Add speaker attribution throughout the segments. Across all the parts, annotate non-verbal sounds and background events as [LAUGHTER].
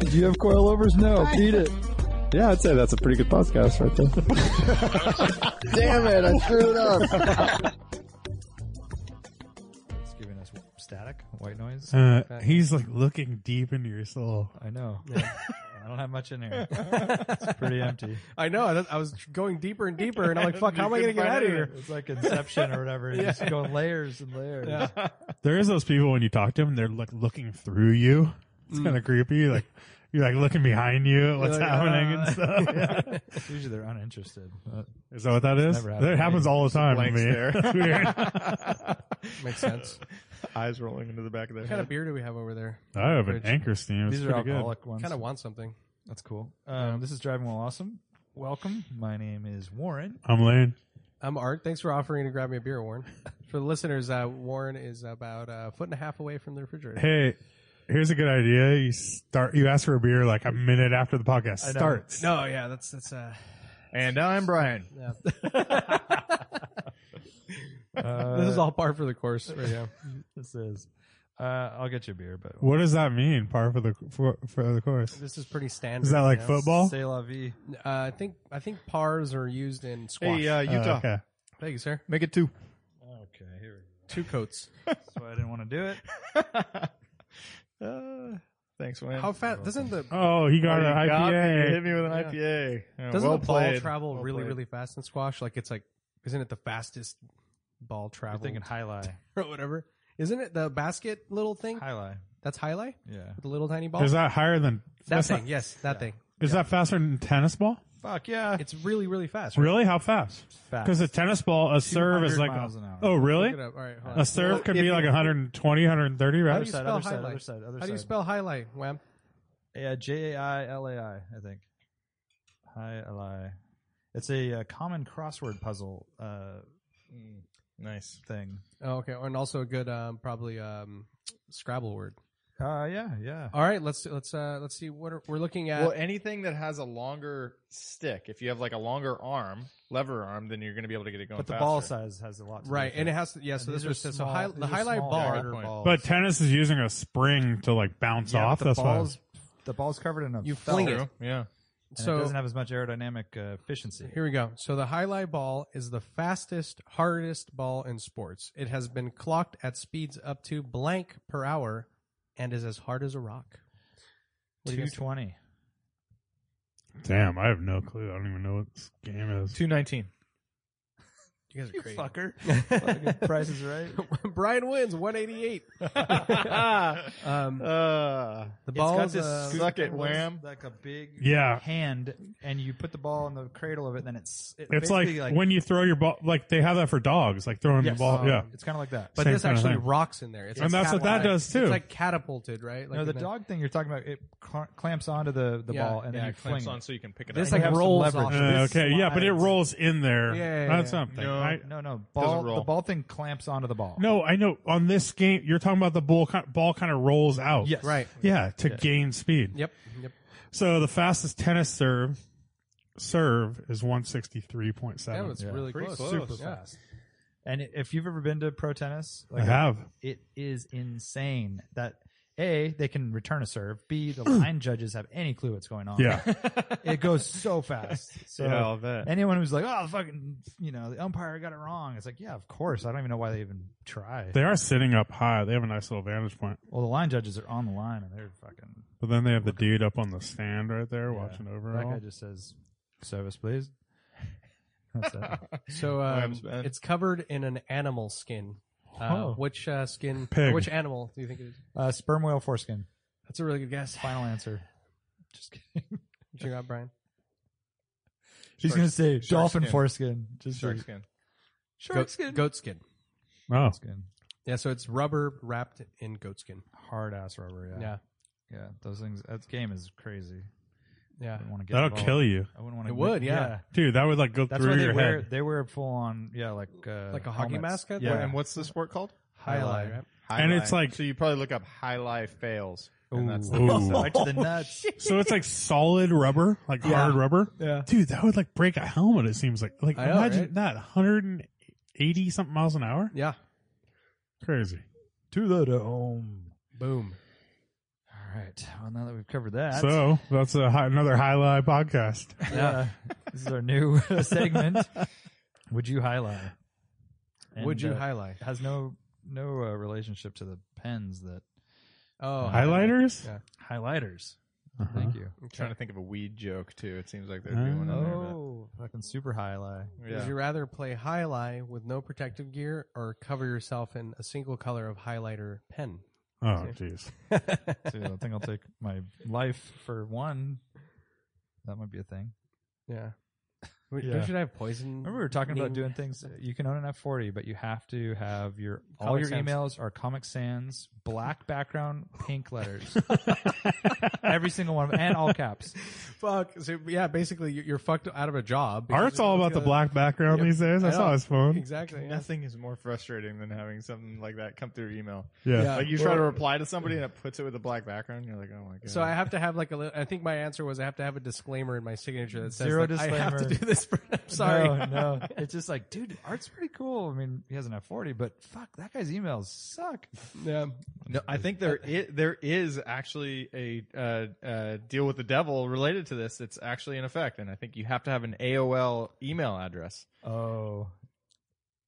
Speaker 1: Do you have coilovers? No, beat it. Yeah, I'd say that's a pretty good podcast right there.
Speaker 2: [LAUGHS] Damn it, I screwed up.
Speaker 3: It's giving us static, white noise.
Speaker 4: Uh, he's like looking deep into your soul.
Speaker 3: I know. I don't have much
Speaker 2: [LAUGHS]
Speaker 3: in here. It's pretty empty.
Speaker 2: I know. I, I was going deeper and deeper, and I'm like, "Fuck, how am I going to get out of here?"
Speaker 3: [LAUGHS] It's like Inception or whatever. You just go layers and layers.
Speaker 4: There is those people when you talk to them, they're like looking through you. It's kind of creepy. Like you're like looking behind you, at what's
Speaker 3: like,
Speaker 4: happening
Speaker 3: "Ah."
Speaker 4: and
Speaker 3: [LAUGHS]
Speaker 4: stuff. Yeah.
Speaker 3: Usually they're uninterested. But
Speaker 4: [LAUGHS] Is that what that is?
Speaker 3: never happened to
Speaker 4: That
Speaker 3: me.
Speaker 4: happens all the time to
Speaker 5: blank
Speaker 4: me.
Speaker 5: stare.
Speaker 4: [LAUGHS] It's weird.
Speaker 2: Makes sense.
Speaker 5: Eyes rolling into the back of their
Speaker 2: What kind
Speaker 5: head.
Speaker 2: of beer do we have over there?
Speaker 4: I have an
Speaker 2: Which-
Speaker 4: anchor steam. It's
Speaker 3: these are
Speaker 4: pretty good.
Speaker 3: alcoholic ones.
Speaker 2: Kind of want something.
Speaker 3: That's cool. Um, this is Driving While Awesome. Welcome. My name is Warren.
Speaker 4: I'm Lane.
Speaker 2: I'm Um, Art. Thanks for offering to grab me a beer, Warren. For the listeners, uh, Warren is about a foot and a half away from the refrigerator.
Speaker 4: Hey, here's a good idea. You start. You ask for a beer like a minute after the podcast
Speaker 3: I know.
Speaker 4: starts.
Speaker 2: No, yeah, that's that's uh,
Speaker 5: And I'm Brian.
Speaker 2: yeah.
Speaker 3: [LAUGHS]
Speaker 2: [LAUGHS]
Speaker 3: Uh,
Speaker 2: this is all par for the course right now.
Speaker 3: This is. Uh, I'll get you a beer, but
Speaker 4: What does that mean? Par for the for, for the course.
Speaker 2: This is pretty standard.
Speaker 4: Is that like
Speaker 2: you know?
Speaker 4: football?
Speaker 3: C'est la vie.
Speaker 2: Uh, I think I think pars are used in squash.
Speaker 5: Hey, uh,
Speaker 4: Oh,
Speaker 5: Utah.
Speaker 4: okay.
Speaker 2: Thank you, sir.
Speaker 5: Make it two.
Speaker 3: Okay, here we
Speaker 2: Two coats.
Speaker 3: go. That's why I didn't want to do
Speaker 2: [LAUGHS]
Speaker 3: it.
Speaker 5: Uh, thanks, man.
Speaker 2: How fat? Doesn't the
Speaker 4: Oh, he got
Speaker 5: Oh, you
Speaker 4: an
Speaker 5: got me. You
Speaker 4: IPA.
Speaker 5: hit me with an
Speaker 2: Yeah.
Speaker 5: IPA. Yeah,
Speaker 2: Doesn't
Speaker 5: Oh, well
Speaker 2: the ball
Speaker 5: played.
Speaker 2: travel
Speaker 5: Well
Speaker 2: really,
Speaker 5: played.
Speaker 2: really fast in squash? Like it's like, isn't it the fastest ball travel
Speaker 3: You're thinking high lie.
Speaker 2: [LAUGHS] or whatever? Isn't it the basket little thing?
Speaker 3: High lie.
Speaker 2: That's highlight
Speaker 3: Yeah.
Speaker 2: with the little tiny ball.
Speaker 4: Is that higher than
Speaker 2: that
Speaker 4: that's
Speaker 2: thing?
Speaker 4: not-
Speaker 2: yes, that thing.
Speaker 4: is that faster than tennis ball?
Speaker 3: Fuck yeah.
Speaker 2: It's really, really fast. Right?
Speaker 4: Really? How fast?
Speaker 3: Fast.
Speaker 4: Because a tennis ball, a serve is
Speaker 3: 200
Speaker 4: like.
Speaker 3: miles an hour.
Speaker 4: Oh, really?
Speaker 2: Look it up. All right, hold on.
Speaker 4: A serve could
Speaker 2: If
Speaker 4: be
Speaker 2: you-
Speaker 4: like 120, 130,
Speaker 2: How
Speaker 4: right?
Speaker 2: do you
Speaker 3: side,
Speaker 2: spell
Speaker 3: other side,
Speaker 2: highlight?
Speaker 3: other side, other
Speaker 2: How do you
Speaker 3: side.
Speaker 2: spell highlight? Wham.
Speaker 3: Yeah, J A I L A I, I think. Hi, Li. It's a, uh common crossword puzzle uh,
Speaker 5: Mm, Nice.
Speaker 3: thing.
Speaker 2: Oh, okay, and also a good, um, probably um, Scrabble word.
Speaker 3: Uh, yeah, yeah.
Speaker 2: All right, let's let's uh, let's see what are, we're looking at.
Speaker 5: Well, anything that has a longer stick, if you have like a longer arm, lever arm, then you're going to be able to get it going
Speaker 3: But the
Speaker 5: faster.
Speaker 3: ball size has a lot to do
Speaker 2: right,
Speaker 3: with
Speaker 2: and
Speaker 3: it.
Speaker 2: it has to. Yeah, so
Speaker 3: And
Speaker 2: this
Speaker 3: these are
Speaker 2: was so
Speaker 3: small-
Speaker 2: high,
Speaker 3: these
Speaker 2: the
Speaker 3: are
Speaker 2: highlight
Speaker 3: small
Speaker 2: ball.
Speaker 5: harder balls.
Speaker 4: But tennis is using a spring to like bounce
Speaker 3: Yeah, but
Speaker 4: off.
Speaker 3: the
Speaker 4: That's why.
Speaker 3: ball's, the ball's covered in a
Speaker 2: You
Speaker 3: felt,
Speaker 2: fling it.
Speaker 5: True. Yeah.
Speaker 3: and it
Speaker 2: so
Speaker 3: doesn't have as much aerodynamic uh, efficiency.
Speaker 2: Here we go. So the highlight ball is the fastest, hardest ball in sports. It has been clocked at speeds up to blank per hour and is as hard as a
Speaker 3: [LAUGHS]
Speaker 2: rock. What do you guys think?
Speaker 3: 220.
Speaker 4: Damn, I have no clue. I don't even know what this game is.
Speaker 5: 219.
Speaker 2: You guys are crazy.
Speaker 5: [LAUGHS]
Speaker 3: Fucking Price is right.
Speaker 2: [LAUGHS] Brian wins 188. Um,
Speaker 5: uh,
Speaker 2: the ball
Speaker 3: it's got
Speaker 2: is
Speaker 3: this
Speaker 2: uh,
Speaker 5: suck it, wham.
Speaker 3: like a big
Speaker 4: Yeah.
Speaker 3: hand, and you put the ball in the cradle of it, then it's it
Speaker 4: It's like,
Speaker 3: basically,
Speaker 4: when you throw your ball, like they have that for dogs, like throwing
Speaker 3: Yes.
Speaker 4: the ball.
Speaker 3: Um,
Speaker 4: yeah.
Speaker 3: it's kind of like that.
Speaker 2: but
Speaker 4: Same
Speaker 2: this
Speaker 4: kinda
Speaker 2: actually
Speaker 4: thing.
Speaker 2: rocks in there. It's
Speaker 4: And
Speaker 2: like
Speaker 4: that's what that
Speaker 2: catapulted.
Speaker 4: does, too.
Speaker 2: It's like catapulted, right? Like
Speaker 3: no, the
Speaker 2: in a-
Speaker 3: dog thing you're talking about, it cl- clamps onto the, the
Speaker 2: Yeah,
Speaker 3: ball and
Speaker 5: Yeah,
Speaker 3: then you
Speaker 5: it clamps
Speaker 3: fling
Speaker 5: on
Speaker 3: it.
Speaker 5: so you can pick it
Speaker 2: This
Speaker 5: up.
Speaker 2: like
Speaker 3: have some
Speaker 2: rolls
Speaker 3: leverage.
Speaker 2: off.
Speaker 4: Uh,
Speaker 2: this
Speaker 4: okay, yeah, but it
Speaker 2: slides.
Speaker 4: rolls in there.
Speaker 2: Yeah, yeah,
Speaker 4: That's
Speaker 2: yeah.
Speaker 4: something.
Speaker 5: No.
Speaker 4: I,
Speaker 3: No, no, ball.
Speaker 5: roll.
Speaker 3: The ball thing clamps onto the ball.
Speaker 4: no, I know. On this game, you're talking about the ball, ball kind of rolls out.
Speaker 3: Yes.
Speaker 2: Right.
Speaker 4: Yeah, to gain speed.
Speaker 2: Yep. Yep.
Speaker 4: So the fastest tennis serve serve is 163.7.
Speaker 2: That was
Speaker 3: Yeah.
Speaker 2: really
Speaker 5: Pretty
Speaker 2: close.
Speaker 5: close.
Speaker 2: Super
Speaker 5: Yeah.
Speaker 2: fast.
Speaker 3: And i- if you've ever been to pro tennis,
Speaker 4: I
Speaker 3: like [LAUGHS]
Speaker 4: have.
Speaker 3: it is insane that a they can return a serve. B the line judges have any clue what's going on.
Speaker 4: Yeah.
Speaker 3: [LAUGHS] it goes so fast. So
Speaker 5: Yeah, I'll bet.
Speaker 3: anyone who's like, oh, fucking, you know, the umpire got it wrong. It's like, yeah, of course. I don't even know why they even try.
Speaker 4: they are sitting up high. They have a nice little vantage point.
Speaker 3: well, the line judges are on the line and they're fucking.
Speaker 4: But then they have the dude up on the stand right there
Speaker 3: yeah.
Speaker 4: watching over.
Speaker 3: That
Speaker 4: all.
Speaker 3: guy just says,
Speaker 4: [LAUGHS]
Speaker 3: "Service, please." That's it.
Speaker 5: [LAUGHS]
Speaker 2: So um,
Speaker 5: Lamb's bad.
Speaker 2: it's covered in an animal skin. Uh,
Speaker 3: Oh.
Speaker 2: Which uh, skin?
Speaker 4: Pig.
Speaker 2: Which animal do you think it is?
Speaker 3: [LAUGHS] Uh, sperm whale foreskin.
Speaker 2: That's a really good guess.
Speaker 3: Final answer. Just kidding.
Speaker 2: What you got, Brian?
Speaker 3: She's gonna say
Speaker 5: shark
Speaker 3: dolphin
Speaker 5: skin.
Speaker 3: foreskin. Just
Speaker 5: Shark
Speaker 3: say
Speaker 5: skin.
Speaker 3: shark
Speaker 2: goat,
Speaker 3: skin.
Speaker 2: goat skin.
Speaker 4: oh,
Speaker 3: Skin.
Speaker 2: Yeah, so it's rubber wrapped in goat skin.
Speaker 3: Hard ass rubber.
Speaker 2: Yeah.
Speaker 3: Yeah. Yeah, those things. That game is crazy.
Speaker 2: Yeah.
Speaker 3: I wouldn't want to get
Speaker 4: That'll
Speaker 3: involved.
Speaker 4: kill you,
Speaker 3: I wouldn't want to.
Speaker 2: It would, yeah.
Speaker 4: dude. That would like go
Speaker 3: That's why
Speaker 4: through
Speaker 3: they
Speaker 4: your
Speaker 3: wear
Speaker 4: head.
Speaker 3: they wear full on yeah like uh,
Speaker 2: Like a hockey
Speaker 3: helmets.
Speaker 2: mask, I think?
Speaker 3: Yeah,
Speaker 5: And what's the sport called?
Speaker 3: highlight.
Speaker 2: Highlight, right?
Speaker 5: High
Speaker 4: And
Speaker 5: Lie.
Speaker 4: it's like-
Speaker 5: so you probably look up high life fails, and that's the
Speaker 4: Ooh.
Speaker 3: Back to the nuts.
Speaker 4: So it's like solid rubber, like hard rubber.
Speaker 2: Yeah.
Speaker 4: Dude, that would like break a helmet. It seems like like
Speaker 2: I know,
Speaker 4: imagine
Speaker 2: right?
Speaker 4: that 180 something miles an hour.
Speaker 2: Yeah.
Speaker 4: Crazy.
Speaker 3: to the dome.
Speaker 2: Boom.
Speaker 3: All right. Well, now that we've covered that,
Speaker 4: So that's a hi- another highlight podcast.
Speaker 3: yeah, [LAUGHS] this is our [LAUGHS] new segment. Would you highlight? And,
Speaker 2: Would you
Speaker 3: uh,
Speaker 2: highlight?
Speaker 3: Has no no uh, relationship to the pens that
Speaker 2: Oh,
Speaker 4: Highlighters.
Speaker 2: Yeah.
Speaker 3: highlighters.
Speaker 4: Uh-huh.
Speaker 3: Thank you.
Speaker 5: I'm [LAUGHS] trying to think of a weed joke too. It seems like they're doing
Speaker 4: Oh.
Speaker 5: another.
Speaker 3: Oh, fucking super [LAUGHS] highlight.
Speaker 5: Yeah.
Speaker 2: Would you rather play high lie with no protective gear or cover yourself in a single color of highlighter pen? [LAUGHS]
Speaker 4: Oh, jeez.
Speaker 3: Too. I think I'll take my life for one. That might be a thing.
Speaker 2: Yeah. Wait,
Speaker 3: Yeah.
Speaker 2: Don't you have poison?
Speaker 3: Remember, we were talking about
Speaker 2: Ning-
Speaker 3: doing things. You can own an F forty, but you have to have your all
Speaker 2: Comic
Speaker 3: your
Speaker 2: Sans.
Speaker 3: emails are Comic Sans, black background, pink [LAUGHS] letters, every single one, of them, and all caps.
Speaker 2: Fuck. So, yeah, basically, you- you're fucked out of a job. because
Speaker 4: Art's all
Speaker 2: you-
Speaker 4: about the black background
Speaker 2: Yep.
Speaker 4: these days. That's
Speaker 2: I know.
Speaker 4: always
Speaker 2: [LAUGHS]
Speaker 4: fun.
Speaker 2: Exactly. yeah.
Speaker 5: Nothing is more frustrating than having something like that come through email.
Speaker 4: Yeah.
Speaker 2: Yeah.
Speaker 5: Like you try
Speaker 2: Or-
Speaker 5: to reply to somebody and it puts it with a black background. You're like, oh my god.
Speaker 2: So I have to have like a. Li- I think my answer was I have to have a disclaimer in my signature that says
Speaker 3: Zero
Speaker 2: like, I have to do
Speaker 3: disclaimer.
Speaker 2: this. For, I'm sorry.
Speaker 3: no, [LAUGHS] no. It's just like, dude, art's pretty cool. I mean, he has an F forty, but fuck, that guy's emails suck.
Speaker 2: Yeah.
Speaker 5: No, I think there is, there is actually a uh, uh, deal with the devil related to this that's actually in effect, and I think you have to have an AOL email address.
Speaker 3: Oh,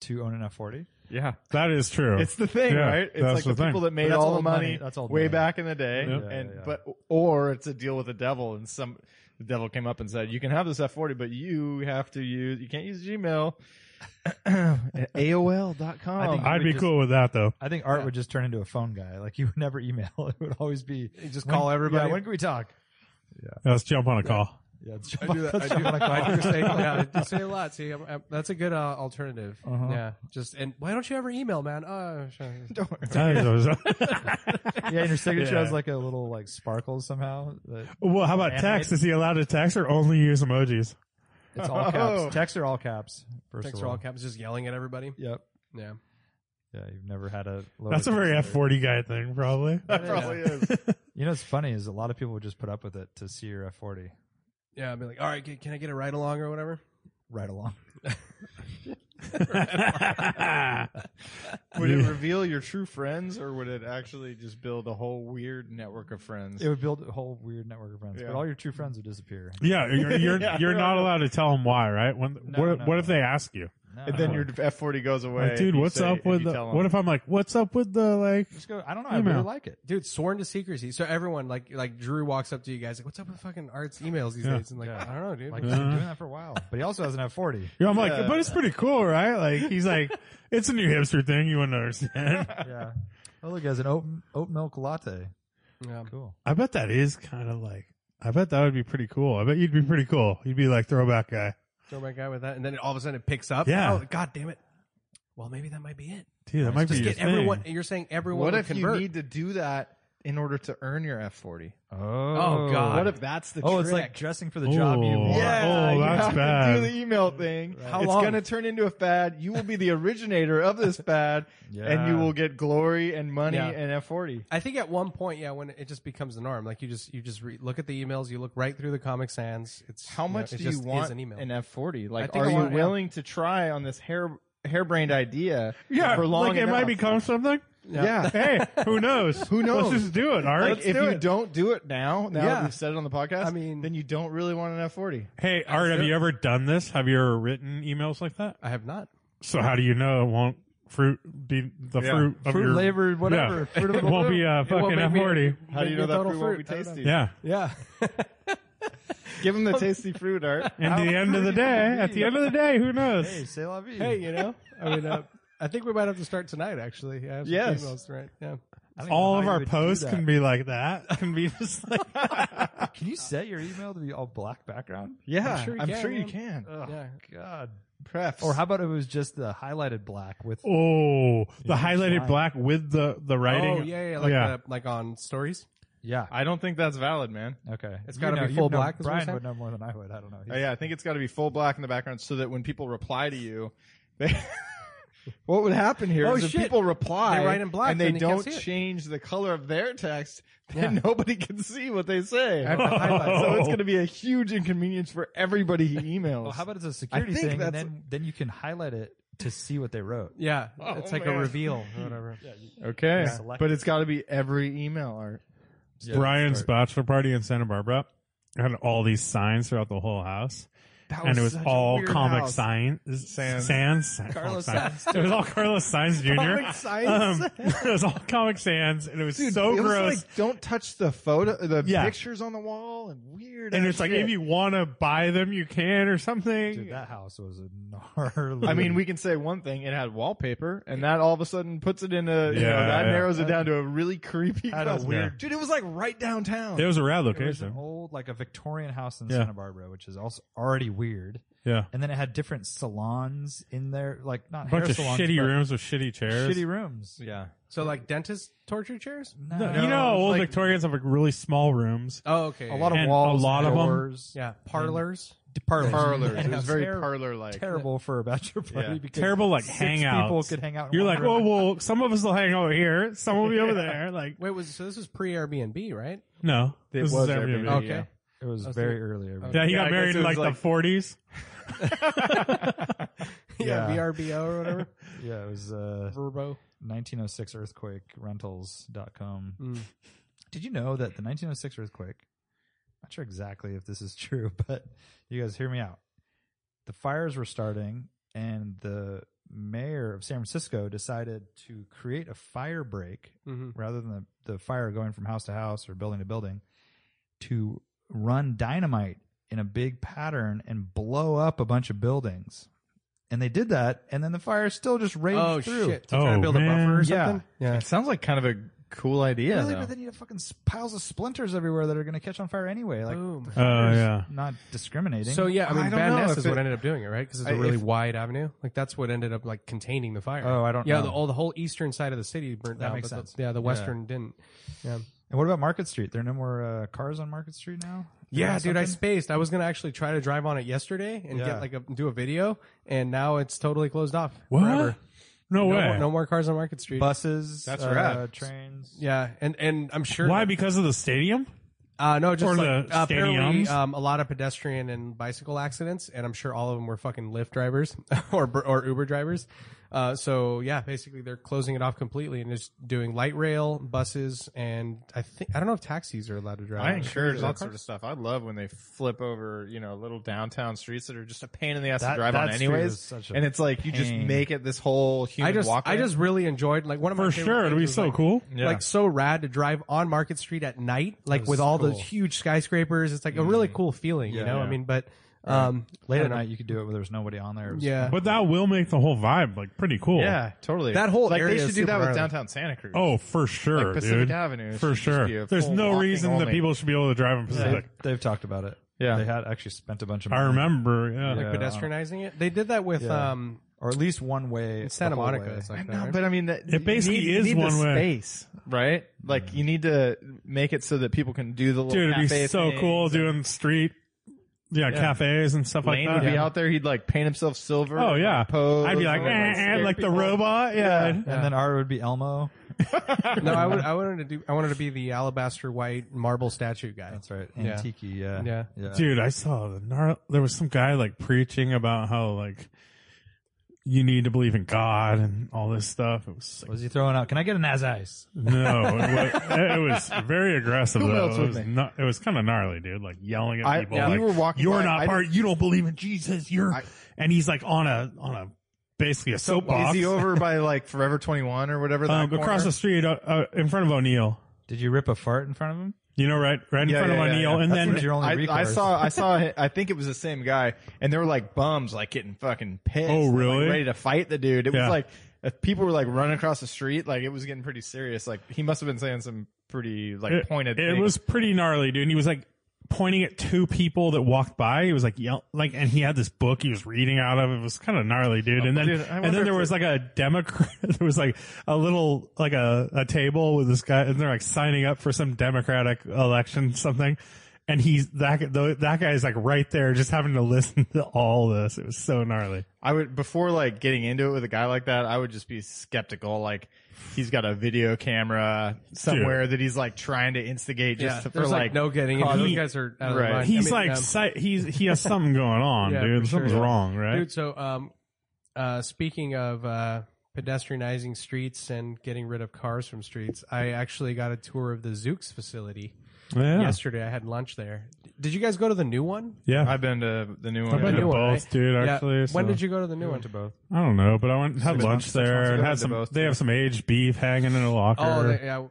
Speaker 3: to own an F forty.
Speaker 5: Yeah,
Speaker 4: That is true.
Speaker 5: it's the thing,
Speaker 4: Yeah,
Speaker 5: right? It's
Speaker 4: that's
Speaker 5: like
Speaker 4: the
Speaker 5: the,
Speaker 4: thing.
Speaker 5: people that made
Speaker 3: that's
Speaker 5: all the
Speaker 3: old
Speaker 5: money,
Speaker 3: money. That's old
Speaker 5: way
Speaker 3: money.
Speaker 5: back in the day,
Speaker 4: Yeah.
Speaker 3: Yeah,
Speaker 5: and
Speaker 3: Oh, yeah.
Speaker 5: but or it's a deal with the devil, and some the devil came up and said, "You can have this F forty, but you have to use you can't use
Speaker 3: [LAUGHS]
Speaker 5: Gmail." at AOL.com.
Speaker 3: I think-
Speaker 4: I'd
Speaker 3: we
Speaker 4: be
Speaker 3: just-
Speaker 4: cool with that though.
Speaker 3: I think Art would just turn into a phone guy. Like he would never email. [LAUGHS] It would always be
Speaker 2: just
Speaker 3: when-
Speaker 2: call everybody.
Speaker 3: Yeah, when can we talk?
Speaker 4: Let's jump on a call.
Speaker 3: Yeah, it's
Speaker 2: I do that. I do, I do
Speaker 3: [LAUGHS]
Speaker 2: say, yeah, I do say a lot. See, I'm, I'm- that's a good uh, alternative.
Speaker 3: Uh-huh.
Speaker 2: Yeah, just and why don't you ever email, man? Oh, sure. [LAUGHS]
Speaker 3: yeah, and your signature
Speaker 4: Yeah.
Speaker 3: has like a little like sparkle somehow. That
Speaker 4: well, how about
Speaker 3: Animate.
Speaker 4: text? Is he allowed to text or only use emojis?
Speaker 3: it's all
Speaker 5: [LAUGHS] Oh.
Speaker 3: caps. Text are all caps. First
Speaker 2: Thanks
Speaker 3: of
Speaker 2: for all
Speaker 3: all.
Speaker 2: caps, just yelling at everybody.
Speaker 3: Yep.
Speaker 2: Yeah,
Speaker 3: Yeah, you've never had a. lower
Speaker 4: That's a very
Speaker 3: text
Speaker 4: F
Speaker 3: letter.
Speaker 4: forty guy thing,
Speaker 2: [LAUGHS]
Speaker 4: probably.
Speaker 5: that probably
Speaker 3: [LAUGHS]
Speaker 5: is.
Speaker 3: You know, what's funny is a lot of people would just put up with it to see your F forty
Speaker 2: yeah. I'd be like, all right, can, can I get a ride along or whatever?
Speaker 3: right along.
Speaker 4: [LAUGHS]
Speaker 5: Would it
Speaker 4: Yeah.
Speaker 5: reveal your true friends, or would it actually just build a whole weird network of friends?
Speaker 3: It would build a whole weird network of friends,
Speaker 5: Yeah.
Speaker 3: but all your true friends would disappear.
Speaker 4: yeah, you're
Speaker 5: [LAUGHS]
Speaker 4: you're,
Speaker 5: Yeah.
Speaker 4: you're not allowed to tell him why, right? When
Speaker 3: No,
Speaker 4: what
Speaker 3: no,
Speaker 4: what if
Speaker 3: no.
Speaker 4: they ask you?
Speaker 3: No.
Speaker 5: and then your F forty goes away.
Speaker 4: Like, Uh-huh. dude,
Speaker 5: You
Speaker 4: what's
Speaker 5: say-
Speaker 4: up
Speaker 5: if
Speaker 4: with
Speaker 5: you
Speaker 4: the?
Speaker 5: tell 'em-
Speaker 4: What if I'm like, what's up with the like?
Speaker 3: just go. I don't know. I
Speaker 4: Email.
Speaker 3: really like it.
Speaker 2: Dude, sworn to secrecy. So everyone, like, like Drew walks up to you guys, like, what's up with fucking Art's emails these
Speaker 4: Yeah.
Speaker 2: days? And like,
Speaker 3: Yeah.
Speaker 2: I don't know, dude.
Speaker 3: Like he's been doing that for a while, but he also has an F forty.
Speaker 4: You know, I'm like,
Speaker 5: Yeah.
Speaker 4: but it's pretty cool, right? Like
Speaker 5: [LAUGHS]
Speaker 4: he's like, it's a new hipster thing. You wouldn't understand.
Speaker 3: Yeah. Oh look, he has an oat oat milk latte.
Speaker 2: yeah.
Speaker 3: Cool.
Speaker 4: I bet that is kind of like. I bet that would be pretty cool. I bet you'd be pretty cool. You'd be like throwback guy,
Speaker 2: throw my guy with that, and then all of a sudden it picks up.
Speaker 4: Yeah.
Speaker 2: Oh, God damn it. Well, maybe that might be it.
Speaker 4: dude. That might
Speaker 2: Just
Speaker 4: be
Speaker 2: get
Speaker 4: your
Speaker 2: everyone.
Speaker 4: thing.
Speaker 2: You're saying everyone
Speaker 5: What
Speaker 2: would
Speaker 5: if
Speaker 2: convert.
Speaker 5: you need to do that in order to earn your F forty?
Speaker 3: Oh,
Speaker 2: God.
Speaker 5: What if that's the
Speaker 3: Oh,
Speaker 5: trick?
Speaker 3: it's like dressing for the job you
Speaker 4: Oh.
Speaker 3: want.
Speaker 5: yeah,
Speaker 4: Oh,
Speaker 5: you
Speaker 4: that's
Speaker 5: have
Speaker 4: bad.
Speaker 5: To do the email thing.
Speaker 3: How
Speaker 5: it's
Speaker 3: long?
Speaker 5: going to turn into a fad. You will be the originator of this fad, and you will get glory and money
Speaker 2: Yeah.
Speaker 5: and F forty.
Speaker 2: I think at one point, yeah, when it just becomes the norm, like you just you just re- look at the emails, you look right through the Comic Sans. It's
Speaker 5: How
Speaker 2: you know,
Speaker 5: much
Speaker 2: it
Speaker 5: do
Speaker 2: just
Speaker 5: you
Speaker 2: is
Speaker 5: want
Speaker 2: an email?
Speaker 5: F forty? Like,
Speaker 2: think
Speaker 5: are
Speaker 2: I
Speaker 5: you
Speaker 2: want- yeah.
Speaker 5: willing to try on this hair hairbrained idea?
Speaker 4: yeah,
Speaker 5: for long
Speaker 4: like it might
Speaker 5: enough?
Speaker 4: become something.
Speaker 5: yeah.
Speaker 4: Hey, who knows?
Speaker 5: [LAUGHS] Who knows?
Speaker 4: Let's just do it. All right.
Speaker 5: [LAUGHS] Like, if you don't do it now, now
Speaker 2: Yeah.
Speaker 5: that we've said it on the podcast,
Speaker 2: I mean-
Speaker 5: then you don't really want an F forty.
Speaker 4: hey, Art, have you ever done this? Have you ever written emails like that?
Speaker 2: I have not.
Speaker 4: So how do you know it won't fruit be the
Speaker 5: Yeah.
Speaker 4: fruit of
Speaker 3: fruit
Speaker 4: your
Speaker 3: labored whatever.
Speaker 4: Yeah.
Speaker 3: Fruit
Speaker 4: [LAUGHS]
Speaker 3: of
Speaker 4: It
Speaker 3: the
Speaker 4: won't be
Speaker 3: loop.
Speaker 4: a fucking
Speaker 2: make
Speaker 4: F
Speaker 2: me-
Speaker 4: forty.
Speaker 5: How do you
Speaker 2: Maybe
Speaker 5: know
Speaker 2: a
Speaker 5: that
Speaker 2: total
Speaker 5: fruit won't be
Speaker 2: fruit, I don't
Speaker 5: tasty?
Speaker 4: Yeah.
Speaker 2: Yeah, [LAUGHS]
Speaker 5: Give [LAUGHS] them the tasty fruit, Art.
Speaker 4: And the end of the day, at the end of the day, who knows?
Speaker 3: Hey, say la vie.
Speaker 2: hey, you know, I mean, uh, I think we might have to start tonight. Actually, yeah, I have some
Speaker 5: Yes.
Speaker 2: emails, right? Yeah,
Speaker 3: I don't even
Speaker 4: All
Speaker 3: know
Speaker 4: of
Speaker 3: how you
Speaker 4: our
Speaker 3: would do
Speaker 4: posts
Speaker 3: that.
Speaker 4: can be like that. Can be just like
Speaker 3: Can you set your email to be all black background?
Speaker 5: Yeah,
Speaker 2: I'm sure you can, man.
Speaker 5: can.
Speaker 3: Oh
Speaker 2: yeah.
Speaker 3: God.
Speaker 5: Prefs.
Speaker 3: Or how about it was just the highlighted black with
Speaker 4: [LAUGHS] oh, the
Speaker 3: Yeah,
Speaker 4: highlighted
Speaker 3: fine.
Speaker 4: black with the the writing.
Speaker 2: Oh yeah, yeah, like uh like on stories.
Speaker 3: Yeah.
Speaker 5: I don't think that's valid, man.
Speaker 3: Okay.
Speaker 2: It's
Speaker 3: You
Speaker 2: gotta be
Speaker 3: know- you
Speaker 2: full
Speaker 3: know
Speaker 2: black, is what I'm
Speaker 3: Brian
Speaker 2: saying?
Speaker 3: would know more than I would. I don't know.
Speaker 5: Uh, yeah, I think it's got to be full black in the background so that when people reply to you, they. [LAUGHS] What would happen here
Speaker 2: Oh,
Speaker 5: is if
Speaker 2: shit.
Speaker 5: people reply
Speaker 2: They write in black,
Speaker 5: and they
Speaker 2: then you
Speaker 5: don't
Speaker 2: can't see it.
Speaker 5: change the color of their text, then
Speaker 2: Yeah.
Speaker 5: nobody can see what they say.
Speaker 2: I have to highlight.
Speaker 5: so it's going to be a huge inconvenience for everybody he emails.
Speaker 3: Well, how about it's a security
Speaker 5: think
Speaker 3: thing, and
Speaker 5: that's-
Speaker 3: then then you can highlight it to see what they wrote.
Speaker 2: Yeah,
Speaker 5: Oh,
Speaker 2: it's like
Speaker 5: man. Hmm.
Speaker 2: a reveal or whatever.
Speaker 5: okay,
Speaker 3: Yeah. Select.
Speaker 5: but it's got to be every email art.
Speaker 4: Brian's bachelor party in Santa Barbara had all these signs throughout the whole house.
Speaker 5: That
Speaker 4: and it was
Speaker 5: such a
Speaker 4: all
Speaker 5: weird
Speaker 4: comic
Speaker 5: house.
Speaker 4: signs,
Speaker 5: Sans.
Speaker 4: sans, sans
Speaker 3: Carlos
Speaker 4: Sans. It was all Carlos
Speaker 5: [LAUGHS]
Speaker 4: Sainz Jr. Um, [LAUGHS] it was all Comic Sans, and it was
Speaker 5: Dude,
Speaker 4: so
Speaker 5: it was
Speaker 4: Oh, gross.
Speaker 5: like, don't touch the photo, the
Speaker 4: Yeah.
Speaker 5: pictures on the wall, and weird.
Speaker 4: and
Speaker 5: ass
Speaker 4: it's like
Speaker 5: shit.
Speaker 4: if you want to buy them, you can or something.
Speaker 3: Dude, that house was a gnarly.
Speaker 5: I
Speaker 2: [LAUGHS]
Speaker 5: mean, we can say one thing: it had wallpaper, and that all of a sudden puts it in a. you know,
Speaker 4: Yeah,
Speaker 5: that
Speaker 4: yeah.
Speaker 5: narrows it down to a really creepy.
Speaker 3: had a
Speaker 5: class.
Speaker 3: weird-
Speaker 5: dude. It was like right downtown.
Speaker 4: it was a rad
Speaker 3: It was an
Speaker 4: location.
Speaker 3: old, like a Victorian house in
Speaker 4: Yeah.
Speaker 3: Santa Barbara, which is also already weird.
Speaker 4: yeah,
Speaker 3: And then it had different salons in there, like not
Speaker 4: a bunch
Speaker 3: hair
Speaker 4: of
Speaker 3: salons,
Speaker 4: shitty
Speaker 3: but
Speaker 4: rooms with shitty chairs.
Speaker 3: Shitty rooms.
Speaker 5: yeah,
Speaker 2: So like dentist torture chairs?
Speaker 3: No,
Speaker 4: No, you know,
Speaker 5: it was
Speaker 4: old
Speaker 5: like-
Speaker 4: Victorians have like really small rooms.
Speaker 2: Oh, okay.
Speaker 3: a lot of
Speaker 4: And a
Speaker 3: walls,
Speaker 4: lot of 'em-
Speaker 3: doors.
Speaker 2: yeah
Speaker 5: Mm-hmm.
Speaker 2: parlors.
Speaker 3: D- parlors.
Speaker 5: parlors.
Speaker 3: And
Speaker 5: It was very
Speaker 3: ter-
Speaker 5: parlor like.
Speaker 3: [LAUGHS] terrible for a bachelor party.
Speaker 5: Yeah.
Speaker 3: Because
Speaker 4: Terrible like
Speaker 3: six People
Speaker 4: hangouts.
Speaker 3: could hang out. in
Speaker 4: You're
Speaker 3: one
Speaker 4: like,
Speaker 3: room.
Speaker 4: oh well, some of us will hang over here, some will be
Speaker 5: [LAUGHS]
Speaker 4: over there. Like,
Speaker 2: Wait, was so this was pre Airbnb, right?
Speaker 4: no,
Speaker 5: It
Speaker 4: this
Speaker 5: was
Speaker 4: is
Speaker 5: Airbnb.
Speaker 4: Airbnb.
Speaker 5: Oh,
Speaker 2: Okay.
Speaker 5: yeah.
Speaker 3: It was
Speaker 2: Oh, so-
Speaker 3: very early. everybody.
Speaker 4: Yeah, he
Speaker 5: Yeah,
Speaker 4: got
Speaker 5: I guess
Speaker 4: married
Speaker 5: it
Speaker 4: in like,
Speaker 5: was like-
Speaker 4: the 40s.
Speaker 2: Yeah, [LAUGHS]
Speaker 3: [LAUGHS] Yeah.
Speaker 2: VRBO
Speaker 5: [LAUGHS]
Speaker 2: or whatever.
Speaker 3: Yeah, it was uh,
Speaker 2: Verbo.
Speaker 3: 1906 earthquake rentals.com.
Speaker 2: Mm.
Speaker 3: Did you know that the 1906 earthquake, not sure exactly if this is [LAUGHS] true, but you guys hear me out. The fires were starting, and the mayor of San Francisco decided to create a fire break
Speaker 2: hmm
Speaker 3: rather than the, the fire going from house to house or building to building to run dynamite in a big pattern and blow up a bunch of buildings. And they did that, and then the fire still just raged
Speaker 2: Oh
Speaker 3: through.
Speaker 2: shit! To try to
Speaker 4: Oh,
Speaker 2: build a
Speaker 4: man.
Speaker 2: buffer or
Speaker 3: Yeah.
Speaker 2: something. Yeah.
Speaker 5: It sounds like kind of a cool idea.
Speaker 3: really,
Speaker 5: though.
Speaker 3: but then you have fucking s- piles of splinters everywhere that are going to catch on fire anyway. Like,
Speaker 2: Boom.
Speaker 4: Oh
Speaker 3: fire's
Speaker 4: yeah,
Speaker 3: not discriminating.
Speaker 2: So yeah, I mean,
Speaker 5: I don't
Speaker 2: Van
Speaker 5: know
Speaker 2: Ness
Speaker 5: if
Speaker 2: is
Speaker 5: it-
Speaker 2: what ended up doing it, right? Because it's a
Speaker 5: I-
Speaker 2: really
Speaker 5: if-
Speaker 2: wide avenue. Like that's what ended up like containing the fire.
Speaker 3: oh, I don't
Speaker 2: yeah,
Speaker 3: know.
Speaker 2: the, all the whole eastern side of the city burnt
Speaker 3: That
Speaker 2: down.
Speaker 3: makes
Speaker 2: but the-
Speaker 3: sense.
Speaker 2: yeah, the
Speaker 3: Yeah.
Speaker 2: western didn't.
Speaker 3: and what about Market Street? There are no more uh, cars on Market Street now.
Speaker 2: Yeah,
Speaker 3: Or
Speaker 2: dude, I
Speaker 3: something?
Speaker 2: spaced. I was gonna actually try to drive on it yesterday and
Speaker 3: Yeah.
Speaker 2: get like a do a video, and now it's totally closed off.
Speaker 4: What?
Speaker 2: Forever.
Speaker 4: no,
Speaker 2: No,
Speaker 4: way.
Speaker 2: more, no more cars on Market Street.
Speaker 3: buses.
Speaker 5: That's
Speaker 3: uh,
Speaker 5: rad.
Speaker 3: Trains.
Speaker 2: yeah, and and I'm sure.
Speaker 4: Why? Because of the stadium?
Speaker 2: Uh, no, just
Speaker 4: Or
Speaker 2: like,
Speaker 4: the
Speaker 2: uh, apparently
Speaker 4: stadiums?
Speaker 2: um, a lot of pedestrian and bicycle accidents, and I'm sure all of them were fucking Lyft drivers [LAUGHS] or Bur- or Uber drivers. Uh, so yeah, basically they're closing it off completely and just doing light rail, buses, and I think I don't know if taxis are allowed to drive.
Speaker 5: I encourage
Speaker 2: Or
Speaker 5: that
Speaker 2: cars.
Speaker 5: sort of stuff. I love when they flip over, you know, little downtown streets that are just a pain in the ass
Speaker 3: That-
Speaker 5: to drive
Speaker 3: that
Speaker 5: on,
Speaker 3: street
Speaker 5: anyways.
Speaker 3: is such a
Speaker 5: and it's like you just
Speaker 3: pain.
Speaker 5: make it this whole human
Speaker 2: I just
Speaker 5: walkway.
Speaker 2: I just really enjoyed like one of my
Speaker 4: For
Speaker 2: favorite
Speaker 4: sure, it'd
Speaker 2: things
Speaker 4: be
Speaker 2: was,
Speaker 4: so
Speaker 2: like,
Speaker 4: cool.
Speaker 5: Yeah.
Speaker 2: Like so rad to drive on Market Street at night, like
Speaker 3: was
Speaker 2: with all
Speaker 3: cool. Mm.
Speaker 2: those huge skyscrapers. It's like a really cool feeling, you
Speaker 3: Yeah,
Speaker 2: know. I
Speaker 3: yeah.
Speaker 2: mean, but um,
Speaker 3: Late
Speaker 2: I
Speaker 3: at
Speaker 2: don't know.
Speaker 3: night, you could do it where there's nobody on there. It was-
Speaker 2: yeah.
Speaker 4: But that will make the whole vibe like pretty cool.
Speaker 5: yeah, totally.
Speaker 2: That whole
Speaker 5: like
Speaker 2: area
Speaker 5: they
Speaker 2: is
Speaker 5: should do that
Speaker 2: super
Speaker 5: with
Speaker 2: gnarly.
Speaker 5: downtown Santa Cruz.
Speaker 4: Oh, for sure,
Speaker 5: like Pacific
Speaker 4: dude.
Speaker 5: Avenue it should
Speaker 4: for
Speaker 5: just be
Speaker 4: sure.
Speaker 5: a
Speaker 4: There's
Speaker 5: full
Speaker 4: no
Speaker 5: walking
Speaker 4: reason
Speaker 5: only.
Speaker 4: that people should be able to drive in
Speaker 3: [LAUGHS] They've,
Speaker 4: Pacific.
Speaker 3: they've talked about it.
Speaker 5: Yeah.
Speaker 3: They had actually spent a bunch of
Speaker 4: I
Speaker 3: money.
Speaker 4: remember. Yeah.
Speaker 3: Like,
Speaker 2: like
Speaker 3: Yeah.
Speaker 2: pedestrianizing it. They did that with
Speaker 3: Yeah.
Speaker 2: um
Speaker 3: Or at least one way.
Speaker 2: in Santa
Speaker 3: the whole
Speaker 2: Monica.
Speaker 3: way.
Speaker 2: It's like that,
Speaker 5: No,
Speaker 2: right?
Speaker 5: but I mean, that, you
Speaker 4: basically
Speaker 5: need- you
Speaker 4: is
Speaker 5: need the
Speaker 4: one way.
Speaker 5: space, right? Like you need to make it so that people can do the little
Speaker 4: dude, it'd
Speaker 5: cafe
Speaker 4: be so
Speaker 5: things
Speaker 4: cool
Speaker 5: and
Speaker 4: doing street, yeah, cafes and stuff
Speaker 5: Lane
Speaker 4: like
Speaker 5: would
Speaker 4: that.
Speaker 5: be out there. He'd like paint himself silver.
Speaker 4: Oh
Speaker 5: and,
Speaker 4: yeah,
Speaker 5: like, pose
Speaker 4: I'd be like,
Speaker 5: and,
Speaker 4: eh, eh,
Speaker 5: scare
Speaker 4: like the
Speaker 5: people.
Speaker 4: robot. Yeah,
Speaker 3: And then R would be Elmo.
Speaker 2: no, I would I wanted to do I wanted to be the alabaster white marble statue guy.
Speaker 3: That's right.
Speaker 2: Yeah.
Speaker 3: Antique. Yeah.
Speaker 2: Yeah.
Speaker 4: dude, I saw the gnarly, there was some guy like preaching about how like you need to believe in God and all this stuff. It was like,
Speaker 3: Was he throwing out? Can I get an as ice?
Speaker 4: no, it was, it was very aggressive.
Speaker 5: Who
Speaker 4: though.
Speaker 5: else
Speaker 4: it
Speaker 5: would
Speaker 4: was
Speaker 5: make-
Speaker 4: not, it was kind of gnarly, dude. Like yelling at
Speaker 5: I-
Speaker 4: people.
Speaker 5: yeah, we
Speaker 4: like,
Speaker 5: were walking
Speaker 4: You're
Speaker 5: by,
Speaker 4: not
Speaker 5: I
Speaker 4: part. You don't believe in Jesus. You're
Speaker 5: I-
Speaker 4: and he's like on a on a basically a
Speaker 5: Is
Speaker 4: soapbox
Speaker 5: he over by like Forever 21 or whatever? That
Speaker 4: um, across the
Speaker 5: corner?
Speaker 4: street uh, uh, in front of O'Neill.
Speaker 3: Did you rip a fart in front of him?
Speaker 4: You know, right, right in
Speaker 5: Yeah,
Speaker 4: front
Speaker 5: yeah,
Speaker 4: of
Speaker 5: yeah,
Speaker 4: O'Neill,
Speaker 5: yeah.
Speaker 4: and
Speaker 3: That seems
Speaker 4: then
Speaker 3: your only
Speaker 5: I, I
Speaker 3: recourse.
Speaker 5: saw, I saw, hi- I think it was the same guy, and they were like bums, like getting fucking pissed.
Speaker 4: Oh,
Speaker 5: and, like,
Speaker 4: really?
Speaker 5: ready to fight the dude. It
Speaker 4: Yeah.
Speaker 5: was like if people were like running across the street, like it was getting pretty serious. Like he must have been saying some pretty like
Speaker 4: it,
Speaker 5: pointed.
Speaker 4: it
Speaker 5: things.
Speaker 4: was pretty gnarly, dude. And he was like pointing at two people that walked by. He was like yell like, and he had this book he was reading out of. It was kind of gnarly, dude. And then
Speaker 5: Oh, dude, I
Speaker 4: and
Speaker 5: wonder
Speaker 4: then there
Speaker 5: if
Speaker 4: was like a Democrat. [LAUGHS] There was like a little like a a table with this guy, and they're like signing up for some Democratic election something. And he's that gu- tho- that guy is like right there, just having to listen to all this. It was so gnarly.
Speaker 5: I would before like getting into it with a guy like that, I would just be skeptical. Like he's got a video camera somewhere that he's like trying to instigate just
Speaker 2: yeah,
Speaker 5: to, for
Speaker 2: there's like,
Speaker 5: like,
Speaker 2: no getting it.
Speaker 4: cause-
Speaker 2: Those
Speaker 4: He-
Speaker 2: guys are out of
Speaker 5: Right.
Speaker 2: their mind.
Speaker 4: He's
Speaker 2: I mean,
Speaker 4: like
Speaker 2: um,
Speaker 4: si- he's he has something going on,
Speaker 2: [LAUGHS] Yeah, for
Speaker 4: dude.
Speaker 2: sure,
Speaker 4: Something's
Speaker 2: yeah.
Speaker 4: wrong, right?
Speaker 2: Dude, so um, uh, speaking of uh, pedestrianizing streets and getting rid of cars from streets, I actually got a tour of the Zooks facility
Speaker 4: yeah,
Speaker 2: yesterday. I had lunch there. Did you guys go to the new one?
Speaker 4: yeah.
Speaker 5: I've been to the new
Speaker 4: I've
Speaker 5: one.
Speaker 4: been
Speaker 2: the
Speaker 4: to both,
Speaker 2: new one, right?
Speaker 4: dude. Actually,
Speaker 2: yeah. When
Speaker 4: so-
Speaker 2: did you go to the new
Speaker 3: We
Speaker 2: one?
Speaker 3: went to both.
Speaker 4: I don't know, but I went and had
Speaker 3: Six
Speaker 4: lunch
Speaker 3: months- six months
Speaker 4: there and
Speaker 3: ago,
Speaker 4: had
Speaker 3: they
Speaker 4: some.
Speaker 3: both-
Speaker 4: They have some aged beef hanging in a locker.
Speaker 2: Oh, the, yeah.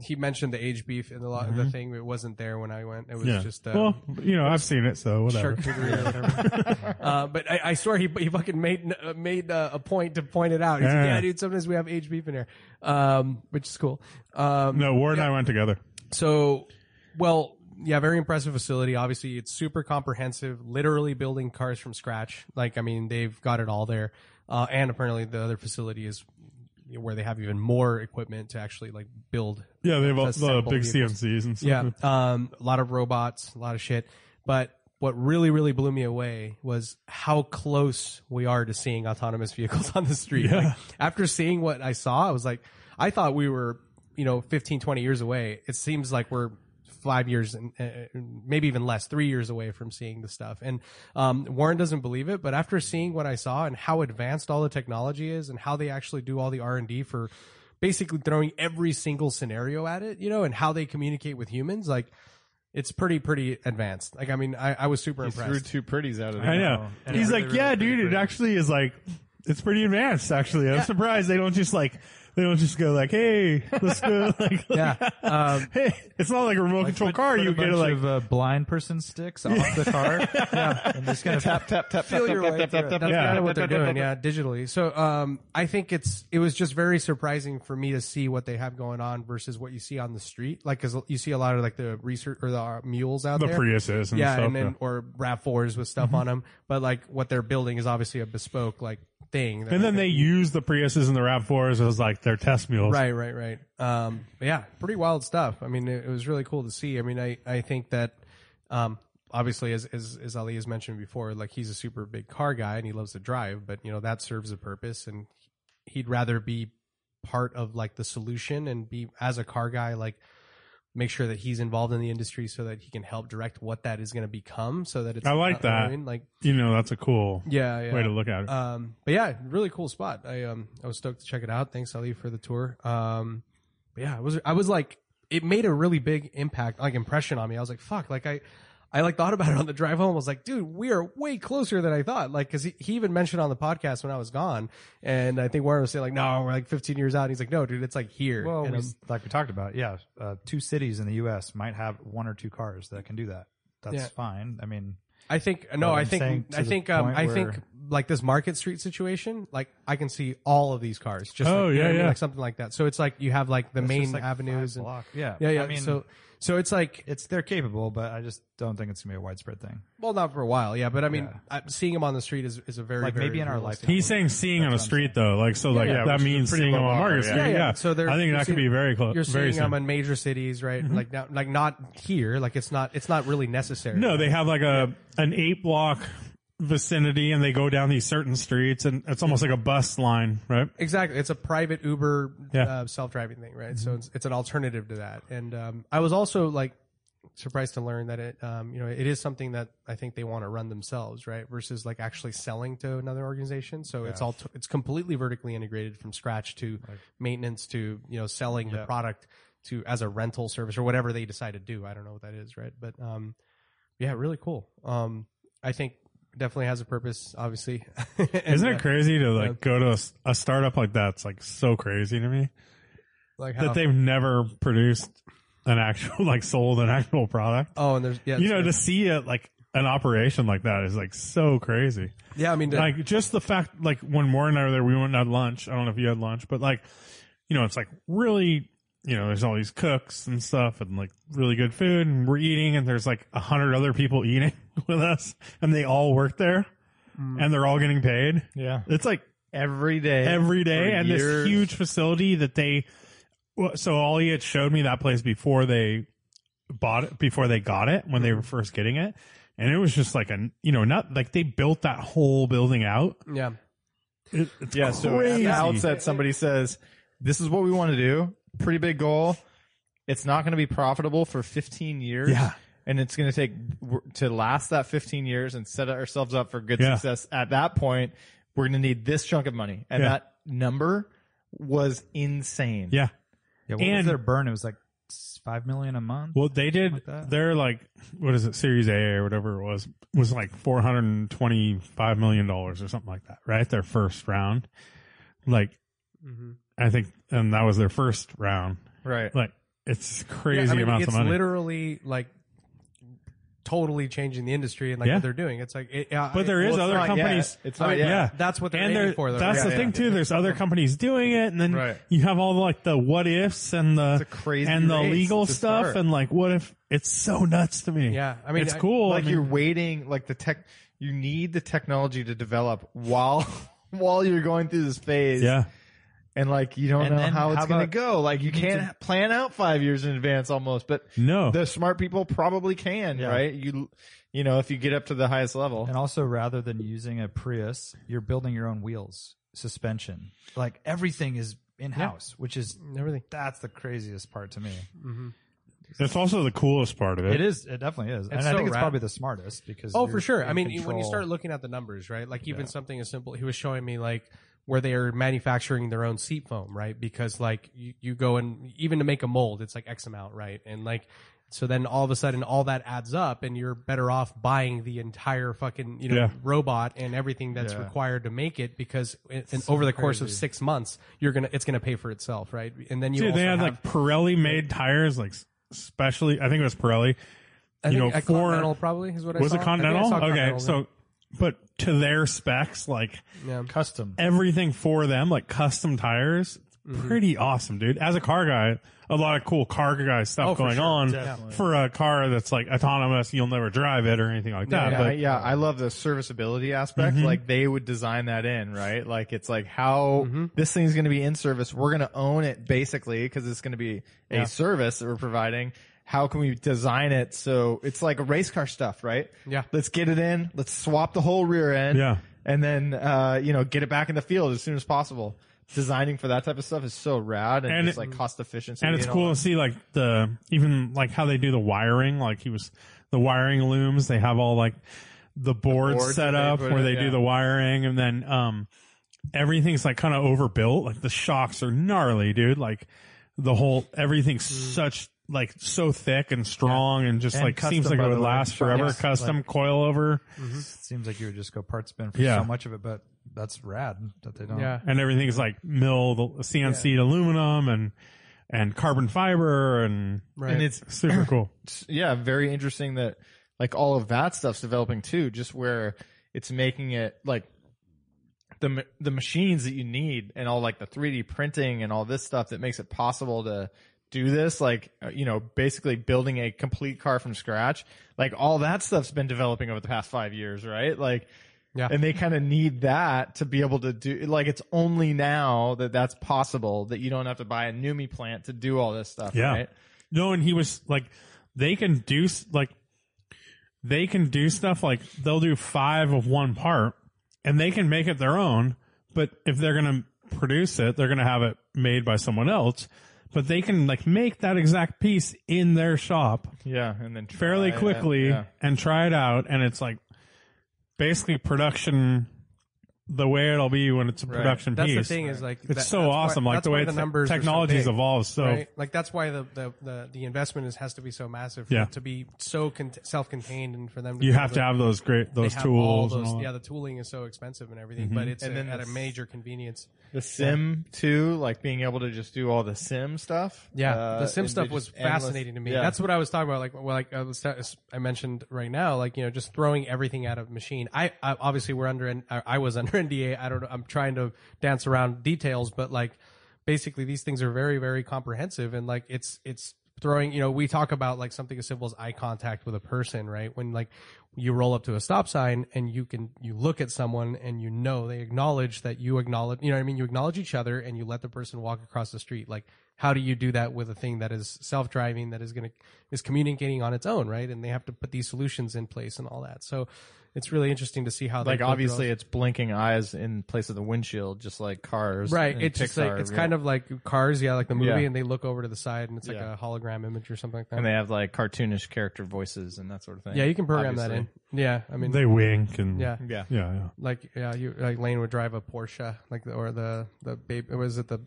Speaker 2: He mentioned the aged beef and the lo- the thing that wasn't there when I went. It was
Speaker 4: Mm-hmm. yeah.
Speaker 2: just uh,
Speaker 4: well, you know, I've seen it, so whatever. [LAUGHS]
Speaker 2: charcuterie or whatever. uh, but I, I swear he, he fucking made uh, made uh, a point to point it out. He's like,
Speaker 4: Yeah.
Speaker 2: yeah, dude. Sometimes we have aged beef in here, um, which is cool. Um,
Speaker 4: No, Ward and I went together.
Speaker 2: So, well, yeah, very impressive facility. Obviously, it's super comprehensive. Literally building cars from scratch. Like, I mean, they've got it all there. Uh, and apparently, the other facility is where they have even more equipment to actually like build
Speaker 4: Yeah, they have all
Speaker 2: Just
Speaker 4: the
Speaker 2: sample
Speaker 4: big
Speaker 2: vehicles.
Speaker 4: CMCs and stuff.
Speaker 2: yeah, um, a lot of robots, a lot of shit. But what really, really blew me away was how close we are to seeing autonomous [LAUGHS] vehicles on the street.
Speaker 4: Yeah.
Speaker 2: Like, after seeing what I saw, I was like, I thought we were, you know, 15, 20 years away. It seems like we're five years and uh, maybe even less, three years away from seeing the stuff. And um, Warren doesn't believe it, but after seeing what I saw and how advanced all the technology is and how they actually do all the R and D for basically throwing every single scenario at it, you know, and how they communicate with humans, like it's pretty, pretty advanced. Like, I mean, I, I was super
Speaker 5: He threw
Speaker 2: impressed.
Speaker 5: two pretties out of there.
Speaker 4: I know.
Speaker 3: And
Speaker 4: He's
Speaker 3: it
Speaker 4: like,
Speaker 3: really,
Speaker 4: yeah,
Speaker 3: really
Speaker 4: dude,
Speaker 3: pretty.
Speaker 4: it actually is like, it's pretty advanced. Actually, I'm surprised they don't just like, they don't just go like, hey, let's go. [LAUGHS] Like,
Speaker 2: Yeah. Um,
Speaker 4: [LAUGHS] hey, it's not like a remote control
Speaker 3: put-
Speaker 4: car.
Speaker 3: put
Speaker 4: You
Speaker 3: a
Speaker 4: get
Speaker 3: bunch
Speaker 4: like,
Speaker 3: of uh, blind person sticks off
Speaker 4: [LAUGHS]
Speaker 3: the car, yeah, and just kind of tap [LAUGHS] tap tap
Speaker 2: feel your way through it. That's
Speaker 4: Yeah.
Speaker 2: kind of what they're
Speaker 5: [LAUGHS]
Speaker 2: doing, yeah, digitally. So um, I think it's it was just very surprising for me to see what they have going on versus what you see on the street. Like, because you see a lot of like the research or the uh, mules out
Speaker 4: the
Speaker 2: there,
Speaker 4: Priuses and
Speaker 2: yeah,
Speaker 4: stuff.
Speaker 2: and then or Rav fours with stuff on them. But like what they're building is obviously a bespoke like thing. that
Speaker 4: and then
Speaker 2: they
Speaker 4: they use the Priuses and the Rav4s as like their test mules.
Speaker 2: Right, right, right. Um, but yeah, pretty wild stuff. I mean, it, it was really cool to see. I mean, I, I think that, um, obviously, as, as, as Ali has mentioned before, like he's a super big car guy and he loves to drive, but you know, that serves a purpose and he'd rather be part of like the solution and be as a car guy, like make sure that he's involved in the industry so that he can help direct what that is going to become so that it's,
Speaker 4: I like
Speaker 2: you know what
Speaker 4: that.
Speaker 2: mean? Like,
Speaker 4: You know, that's a cool
Speaker 2: yeah, yeah.
Speaker 4: way to look at it.
Speaker 2: Um, but yeah, really cool spot. I um, I was stoked to check it out. Thanks, Ali, for the tour. Um, but yeah, I was I was like, it made a really big impact, like impression on me. I was like, fuck, like I, I like thought about it on the drive home. I was like, dude, we are way closer than I thought. Like, cause he, he even mentioned on the podcast when I was gone, and I think Warren was saying like, no, we're like 15 years out. And he's like, no, dude, it's like here.
Speaker 3: Well,
Speaker 2: And
Speaker 3: we,
Speaker 2: I'm-
Speaker 3: like we talked about, yeah, uh, two cities in the U.S. might have one or two cars that can do that. That's
Speaker 2: Yeah.
Speaker 3: fine. I mean,
Speaker 2: I think no,
Speaker 3: But
Speaker 2: I
Speaker 3: I'm saying
Speaker 2: think
Speaker 3: to
Speaker 2: I
Speaker 3: the
Speaker 2: think um,
Speaker 3: point
Speaker 2: I
Speaker 3: where-
Speaker 2: think like this Market Street situation, like I can see all of these cars. Just
Speaker 4: Oh,
Speaker 2: like,
Speaker 4: yeah,
Speaker 2: you know what I mean?
Speaker 4: yeah.
Speaker 2: like something like that. So it's like you have like the
Speaker 3: it's
Speaker 2: main
Speaker 3: just like
Speaker 2: avenues
Speaker 3: five
Speaker 2: and
Speaker 3: block. yeah,
Speaker 2: yeah, yeah.
Speaker 3: I mean,
Speaker 2: so so it's like
Speaker 3: it's they're capable, but I just don't think it's gonna be a widespread thing.
Speaker 2: well, not for a while, yeah. But I mean,
Speaker 3: Yeah.
Speaker 2: I, seeing him on the street is, is a very
Speaker 3: Like, maybe
Speaker 2: very
Speaker 3: in our
Speaker 2: realistic-
Speaker 3: lifetime.
Speaker 4: He's saying seeing on a street though, like so, like
Speaker 5: yeah, which
Speaker 4: that
Speaker 5: is a
Speaker 4: means
Speaker 5: pretty
Speaker 4: seeing
Speaker 5: low
Speaker 4: him on
Speaker 5: bar,
Speaker 4: Market
Speaker 5: yeah.
Speaker 4: Street. Yeah,
Speaker 2: Yeah, yeah. So they're-
Speaker 4: I think
Speaker 2: you're
Speaker 4: that could be
Speaker 2: seeing-
Speaker 4: very Mm-hmm. close.
Speaker 2: You're
Speaker 4: very
Speaker 2: seeing him
Speaker 4: soon.
Speaker 2: in major cities, right? Like now, like not here. Like it's not it's not really necessary.
Speaker 4: No, they have like a an eight block vicinity, and they go down these certain streets, and it's almost like a bus line, right?
Speaker 2: Exactly, it's a private Uber
Speaker 4: Yeah. Mm-hmm.
Speaker 2: uh, self-driving thing, right? So it's it's an alternative to that. And um, I was also like surprised to learn that it um, you know it is something that I think they want to run themselves, right? Versus like actually selling to another organization. So it's all t- it's completely vertically integrated from scratch to maintenance to you know selling the product to as a rental service or whatever they decide to do. I don't know what that is, right? But um, yeah, really cool. Um, I think definitely has a purpose, obviously. [LAUGHS] And,
Speaker 4: Isn't
Speaker 2: uh,
Speaker 4: it crazy to like
Speaker 2: yeah.
Speaker 4: go to a, s- a startup like that? It's like so crazy to me
Speaker 2: like how-
Speaker 4: that they've never produced an actual like sold an actual product.
Speaker 2: Oh, and there's yeah,
Speaker 4: You know,
Speaker 2: it's-
Speaker 4: to see it like an operation like that is like so crazy.
Speaker 2: yeah. I mean, to-
Speaker 4: like just the fact like when Warren and I were there, we went and had lunch. I don't know if you had lunch, but like you know, it's like really you know, there's all these cooks and stuff and like really good food and we're eating and there's like a hundred other people [LAUGHS] eating with us and they all work there and they're all getting paid.
Speaker 5: Yeah.
Speaker 4: It's like
Speaker 5: Every day.
Speaker 4: every day
Speaker 5: for
Speaker 4: and
Speaker 5: years.
Speaker 4: this huge facility that they well, so ollie had showed me that place before they bought it before they got it when they were first getting it and it was just like a you know not like they built that whole building out
Speaker 2: Yeah.
Speaker 4: It- it's
Speaker 5: Yeah, so at
Speaker 4: crazy.
Speaker 5: the outset, somebody says, "This is what we want to do. Pretty big goal. It's not going to be profitable for 15 years.
Speaker 4: Yeah.
Speaker 5: and it's going to take to last that 15 years and set ourselves up for good
Speaker 4: Yeah.
Speaker 5: success. At that point, we're going to need this chunk of money, and
Speaker 4: Yeah.
Speaker 5: that number was insane.
Speaker 4: yeah
Speaker 3: Yeah, what was
Speaker 4: And-
Speaker 3: their burn? It was like s- five million a month.
Speaker 4: well they did
Speaker 3: Something like that.
Speaker 4: they're like what is it series a or whatever it was was like 425 million dollars or something like that right their first round like
Speaker 2: Mm-hmm.
Speaker 4: i think and that was their first round
Speaker 5: right.
Speaker 4: like it's crazy
Speaker 2: Yeah, I mean,
Speaker 4: amounts
Speaker 2: it's
Speaker 4: of money
Speaker 2: literally like totally changing the industry and like
Speaker 4: Yeah.
Speaker 2: what they're doing. It's like, it, yeah,
Speaker 4: But there
Speaker 2: it-
Speaker 4: is
Speaker 2: it's
Speaker 4: other
Speaker 2: not yet.
Speaker 4: companies-
Speaker 5: It's
Speaker 2: I
Speaker 5: not
Speaker 2: mean,
Speaker 5: yet.
Speaker 4: yeah.
Speaker 2: That's what they're
Speaker 4: and
Speaker 2: aiming
Speaker 4: there,
Speaker 2: for. Though,
Speaker 4: that's
Speaker 2: right?
Speaker 4: the
Speaker 5: Yeah,
Speaker 4: thing
Speaker 5: yeah.
Speaker 4: too. There's other companies doing it, and then
Speaker 5: Right.
Speaker 4: you have all like the what ifs and the
Speaker 5: It's a crazy
Speaker 4: and the
Speaker 5: race
Speaker 4: legal
Speaker 5: to
Speaker 4: stuff
Speaker 5: start.
Speaker 4: and like what if it's so nuts to me.
Speaker 2: Yeah, I mean,
Speaker 4: it's
Speaker 2: I-
Speaker 4: cool.
Speaker 5: like
Speaker 4: I mean,
Speaker 5: you're waiting like the tech you need the technology to develop while [LAUGHS] while you're going through this phase
Speaker 4: yeah,
Speaker 5: and like you don't
Speaker 3: And
Speaker 5: know
Speaker 3: then
Speaker 5: how
Speaker 3: how
Speaker 5: it's going
Speaker 3: about-
Speaker 5: to go like you can't plan out 5 years in advance almost but
Speaker 4: no,
Speaker 5: the smart people probably can
Speaker 3: Yeah.
Speaker 5: right you you know if you get up to the highest level
Speaker 3: And also, rather than using a Prius, you're building your own wheels, suspension, like everything is in house, which is
Speaker 2: Everything. Mm-hmm.
Speaker 3: that's the craziest part to me.
Speaker 4: it's also the coolest part of it.
Speaker 3: It is. It definitely is, and I
Speaker 2: so
Speaker 3: think it's
Speaker 2: rad.
Speaker 3: probably the smartest because
Speaker 2: Oh,
Speaker 3: you're
Speaker 2: for sure.
Speaker 3: in
Speaker 2: I mean, when
Speaker 3: control.
Speaker 2: you
Speaker 3: [LAUGHS]
Speaker 2: start looking at the numbers, right? Like even something as simple, he was showing me like where they are manufacturing their own seat foam, right? Because like you, you go and even to make a mold, it's like X amount, right? And like, so then all of a sudden all that adds up and you're better off buying the entire fucking, you know,
Speaker 4: Yeah.
Speaker 2: robot and everything that's
Speaker 5: Yeah.
Speaker 2: required to make it because it, and over the course of six months, you're going to, it's going to pay for itself, right? And then you
Speaker 4: Dude,
Speaker 2: also
Speaker 4: they had
Speaker 2: have,
Speaker 4: like Pirelli made tires, like s- specially. I think it was Pirelli.
Speaker 2: I
Speaker 4: you
Speaker 2: think
Speaker 4: know,
Speaker 2: a
Speaker 4: for-
Speaker 2: Continental probably is what I
Speaker 4: Was
Speaker 2: saw.
Speaker 4: it
Speaker 2: I think I
Speaker 4: Continental?
Speaker 2: saw
Speaker 4: okay,
Speaker 2: Continental,
Speaker 4: so but to their specs, like
Speaker 2: yeah.
Speaker 3: custom.
Speaker 4: everything for them, like custom tires. Pretty awesome, dude. As a car guy, a lot of cool car guy stuff
Speaker 2: Oh, for
Speaker 4: going
Speaker 2: sure.
Speaker 4: on
Speaker 3: Definitely.
Speaker 4: for a car that's like autonomous. You'll never drive it or anything like Mm-hmm. that.
Speaker 5: yeah,
Speaker 4: but
Speaker 5: I, yeah, I love the serviceability aspect. Like they would design that in, right? Like it's like how
Speaker 4: Mm-hmm.
Speaker 5: this thing's going to be in service. We're going to own it basically because it's going to be a service that we're providing. How can we design it so it's like a race car stuff, right?
Speaker 2: Yeah.
Speaker 5: Let's get it in. Let's swap the whole rear end.
Speaker 4: Yeah.
Speaker 5: And then, uh, you know, get it back in the field as soon as possible. Designing for that type of stuff is so rad and,
Speaker 4: And
Speaker 5: just
Speaker 4: it-
Speaker 5: like cost efficiency.
Speaker 4: and it's
Speaker 5: all
Speaker 4: cool to
Speaker 5: that.
Speaker 4: see like the even like how they do the wiring. Like he was the wiring looms. They have all like the boards,
Speaker 5: boards
Speaker 4: set
Speaker 5: that they
Speaker 4: up
Speaker 5: put
Speaker 4: where
Speaker 5: in,
Speaker 4: they
Speaker 5: yeah.
Speaker 4: do the wiring, and then um everything's like kind of overbuilt. Like the shocks are gnarly, dude. Like the whole everything's such like so thick and strong and just
Speaker 3: And
Speaker 4: like seems
Speaker 3: custom,
Speaker 4: like
Speaker 3: by
Speaker 4: it would
Speaker 3: the way.
Speaker 4: last forever.
Speaker 3: Yes.
Speaker 4: Custom
Speaker 3: Like-
Speaker 4: coilover
Speaker 2: mm-hmm.
Speaker 3: Seems like you would just go part spin for
Speaker 4: Yeah.
Speaker 3: so much of it, but that's rad that they don't.
Speaker 5: Uh-huh.
Speaker 2: Yeah.
Speaker 4: and everything's like milled CNC aluminum and and carbon fiber and
Speaker 2: Right.
Speaker 5: And it's
Speaker 4: super cool.
Speaker 5: it's- yeah, very interesting that like all of that stuff's developing too, just where it's making it like the ma- the machines that you need and all like the 3D printing and all this stuff that makes it possible to do this like uh, you know basically building a complete car from scratch like all that stuff's been developing over the past 5 years right like
Speaker 2: Yeah.
Speaker 5: and they kind of need that to be able to do like it's only now that that's possible that you don't have to buy a Numi plant to do all this stuff
Speaker 4: Yeah.
Speaker 5: right
Speaker 4: No, and he was like, they can do s- like, they can do stuff like they'll do five of one part, and they can make it their own. But if they're gonna produce it, they're gonna have it made by someone else. But they can like make that exact piece in their shop
Speaker 5: yeah and then
Speaker 4: fairly
Speaker 5: try it,
Speaker 4: quickly
Speaker 5: yeah.
Speaker 4: and try it out, and it's like basically production the way it'll be when it's a production
Speaker 2: That's
Speaker 4: piece.
Speaker 2: the thing is like
Speaker 4: it's
Speaker 2: that- that's
Speaker 4: so
Speaker 2: why-
Speaker 4: awesome, like
Speaker 2: that's
Speaker 4: the
Speaker 2: why
Speaker 4: way
Speaker 2: the
Speaker 4: the
Speaker 2: numbers are so
Speaker 4: technologies
Speaker 2: big,
Speaker 4: evolve so
Speaker 2: right? Like that's why the the the, the investment is, has to be so massive. For
Speaker 4: Yeah.
Speaker 2: it to be so con- self-contained and for them. To
Speaker 4: you
Speaker 2: be
Speaker 4: have
Speaker 2: able
Speaker 4: to have those great
Speaker 2: they
Speaker 4: those
Speaker 2: have all
Speaker 4: tools
Speaker 2: those-
Speaker 4: and all
Speaker 2: yeah,
Speaker 4: that. Mm-hmm.
Speaker 2: the tooling is so expensive and everything, but it's
Speaker 5: And
Speaker 2: a-
Speaker 5: then
Speaker 2: at
Speaker 5: the
Speaker 2: a
Speaker 5: s-
Speaker 2: major convenience.
Speaker 5: the sim too like being able to just do all the sim stuff
Speaker 2: Yeah,
Speaker 5: Uh,
Speaker 2: the sim
Speaker 5: and
Speaker 2: stuff
Speaker 5: just
Speaker 2: was
Speaker 5: endless-
Speaker 2: fascinating to me.
Speaker 5: yeah.
Speaker 2: That's what I was talking about. Like, well, like uh, I, was, I mentioned right now, like you know, just throwing everything at a machine. I, I [LAUGHS] obviously we're under, N- I I was under NDA. I don't. know. I'm trying to dance around details, but like basically these things are very very comprehensive and like it's it's throwing you know we talk about like something as simple as eye contact with a person right when like you roll up to a stop sign and you can you look at someone and you know they acknowledge that you acknowledge you know what i mean you acknowledge each other and you let the person walk across the street like how do you do that with a thing that is self-driving that is going to is communicating on its own right and they have to put these solutions in place and all that so it's really interesting to see how they
Speaker 5: Like
Speaker 2: go through all
Speaker 5: obviously, it's blinking eyes in place of the windshield, just like cars.
Speaker 2: Right.
Speaker 5: and
Speaker 2: It's just like
Speaker 5: Pixar,
Speaker 2: it's
Speaker 5: yeah.
Speaker 2: kind of like cars, yeah, like the movie,
Speaker 5: Yeah.
Speaker 2: and they look over to the side, and it's like
Speaker 5: Yeah.
Speaker 2: a hologram image or something like that.
Speaker 5: and they have like cartoonish character voices and that sort of thing.
Speaker 2: yeah, you can program
Speaker 5: obviously.
Speaker 2: that in. Yeah, I mean,
Speaker 4: they wink and
Speaker 2: yeah,
Speaker 5: Yeah.
Speaker 4: yeah, yeah. [LAUGHS]
Speaker 2: [LAUGHS] like yeah, you like Lane would drive a Porsche, like the, or the the babe was it the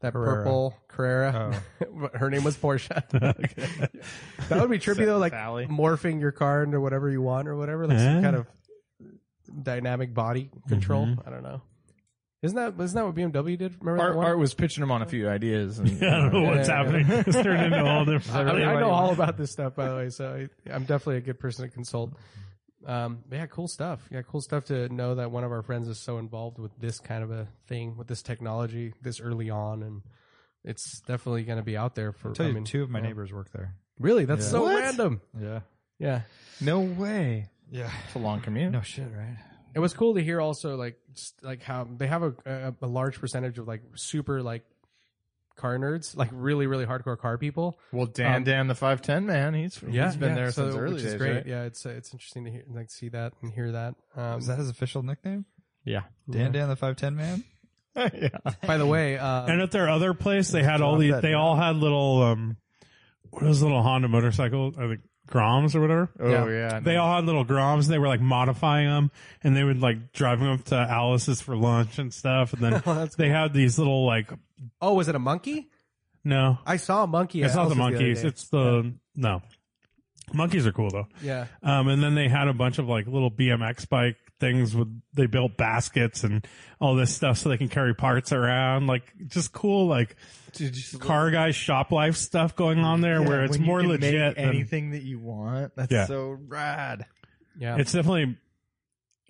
Speaker 2: that
Speaker 3: Carrera.
Speaker 2: purple Carrera? [LAUGHS] Her name was Porsche. That would be trippy though, like
Speaker 5: Sally.
Speaker 2: morphing your car into whatever you want or whatever, like
Speaker 4: Yeah.
Speaker 2: some kind of dynamic body control. I don't know. Isn't that isn't that what BMW did? Remember
Speaker 5: Art,
Speaker 2: that one?
Speaker 5: Art was pitching him on a few ideas. And,
Speaker 4: I don't know what's
Speaker 2: [LAUGHS] Yeah.
Speaker 4: happening. It's turned into all different.
Speaker 2: [LAUGHS] I, mean, I
Speaker 5: Everybody
Speaker 2: know all
Speaker 5: wants-
Speaker 2: about this stuff, by the way, so I, I'm definitely a good person to consult. Um, but yeah, cool stuff. Yeah, cool stuff to know that one of our friends is so involved with this kind of a thing, with this technology, this early on, and it's definitely going to be out there for.
Speaker 3: I'll tell
Speaker 2: I
Speaker 3: you,
Speaker 2: mean,
Speaker 3: two of my
Speaker 2: yeah.
Speaker 3: neighbors work there.
Speaker 2: Really, that's
Speaker 3: Yeah.
Speaker 2: so
Speaker 5: What?
Speaker 2: random.
Speaker 3: Yeah.
Speaker 2: Yeah,
Speaker 5: No way.
Speaker 3: Yeah.
Speaker 5: It's a long commute.
Speaker 3: No shit, right?
Speaker 2: it was cool to hear also like just, like how they have a, a a large percentage of like super like car nerds, like really really hardcore car people.
Speaker 5: Well, Dan,
Speaker 2: Um,
Speaker 5: Dan, the five ten man, he's he's been there
Speaker 2: so-
Speaker 5: since early
Speaker 2: which
Speaker 5: days.
Speaker 2: is great.
Speaker 5: right?
Speaker 2: Yeah, it's uh, it's interesting to hear, like see that and hear that. Um,
Speaker 3: Is that his official nickname?
Speaker 5: Yeah.
Speaker 3: Dan Dan the 510 man?
Speaker 4: [LAUGHS]
Speaker 2: [LAUGHS] by the
Speaker 5: [LAUGHS]
Speaker 2: way, uh,
Speaker 4: And at their other place, they had all these. They all had little um, what are those little Honda motorcycles? I think Groms or whatever.
Speaker 5: Oh yeah.
Speaker 4: They all had little Groms. And they were like modifying them, and they would like drive them up to Alice's for lunch and stuff. And
Speaker 2: [LAUGHS]
Speaker 4: then
Speaker 2: That's
Speaker 4: they had these little like
Speaker 2: oh, was it a monkey?
Speaker 4: no,
Speaker 2: I saw a monkey.
Speaker 4: it's
Speaker 2: at
Speaker 4: not the
Speaker 2: Elsa's other
Speaker 4: monkeys.
Speaker 2: day.
Speaker 4: it's the no. Monkeys are cool though.
Speaker 2: yeah,
Speaker 4: Um, and then they had a bunch of like little BMX bike things with, they built baskets and all this stuff so they can carry parts around. Like just cool, like car guy shop life stuff going on there where it's more legit. than-
Speaker 5: anything that you want. That's
Speaker 4: Yeah.
Speaker 5: so rad.
Speaker 2: yeah.
Speaker 4: it's definitely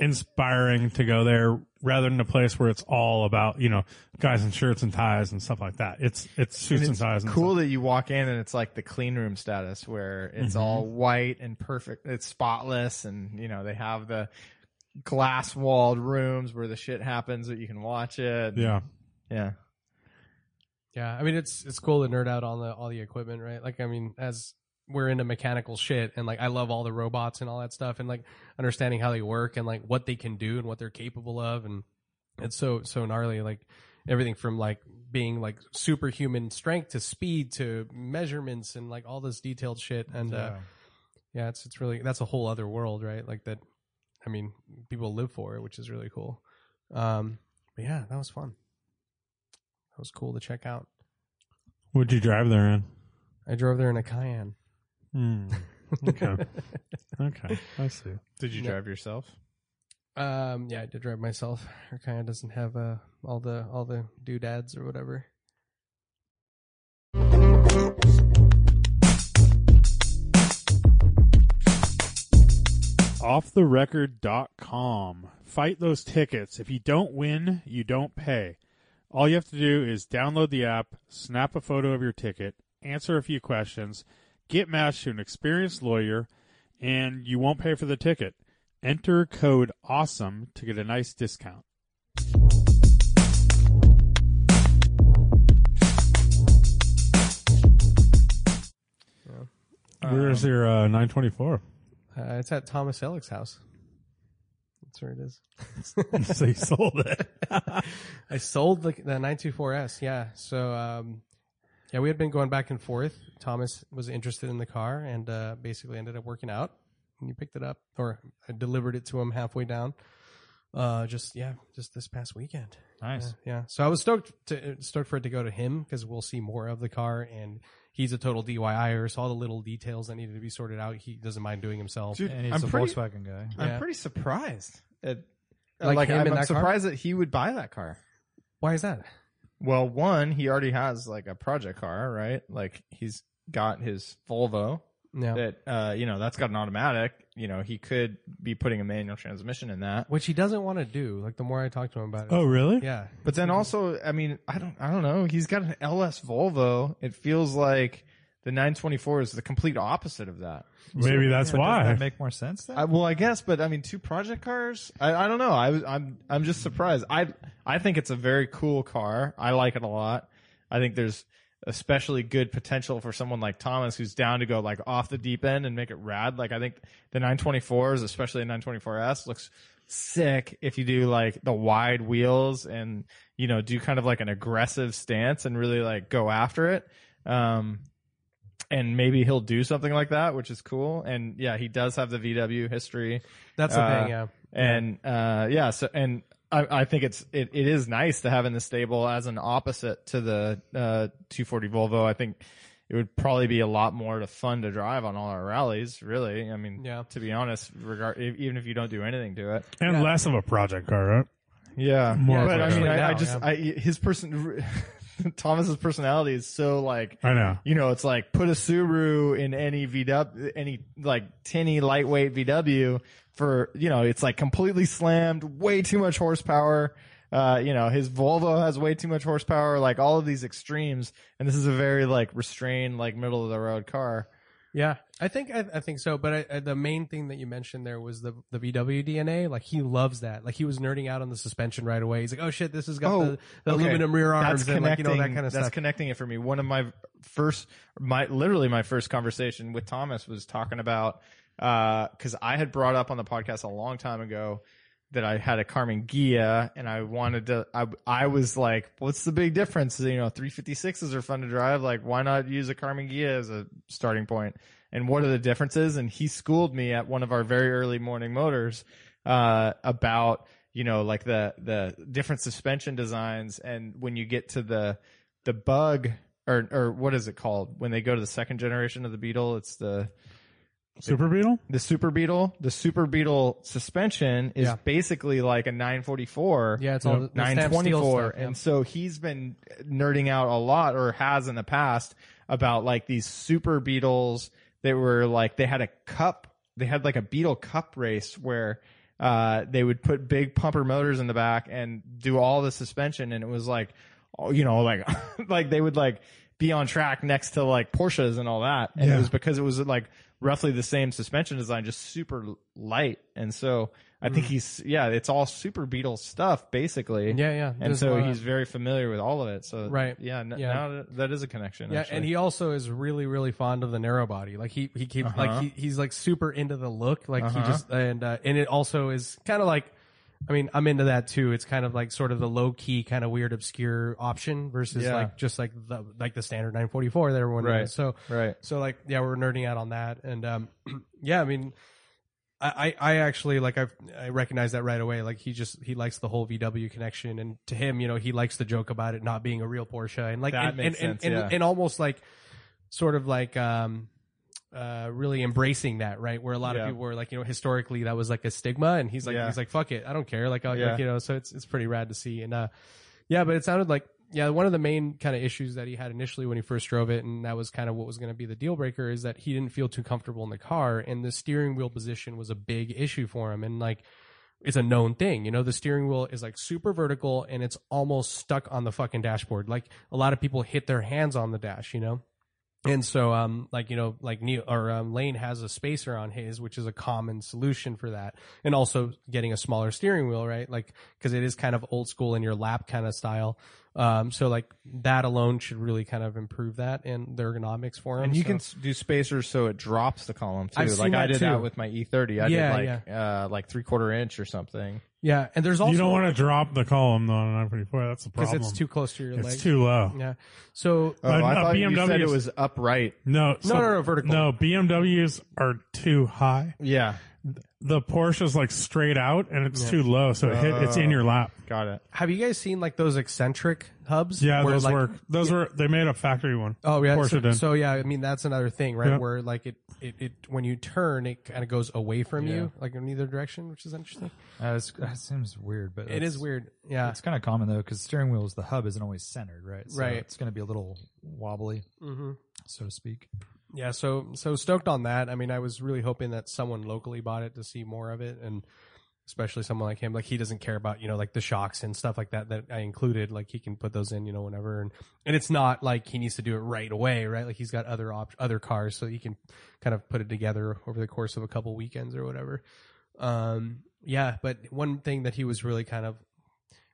Speaker 4: inspiring to go there rather than a place where it's all about, you know, guys in shirts and ties and stuff like that. It's, it's suits and,
Speaker 5: it's
Speaker 4: ties and stuff.
Speaker 5: cool
Speaker 4: Mm-hmm.
Speaker 5: that you walk in and it's like the clean room status where it's all white and perfect. It's spotless, and you know they have the glass walled rooms where the shit happens that you can watch it.
Speaker 4: Yeah.
Speaker 5: yeah.
Speaker 2: Yeah, I mean it's it's cool to nerd out on the all the equipment, right? Like I mean, as we're into mechanical shit and like I love all the robots and all that stuff and like understanding how they work and like what they can do and what they're capable of and it's so so gnarly like everything from like being like superhuman strength to speed to measurements and like all this detailed shit and uh yeah, it's it's really that's a whole other world, right? Like that I mean, people live for it, which is really cool. Um but yeah, that was fun. That was cool to check out.
Speaker 4: Would you drive there in?
Speaker 2: I drove there in a Cayenne.
Speaker 4: Hmm. Okay. okay. I see.
Speaker 5: Did you
Speaker 2: No.
Speaker 5: drive yourself?
Speaker 2: [LAUGHS] Um, yeah, I did drive myself. Her Cayenne doesn't have uh, all the all the doodads or whatever.
Speaker 6: offtherecord.com. Fight those tickets. If you don't win, you don't pay. All you have to do is download the app, snap a photo of your ticket, answer a few questions, get matched to an experienced lawyer, and you won't pay for the ticket. Enter code AWESOME to get a nice discount.
Speaker 4: Where's
Speaker 5: Um,
Speaker 4: your, uh, 924?
Speaker 2: Uh, it's at Thomas Ellick's house. That's where it is.
Speaker 4: [LAUGHS] so you sold
Speaker 5: [LAUGHS]
Speaker 4: it.
Speaker 2: [LAUGHS] I sold the the 924S. Yeah. So um, yeah, we had been going back and forth. Thomas was interested in the car and uh, basically ended up working out. And you picked it up, or I delivered it to him halfway down. Uh, just yeah, just this past weekend.
Speaker 3: Nice.
Speaker 2: Yeah, yeah. So I was stoked to stoked for it to go to him because we'll see more of the car, and he's a total DIYer, er, so all the little details that needed to be sorted out, he doesn't mind doing himself.
Speaker 5: Dude,
Speaker 3: And he's
Speaker 5: I'm
Speaker 3: a
Speaker 5: pretty-
Speaker 3: Volkswagen guy.
Speaker 2: Yeah.
Speaker 5: I'm pretty surprised. At,
Speaker 2: Like
Speaker 5: like,
Speaker 2: him in
Speaker 5: I'm, I'm
Speaker 2: that car?
Speaker 5: surprised that he would buy that car.
Speaker 2: Why is that?
Speaker 5: Well, one, he already has like a project car, right? Like he's got his Volvo
Speaker 2: No,
Speaker 5: that uh, you know that's got an automatic. you know, he could be putting a manual transmission in that.
Speaker 2: which he doesn't want to do. Like the more I talk to him about it,
Speaker 4: Oh, really?
Speaker 2: yeah,
Speaker 5: But then also, I mean, I don't, I don't know. He's got an LS Volvo. It feels like the 924 is the complete opposite of that.
Speaker 4: Maybe that's
Speaker 3: Does
Speaker 4: why.
Speaker 3: that make more sense then?
Speaker 5: I, well, I guess, but I mean, two project cars. I, I don't know. I was, I'm, I'm just surprised. I, I think it's a very cool car. I like it a lot. I think there's especially good potential for someone like Thomas who's down to go like off the deep end and make it rad. Like I think the 924s, especially the 924S, looks sick if you do like the wide wheels and you know do kind of like an aggressive stance and really like go after it. Um, and maybe he'll do something like that, which is cool. And yeah, he does have the VW history,
Speaker 2: that's the
Speaker 5: Uh,
Speaker 2: thing. Yeah,
Speaker 5: and uh, yeah, so and I, I think it's it, it is nice to have in the stable as an opposite to the uh, 240 Volvo. I think it would probably be a lot more to fun to drive on all our rallies. Really, I mean,
Speaker 2: Yeah.
Speaker 5: To be honest, regard e- even if you don't do anything to it,
Speaker 4: and less of a project car, right?
Speaker 5: yeah,
Speaker 4: More
Speaker 5: but I
Speaker 4: like
Speaker 5: mean,
Speaker 2: a-
Speaker 5: I, I
Speaker 2: now,
Speaker 5: just
Speaker 2: yeah.
Speaker 5: I, his person [LAUGHS] Thomas's personality is so like
Speaker 4: I know.
Speaker 5: you know, it's like put a Subaru in any VW, any like tinny lightweight VW for, you know, it's like completely slammed, way too much horsepower. Uh, you know, his Volvo has way too much horsepower, like all of these extremes. And this is a very like restrained, like middle of the road car.
Speaker 2: yeah. I think I, I think so. But I, I, the main thing that you mentioned there was the the VW DNA. Like he loves that. Like he was nerding out on the suspension right away. He's like, oh shit, this has got
Speaker 5: Oh,
Speaker 2: the, the
Speaker 5: okay.
Speaker 2: aluminum rear
Speaker 5: That's
Speaker 2: arms and like you
Speaker 5: connecting,
Speaker 2: know that kind of
Speaker 5: that's
Speaker 2: stuff.
Speaker 5: connecting it for me. One of my first, my, literally my first conversation with Thomas was talking about, uh, cause I had brought up on the podcast a long time ago, that I had a Carmen Ghia and I wanted to, I, I was like, what's the big difference? You know, 356s are fun to drive. Like, why not use a Carmen Ghia as a starting point? And what are the differences? And he schooled me at one of our very early morning motors, uh, about, you know, like the, the different suspension designs. And when you get to the, the bug or, or what is it called? When they go to the second generation of the Beetle, it's the,
Speaker 4: Super Beetle?
Speaker 5: the Super Beetle, the Super Beetle suspension is
Speaker 2: Yeah.
Speaker 5: basically like a 944,
Speaker 2: Yeah, it's all the- the stamped steel
Speaker 5: 924.
Speaker 2: stuff, yeah.
Speaker 5: And so he's been nerding out a lot or has in the past about like these Super Beetles that were like, they had a cup, they had like a Beetle cup race where uh, they would put big pumper motors in the back and do all the suspension. And it was like, oh, you know, like, [LAUGHS] like they would like be on track next to like Porsches and all that. And it was because it was like roughly the same suspension design, just super l- light. And so I think he's, yeah, it's all super Beetle stuff basically.
Speaker 2: Yeah, yeah.
Speaker 5: And
Speaker 2: There's a
Speaker 5: so
Speaker 2: lot of-
Speaker 5: he's very familiar with all of it. So
Speaker 2: Right.
Speaker 5: Yeah. N-
Speaker 2: Yeah.
Speaker 5: Now that- that is a connection.
Speaker 2: Yeah,
Speaker 5: actually.
Speaker 2: and he also is really, really fond of the narrow body. Like he, he keeps
Speaker 5: Uh-huh.
Speaker 2: like he, he's like super into the look. Like he just and uh, and it also is kind of like, I mean, I'm into that too. It's kind of like sort of the low key, kind of weird, obscure option versus
Speaker 5: Yeah.
Speaker 2: like just like the like the standard 944 that everyone
Speaker 5: Right.
Speaker 2: knows. So
Speaker 5: Right.
Speaker 2: so like yeah, we're nerding out on that, and um, [CLEARS THROAT] yeah, I mean, I I I actually like I I recognize that right away. Like he just he likes the whole VW connection, and to him, you know, he likes to joke about it not being a real Porsche, and like
Speaker 5: That
Speaker 2: and,
Speaker 5: makes
Speaker 2: and,
Speaker 5: sense,
Speaker 2: and,
Speaker 5: yeah.
Speaker 2: and almost like sort of like um. Uh, really embracing that, right? Where a lot
Speaker 5: Yeah.
Speaker 2: of people were like, you know, historically that was like a stigma, and he's like,
Speaker 5: Yeah.
Speaker 2: he's like, fuck it, I don't care, like, I'll,
Speaker 5: Yeah.
Speaker 2: like, you know, so it's it's pretty rad to see, and uh, yeah, but it sounded like yeah, one of the main kind of issues that he had initially when he first drove it, and that was kind of what was going to be the deal breaker, is that he didn't feel too comfortable in the car, and the steering wheel position was a big issue for him, and like. It's a known thing, you know. The steering wheel is like super vertical, and it's almost stuck on the fucking dashboard. Like a lot of people hit their hands on the dash, you know. And so, um, like you know, like Neil or um, Lane has a spacer on his, which is a common solution for that, and also getting a smaller steering wheel, right? Like because it is kind of old school in your lap kind of style. Um, so like that alone should really kind of improve that and the ergonomics for him.
Speaker 5: And you
Speaker 2: So-
Speaker 5: can s- do spacers so it drops the column too.
Speaker 2: I've
Speaker 5: like
Speaker 2: seen
Speaker 5: I
Speaker 2: that,
Speaker 5: did that
Speaker 2: too.
Speaker 5: with my E30. I
Speaker 2: Yeah,
Speaker 5: did like uh like three quarter inch or something.
Speaker 2: yeah, and there's also
Speaker 4: You don't want to drop the column though on a 944. That's the
Speaker 2: because
Speaker 4: problem.
Speaker 2: it's too close to your
Speaker 4: It's
Speaker 2: leg.
Speaker 4: too low.
Speaker 2: yeah. So
Speaker 5: Oh,
Speaker 4: Uh,
Speaker 5: I
Speaker 4: no,
Speaker 5: thought you said
Speaker 4: BMW
Speaker 5: it
Speaker 4: is-
Speaker 5: was upright.
Speaker 4: No, so-
Speaker 2: no, no, vertical.
Speaker 4: No, BMWs are too high.
Speaker 5: Yeah,
Speaker 4: The Porsche's like straight out and it's too low, so it hit, it's in your lap.
Speaker 5: got it.
Speaker 2: have you guys seen like those eccentric hubs?
Speaker 4: Yeah,
Speaker 2: Where,
Speaker 4: those
Speaker 2: like,
Speaker 4: work. Those were they made a factory one.
Speaker 2: Oh yeah,
Speaker 4: Porsche
Speaker 2: so,
Speaker 4: did.
Speaker 2: so, yeah, I mean that's another thing, right?
Speaker 4: Yeah.
Speaker 2: Where like it, it, it, when you turn, it kind of goes away from you, like in either direction, which is interesting.
Speaker 3: Uh, it's- that seems weird, but
Speaker 2: it
Speaker 3: that's-
Speaker 2: is weird, yeah.
Speaker 3: It's kind of common though, because steering wheels, the hub isn't always centered, right? So
Speaker 2: Right.
Speaker 3: It's going to be a little wobbly,
Speaker 2: Mm-hmm.
Speaker 3: so to speak.
Speaker 2: Yeah, so so stoked on that. I mean, I was really hoping that someone locally bought it to see more of it, and especially someone like him, like he doesn't care about you know like the shocks and stuff like that that I included. Like he can put those in, you know, whenever, and and it's not like he needs to do it right away, right? Like he's got other op- other cars, so he can kind of put it together over the course of a couple weekends or whatever. Um, yeah, but one thing that he was really kind of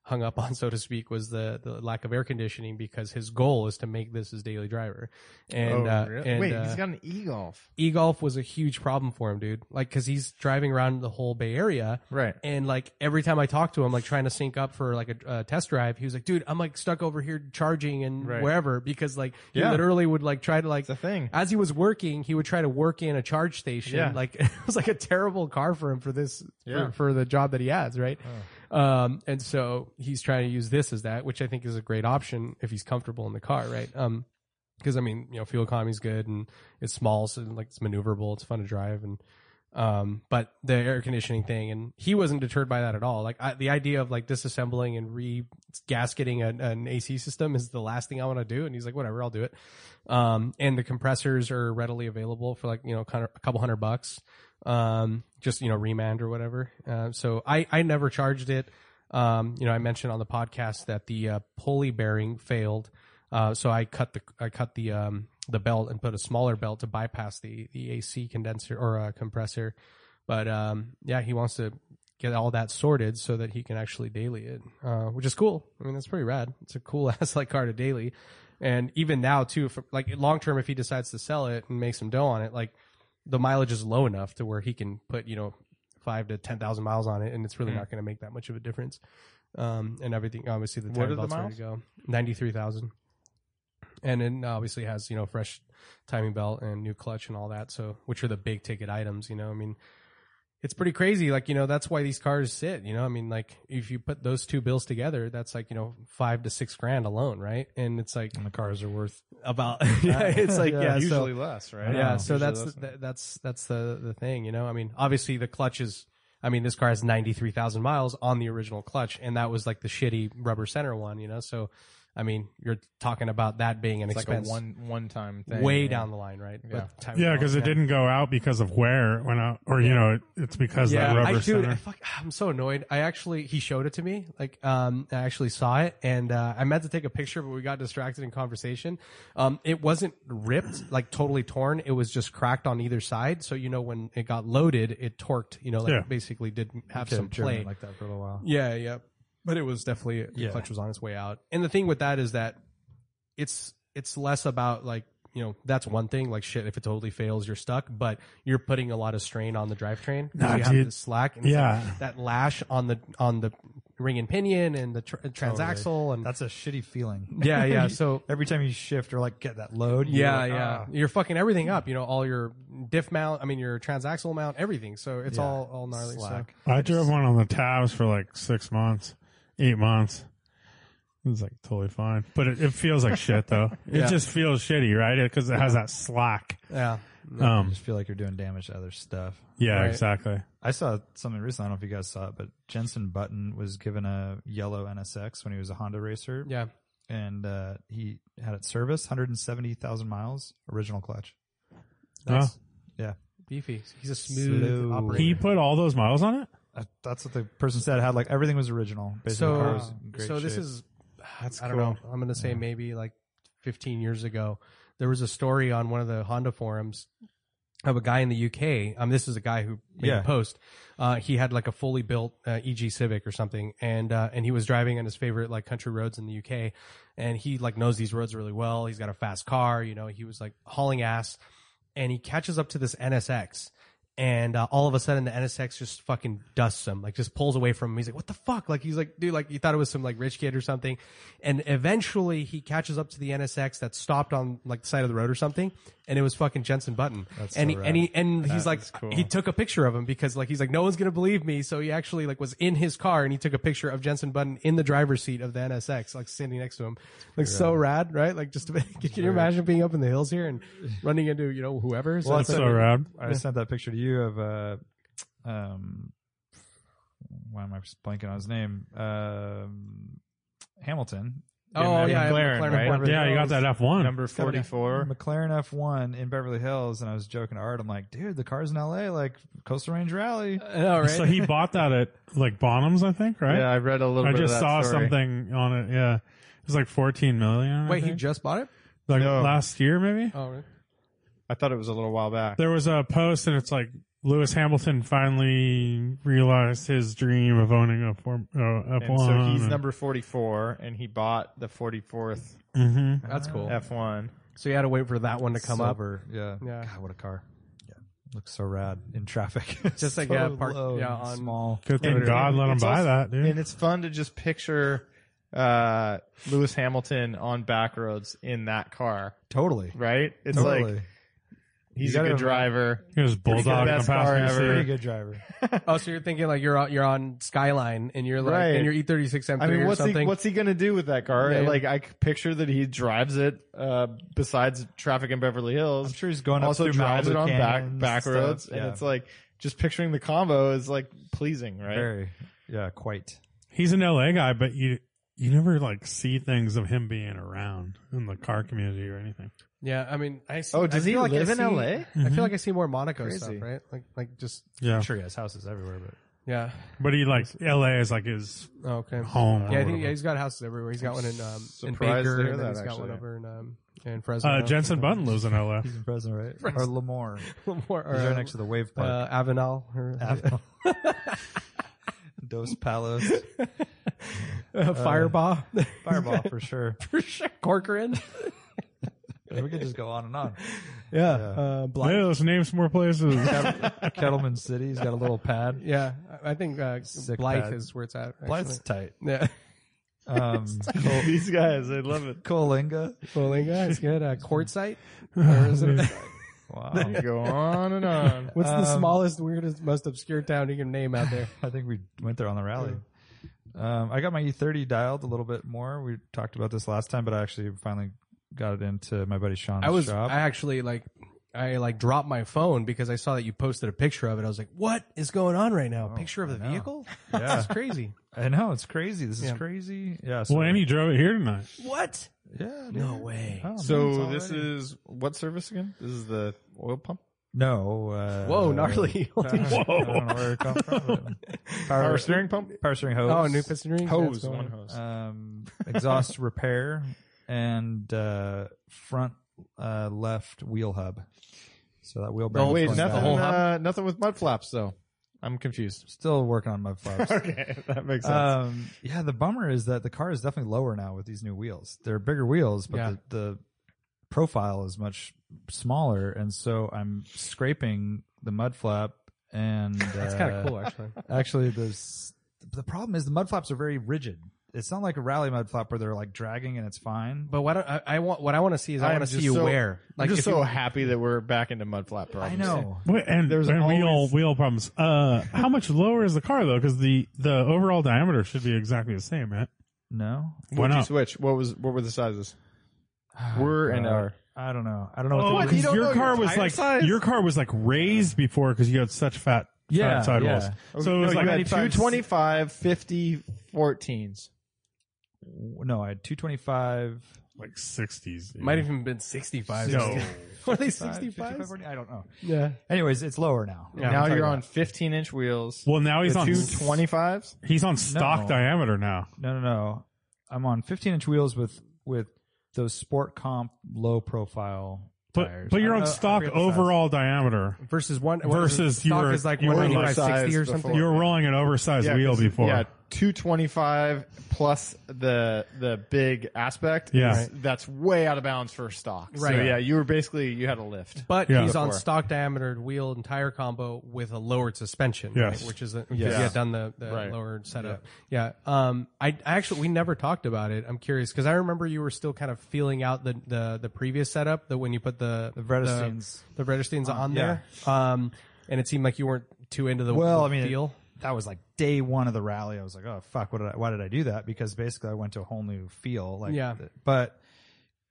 Speaker 2: hung up on, [LAUGHS] so to speak, was the, the lack of air conditioning because his goal is to make this his daily driver. And, uh, and,
Speaker 5: Oh, Wait,
Speaker 2: uh,
Speaker 5: he's got an e-golf.
Speaker 2: e-golf was a huge problem for him, dude. Like, cause he's driving around the whole Bay Area.
Speaker 5: Right.
Speaker 2: And like every time I talked to him, like trying to sync up for like a, a test drive, he was like, dude, I'm like stuck over here charging and
Speaker 5: Right.
Speaker 2: wherever because like
Speaker 5: Yeah.
Speaker 2: he literally would like try to like,
Speaker 5: It's a thing.
Speaker 2: as he was working, he would try to work in a charge station.
Speaker 5: Yeah.
Speaker 2: Like [LAUGHS] it was like a terrible car for him for this
Speaker 5: Yeah.
Speaker 2: for, for the job that he has, right? Um, and so he's trying to use this as that, which I think is a great option if he's comfortable in the car, right? Um, because I mean, you know, fuel economy's good and it's small, so like it's maneuverable, it's fun to drive, and um, but the air conditioning thing, and he wasn't deterred by that at all. Like I, the idea of like disassembling and re-gasketing an, an AC system is the last thing I want to do, and he's like, whatever, I'll do it. Um, and the compressors are readily available for like you know, kind of a couple hundred bucks. Um, just you know, remand or whatever. Uh, so I I never charged it. Um, you know, I mentioned on the podcast that the uh, pulley bearing failed, uh, so I cut the I cut the um the belt and put a smaller belt to bypass the the AC condenser or uh, compressor. But um, yeah, he wants to get all that sorted so that he can actually daily it, uh, which is cool. I mean, that's pretty rad. It's a cool [LAUGHS] ass like car to daily, and even now too, for, like long term, if he decides to sell it and make some dough on it, like the mileage is low enough to where he can put you know five to ten thousand miles on it, and it's really
Speaker 5: Hmm.
Speaker 2: not going to make that much of a difference. Um, and everything obviously the
Speaker 5: What
Speaker 2: tire
Speaker 5: are the
Speaker 2: belt's ready to go ninety three thousand, and then obviously has you know fresh timing belt and new clutch and all that. So which are the big ticket items, you know? I mean, it's pretty crazy. Like you know that's why these cars sit. You know, I mean like if you put those two bills together, that's like you know five to six grand alone, right? And it's
Speaker 5: [LAUGHS]
Speaker 2: like
Speaker 3: And the cars are worth
Speaker 2: about [LAUGHS] [LAUGHS] yeah, it's like yeah, so,
Speaker 5: usually less, right?
Speaker 2: yeah, so
Speaker 5: Usually
Speaker 2: that's
Speaker 5: less.
Speaker 2: the, th- that's that's the the thing, you know. I mean, obviously the clutch is. I mean, this car has ninety three thousand miles on the original clutch, and that was like the shitty rubber center one, you know. So, I mean, you're talking about that being an
Speaker 5: it's like a
Speaker 2: expense
Speaker 5: one one time thing.
Speaker 2: way
Speaker 5: yeah.
Speaker 2: down the line, right?
Speaker 5: Yeah.
Speaker 2: But time
Speaker 4: Yeah, because it
Speaker 2: yeah.
Speaker 4: didn't go out because of wear it went out, or you know, it, it's because
Speaker 2: Yeah,
Speaker 4: that
Speaker 2: I,
Speaker 4: rubber
Speaker 2: dude, I
Speaker 4: center.
Speaker 2: fuck, I'm so annoyed. I actually he showed it to me. Like, um, I actually saw it, and uh, I meant to take a picture, but we got distracted in conversation. Um, it wasn't ripped, like totally torn. It was just cracked on either side. So you know when it got loaded, it torqued. You know, like
Speaker 4: Yeah.
Speaker 2: basically didn't have
Speaker 3: Could
Speaker 2: some
Speaker 3: have driven
Speaker 2: play.
Speaker 3: it like that for a little while.
Speaker 2: Yeah, yeah. But it was definitely the
Speaker 3: Yeah.
Speaker 2: clutch was on its way out. And the thing with that is that it's it's less about like you know that's one thing like shit if it totally fails you're stuck but you're putting a lot of strain on the drivetrain 'cause
Speaker 4: Nah, dude.
Speaker 2: you have the slack and it's
Speaker 4: Yeah.
Speaker 2: like that lash on the on the ring and pinion and the tr- transaxle and
Speaker 3: That's a shitty feeling.
Speaker 2: [LAUGHS] yeah
Speaker 3: [LAUGHS]
Speaker 2: yeah so
Speaker 3: Every time you shift or like get that load, you're
Speaker 2: yeah
Speaker 3: like,
Speaker 2: yeah
Speaker 3: "Ah."
Speaker 2: you're fucking everything up you know all your diff mount I mean your transaxle mount everything so it's
Speaker 3: Yeah.
Speaker 2: all all gnarly
Speaker 3: Slack.
Speaker 2: so
Speaker 4: I, drove one on the tabs for like six months, eight months. It's like totally fine, but it, it feels like shit
Speaker 2: [LAUGHS]
Speaker 4: though. It
Speaker 2: Yeah.
Speaker 4: just feels shitty, right? Because it has that slack.
Speaker 2: yeah
Speaker 3: I
Speaker 4: Um,
Speaker 3: just feel like you're doing damage to other stuff.
Speaker 4: yeah,
Speaker 2: Right.
Speaker 4: exactly.
Speaker 3: I saw something recently. I don't know if you guys saw it, but Jensen Button was given a yellow NSX when he was a Honda racer,
Speaker 2: yeah
Speaker 3: and uh, he had it serviced 170,000 miles, original clutch.
Speaker 4: Huh?
Speaker 2: beefy he's a smooth
Speaker 3: Slow.
Speaker 2: operator
Speaker 4: He put all those miles on it.
Speaker 3: Uh, that's what the person said. Had like everything was original. Basically, the car was in great
Speaker 2: so this
Speaker 3: shape.
Speaker 2: is I don't know. I'm gonna say maybe like 15 years ago, there was a story on one of the Honda forums of a guy in the UK. Um, this is a guy who made
Speaker 3: Yeah.
Speaker 2: a post. Uh, he had like a fully built uh, EG Civic or something, and uh, and he was driving on his favorite like country roads in the UK, and he like knows these roads really well. He's got a fast car, you know. He was like hauling ass, and he catches up to this NSX. And uh, all of a sudden, the NSX just fucking dusts him, like just pulls away from him. He's like, "What the fuck?" Like he's like, "Dude, like you thought it was some like rich kid or something." And eventually, he catches up to the NSX that stopped on like the side of the road or something, and it was fucking Jensen Button.
Speaker 3: That's
Speaker 2: and
Speaker 3: so
Speaker 2: he,
Speaker 3: rad.
Speaker 2: and he and he's like,
Speaker 5: is cool.
Speaker 2: he took a picture of him because like he's like, no one's gonna believe me. So he actually like was in his car and he took a picture of Jensen Button in the driver's seat of the NSX, like standing next to him, like so rad, right? Like just [LAUGHS] can you imagine being up in the hills here and running into you know whoever? So
Speaker 3: Well,
Speaker 2: it's
Speaker 4: That's
Speaker 3: that's
Speaker 4: so
Speaker 3: a-
Speaker 4: rad.
Speaker 3: I sent that picture to you of uh, um, why am I blanking on his name? Um, Hamilton
Speaker 2: Oh,
Speaker 5: in
Speaker 2: yeah, I have
Speaker 5: McLaren,
Speaker 2: McLaren
Speaker 5: right?
Speaker 2: F1.
Speaker 4: Yeah, you got that F one.
Speaker 5: Number
Speaker 3: Got it.
Speaker 5: 44.
Speaker 3: McLaren F1 in Beverly Hills, and I was joking to Art. I'm like, dude, the car's in LA, like Coastal Range Rally.
Speaker 2: I know, Oh, right?
Speaker 4: So he bought that at like Bonhams, I think, right?
Speaker 5: Yeah, I read a little
Speaker 4: I
Speaker 5: bit
Speaker 4: just
Speaker 5: of that
Speaker 4: saw
Speaker 5: story.
Speaker 4: something on it. Yeah, it was like fourteen million. I
Speaker 2: Wait, he
Speaker 4: think.
Speaker 2: just bought it?
Speaker 4: like
Speaker 5: No.
Speaker 4: last year maybe.
Speaker 2: Oh, really?
Speaker 5: I thought it was a little while back.
Speaker 4: There was a post, and it's like Lewis Hamilton finally realized his dream of owning a form uh, F
Speaker 5: And
Speaker 4: one.
Speaker 5: so he's number 44, and he bought the 44th
Speaker 4: hmm
Speaker 2: that's cool.
Speaker 5: F1.
Speaker 2: So you had to wait for that one to come up.
Speaker 3: Uh, Silver, Yeah.
Speaker 2: Yeah.
Speaker 3: God, what a car. Yeah. Looks so rad in traffic. [LAUGHS]
Speaker 2: Just like,
Speaker 3: so
Speaker 2: yeah, parked-
Speaker 3: low
Speaker 2: yeah,
Speaker 3: and
Speaker 2: on-
Speaker 3: small.
Speaker 4: Good
Speaker 5: And-
Speaker 4: thing God let him
Speaker 5: it's
Speaker 4: buy
Speaker 5: also-
Speaker 4: that, dude.
Speaker 5: And it's fun to just picture uh, Lewis Hamilton on back roads in that car,
Speaker 3: Totally.
Speaker 5: right? It's
Speaker 3: Totally.
Speaker 5: like he's
Speaker 3: You
Speaker 5: a
Speaker 3: gotta-
Speaker 5: good driver.
Speaker 4: He was
Speaker 5: good
Speaker 4: bulldogging
Speaker 5: best car
Speaker 4: past
Speaker 5: ever.
Speaker 4: me.
Speaker 3: Pretty
Speaker 4: too.
Speaker 3: good driver.
Speaker 2: Oh, so you're thinking like you're on, you're on Skyline and you're like E
Speaker 5: Right.
Speaker 2: and you're E36 M3
Speaker 5: I mean,
Speaker 2: or
Speaker 5: what's
Speaker 2: something.
Speaker 5: he what's he gonna do with that car?
Speaker 2: Yeah, yeah.
Speaker 5: Like, I c- picture that he drives it. Uh, besides traffic in Beverly Hills,
Speaker 3: I'm sure he's going up
Speaker 5: also
Speaker 3: through
Speaker 5: drives
Speaker 3: Malibu
Speaker 5: it on back
Speaker 3: canyons,
Speaker 5: back
Speaker 3: stuff.
Speaker 5: roads, and
Speaker 3: Yeah.
Speaker 5: it's like just picturing the combo is like pleasing, right? [LAUGHS]
Speaker 3: very, yeah, quite.
Speaker 4: He's an LA guy, but you you never like see things of him being around in the car community or anything.
Speaker 2: yeah, I mean, I see,
Speaker 5: Oh, does
Speaker 2: I
Speaker 5: he
Speaker 2: feel like I
Speaker 5: live in
Speaker 2: see-
Speaker 5: LA?
Speaker 2: I
Speaker 4: Mhm.
Speaker 2: feel like I see more Monaco
Speaker 5: Crazy.
Speaker 2: stuff, right? Like like just
Speaker 4: Yeah,
Speaker 3: I'm sure he has houses everywhere, but
Speaker 2: yeah.
Speaker 4: but he like LA is like his
Speaker 2: Oh, okay.
Speaker 4: home. or
Speaker 2: Yeah, I
Speaker 4: whatever.
Speaker 2: think yeah, he's got houses everywhere. He's got one in um in
Speaker 5: surprised
Speaker 2: Baker,
Speaker 5: to hear
Speaker 2: and then
Speaker 5: that,
Speaker 2: he's got
Speaker 5: actually.
Speaker 2: one over in um in Fresno.
Speaker 4: uh, Jensen
Speaker 2: [LAUGHS]
Speaker 4: Button lives in LA.
Speaker 3: he's in Fresno, [LAUGHS] right? Or Lemoore.
Speaker 2: Or,
Speaker 3: He's right next to the wave park.
Speaker 2: uh, Avenal. Or,
Speaker 3: [LAUGHS] Apple. Dos Palos.
Speaker 2: [LAUGHS] uh, Fireball.
Speaker 3: [LAUGHS]
Speaker 2: [LAUGHS]
Speaker 3: Fireball for sure.
Speaker 2: Corcoran.
Speaker 3: We could just go on and on.
Speaker 2: Yeah. Uh, Bly-
Speaker 4: Yeah, let's name some more
Speaker 5: [LAUGHS]
Speaker 4: places.
Speaker 3: Kettleman City's got a little [LAUGHS] pad.
Speaker 2: Yeah, I I think uh,
Speaker 3: Sick
Speaker 2: Blythe
Speaker 3: bad.
Speaker 2: is where it's at. actually.
Speaker 3: Blythe's tight.
Speaker 2: Yeah.
Speaker 3: [LAUGHS] Um,
Speaker 5: These guys, I love it.
Speaker 3: Coalinga.
Speaker 2: Bolinga is good. Uh, quartzite. Or is it-
Speaker 3: Wow.
Speaker 5: Go on and on.
Speaker 2: what's the
Speaker 3: Um,
Speaker 2: smallest, weirdest, most obscure town you can name out there?
Speaker 3: I think we went there on the rally. Um, I got my E30 dialed a little bit more. We talked about this last time, but I actually finally got it into my buddy Sean's
Speaker 2: I was.
Speaker 3: shop.
Speaker 2: I actually like. I like dropped my phone because I saw that you posted a picture of it. I was like, "What is going on right now? picture of the
Speaker 3: know.
Speaker 2: vehicle? [LAUGHS]
Speaker 3: Yeah.
Speaker 2: That's crazy.
Speaker 3: I know it's crazy. This is
Speaker 2: Yeah.
Speaker 3: crazy. Yeah. So,
Speaker 4: well, and he drove it here tonight.
Speaker 2: What?
Speaker 3: yeah.
Speaker 2: No
Speaker 3: dude.
Speaker 2: way.
Speaker 3: Oh, man, it's
Speaker 5: So
Speaker 3: all
Speaker 5: this
Speaker 3: ready.
Speaker 5: is what service again? This is the oil pump.
Speaker 3: no. Uh,
Speaker 2: Whoa,
Speaker 3: [LAUGHS]
Speaker 2: gnarly. [LAUGHS]
Speaker 3: I don't know where it come from. but- Power,
Speaker 5: Power steering pump?
Speaker 3: [LAUGHS] Power steering hose.
Speaker 2: oh, new piston ring That's
Speaker 5: Hose,
Speaker 2: going
Speaker 5: one
Speaker 2: on.
Speaker 5: hose.
Speaker 3: um, [LAUGHS] exhaust repair and uh, front uh, left wheel hub. So that
Speaker 5: no,
Speaker 3: wheel bearing.
Speaker 5: wait,
Speaker 3: was going
Speaker 5: nothing,
Speaker 3: bad.
Speaker 5: uh, nothing with mud flaps though. I'm
Speaker 3: [LAUGHS]
Speaker 5: confused.
Speaker 3: Still working on mud flaps. [LAUGHS]
Speaker 5: okay, that makes
Speaker 3: um, yeah, the bummer is that the car is definitely lower now with these new wheels. They're bigger wheels, but
Speaker 2: Yeah.
Speaker 3: the, the profile is much smaller, and so I'm scraping the mud flap. And uh,
Speaker 2: That's kind of cool, actually.
Speaker 3: Actually, there's the problem is the mud flaps are very rigid. It's not like a rally mud flap where they're like dragging and it's fine.
Speaker 2: But what I, I want, what I want to see is I,
Speaker 5: I'm
Speaker 2: want to see
Speaker 5: just
Speaker 2: you
Speaker 5: so-
Speaker 2: wear.
Speaker 5: I'm just
Speaker 2: if
Speaker 5: so
Speaker 2: you-
Speaker 5: happy that we're back into mud flap problems.
Speaker 3: I know.
Speaker 4: Wait, and
Speaker 5: There's
Speaker 4: and wheel
Speaker 5: always-
Speaker 4: wheel problems. Uh, how much lower is the car though? Because the the overall diameter should be exactly the same, right?
Speaker 3: No,
Speaker 4: Why
Speaker 5: Why not?
Speaker 4: not?
Speaker 5: switch? What was what were the sizes? Were and
Speaker 3: Uh,
Speaker 5: are.
Speaker 3: I don't know. I don't know.
Speaker 4: Oh,
Speaker 3: what the
Speaker 4: because your car was like your car was like raised before because you had such fat
Speaker 3: Yeah,
Speaker 4: fat sidewalls.
Speaker 3: yeah.
Speaker 4: So it was
Speaker 5: Oh, no,
Speaker 4: like
Speaker 5: you had
Speaker 4: 95
Speaker 5: 225, 50, 14s.
Speaker 3: no, I had two twenty five.
Speaker 4: like sixties.
Speaker 2: might have even been sixty-five.
Speaker 4: No.
Speaker 2: [LAUGHS] Were they sixty-five?
Speaker 3: I don't know.
Speaker 2: Yeah.
Speaker 3: Anyways, it's lower now.
Speaker 2: Yeah,
Speaker 5: now
Speaker 2: I'm
Speaker 5: you're
Speaker 2: talking
Speaker 5: on 15 inch wheels.
Speaker 4: Well, now
Speaker 5: The
Speaker 4: he's on
Speaker 5: two 25s?
Speaker 4: He's on stock
Speaker 3: No.
Speaker 4: diameter now.
Speaker 3: No, no, no. I'm on fifteen inch wheels with with those sport comp low profile
Speaker 4: But
Speaker 3: tires.
Speaker 4: but you're
Speaker 3: I
Speaker 4: on
Speaker 3: don't know-
Speaker 4: stock
Speaker 3: I forget the size.
Speaker 4: overall diameter.
Speaker 2: versus one what is it?
Speaker 4: Versus you
Speaker 2: stock
Speaker 4: were-
Speaker 2: is like
Speaker 4: you were
Speaker 2: 185, 60 or
Speaker 5: oversized
Speaker 2: something.
Speaker 5: before.
Speaker 4: You were rolling an oversized wheel
Speaker 5: 'cause-
Speaker 4: before.
Speaker 5: Yeah, 225 plus the the big aspect.
Speaker 4: Yeah.
Speaker 5: is- that's way out of bounds for stock. So
Speaker 2: Right.
Speaker 5: yeah, you were basically you had a lift.
Speaker 2: But
Speaker 4: Yeah.
Speaker 2: he's on
Speaker 5: Before.
Speaker 2: stock diameter wheel and tire combo with a lowered suspension,
Speaker 4: Yes.
Speaker 2: right? which is a,
Speaker 5: Yes.
Speaker 2: yeah. done the, the
Speaker 5: Right.
Speaker 2: lowered setup. Yeah. Um, I, I actually we never talked about it. I'm curious because I remember you were still kind of feeling out the the, the previous setup that when you put the the
Speaker 3: Vredesteins.
Speaker 2: the, Vredesteins on
Speaker 3: Uh, yeah.
Speaker 2: there, um, and it seemed like you weren't too into the
Speaker 3: Well,
Speaker 2: the
Speaker 3: I mean,
Speaker 2: feel.
Speaker 3: that was like day one of the rally. I was like, oh fuck, what did I, why did I do that? Because basically, I went to a whole new feel. Like,
Speaker 2: Yeah.
Speaker 3: But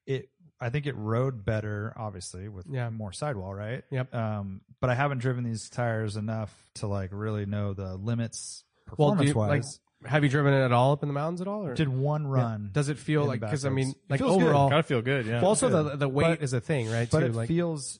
Speaker 3: it, I think it rode better, obviously, with
Speaker 2: Yeah.
Speaker 3: more sidewall, right?
Speaker 2: Yep.
Speaker 3: Um, but I haven't driven these tires enough to like really know the limits
Speaker 2: Well, do
Speaker 3: performance
Speaker 2: you, like
Speaker 3: wise.
Speaker 2: have you driven it at all up in the mountains at all? Or
Speaker 3: Did one run?
Speaker 2: does it feel
Speaker 3: in
Speaker 2: like because I
Speaker 3: backwards.
Speaker 2: mean
Speaker 3: It
Speaker 2: like
Speaker 3: feels good.
Speaker 2: overall?
Speaker 5: Gotta feel good, yeah.
Speaker 2: well, also the
Speaker 3: good.
Speaker 2: the weight
Speaker 3: But-
Speaker 2: is a thing, right?
Speaker 3: but
Speaker 2: too,
Speaker 3: it
Speaker 2: like
Speaker 3: feels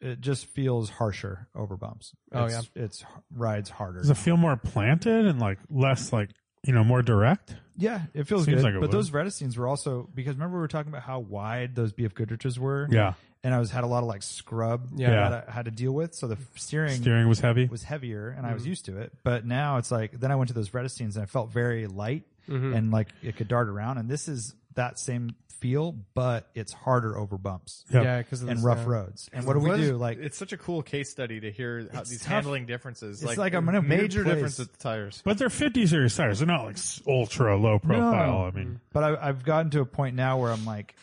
Speaker 3: it just feels harsher over bumps.
Speaker 2: Oh,
Speaker 3: it's, yeah, it's rides harder.
Speaker 4: Does it feel more planted and like less like you know more direct?
Speaker 3: yeah, it feels
Speaker 4: Seems
Speaker 3: good.
Speaker 4: like it would.
Speaker 3: but those Redistines were also because remember we were talking about how wide those BF Goodriches were.
Speaker 4: Yeah,
Speaker 3: and I was had a lot of like scrub.
Speaker 2: Yeah.
Speaker 3: that I had to deal with. So the steering,
Speaker 4: steering Mm-hmm. was heavy.
Speaker 3: was heavier, and I was used to it. But now it's like then I went to those Redistines and I felt very light
Speaker 2: mm-hmm.
Speaker 4: Mm.
Speaker 3: and like it could dart around. And this is that same feel, but it's harder over bumps.
Speaker 4: Yeah.
Speaker 2: yeah, because
Speaker 3: and rough roads. And what do we
Speaker 5: is-
Speaker 3: do? Like
Speaker 5: it's such a cool case study to hear how
Speaker 3: It's
Speaker 5: these
Speaker 3: tough.
Speaker 5: handling differences.
Speaker 3: It's like I'm in a weird
Speaker 5: major
Speaker 3: place.
Speaker 5: difference with the tires.
Speaker 4: But they're 50 series tires. They're not like s- ultra low profile. I mean,
Speaker 3: But I, I've gotten to a point now where I'm like,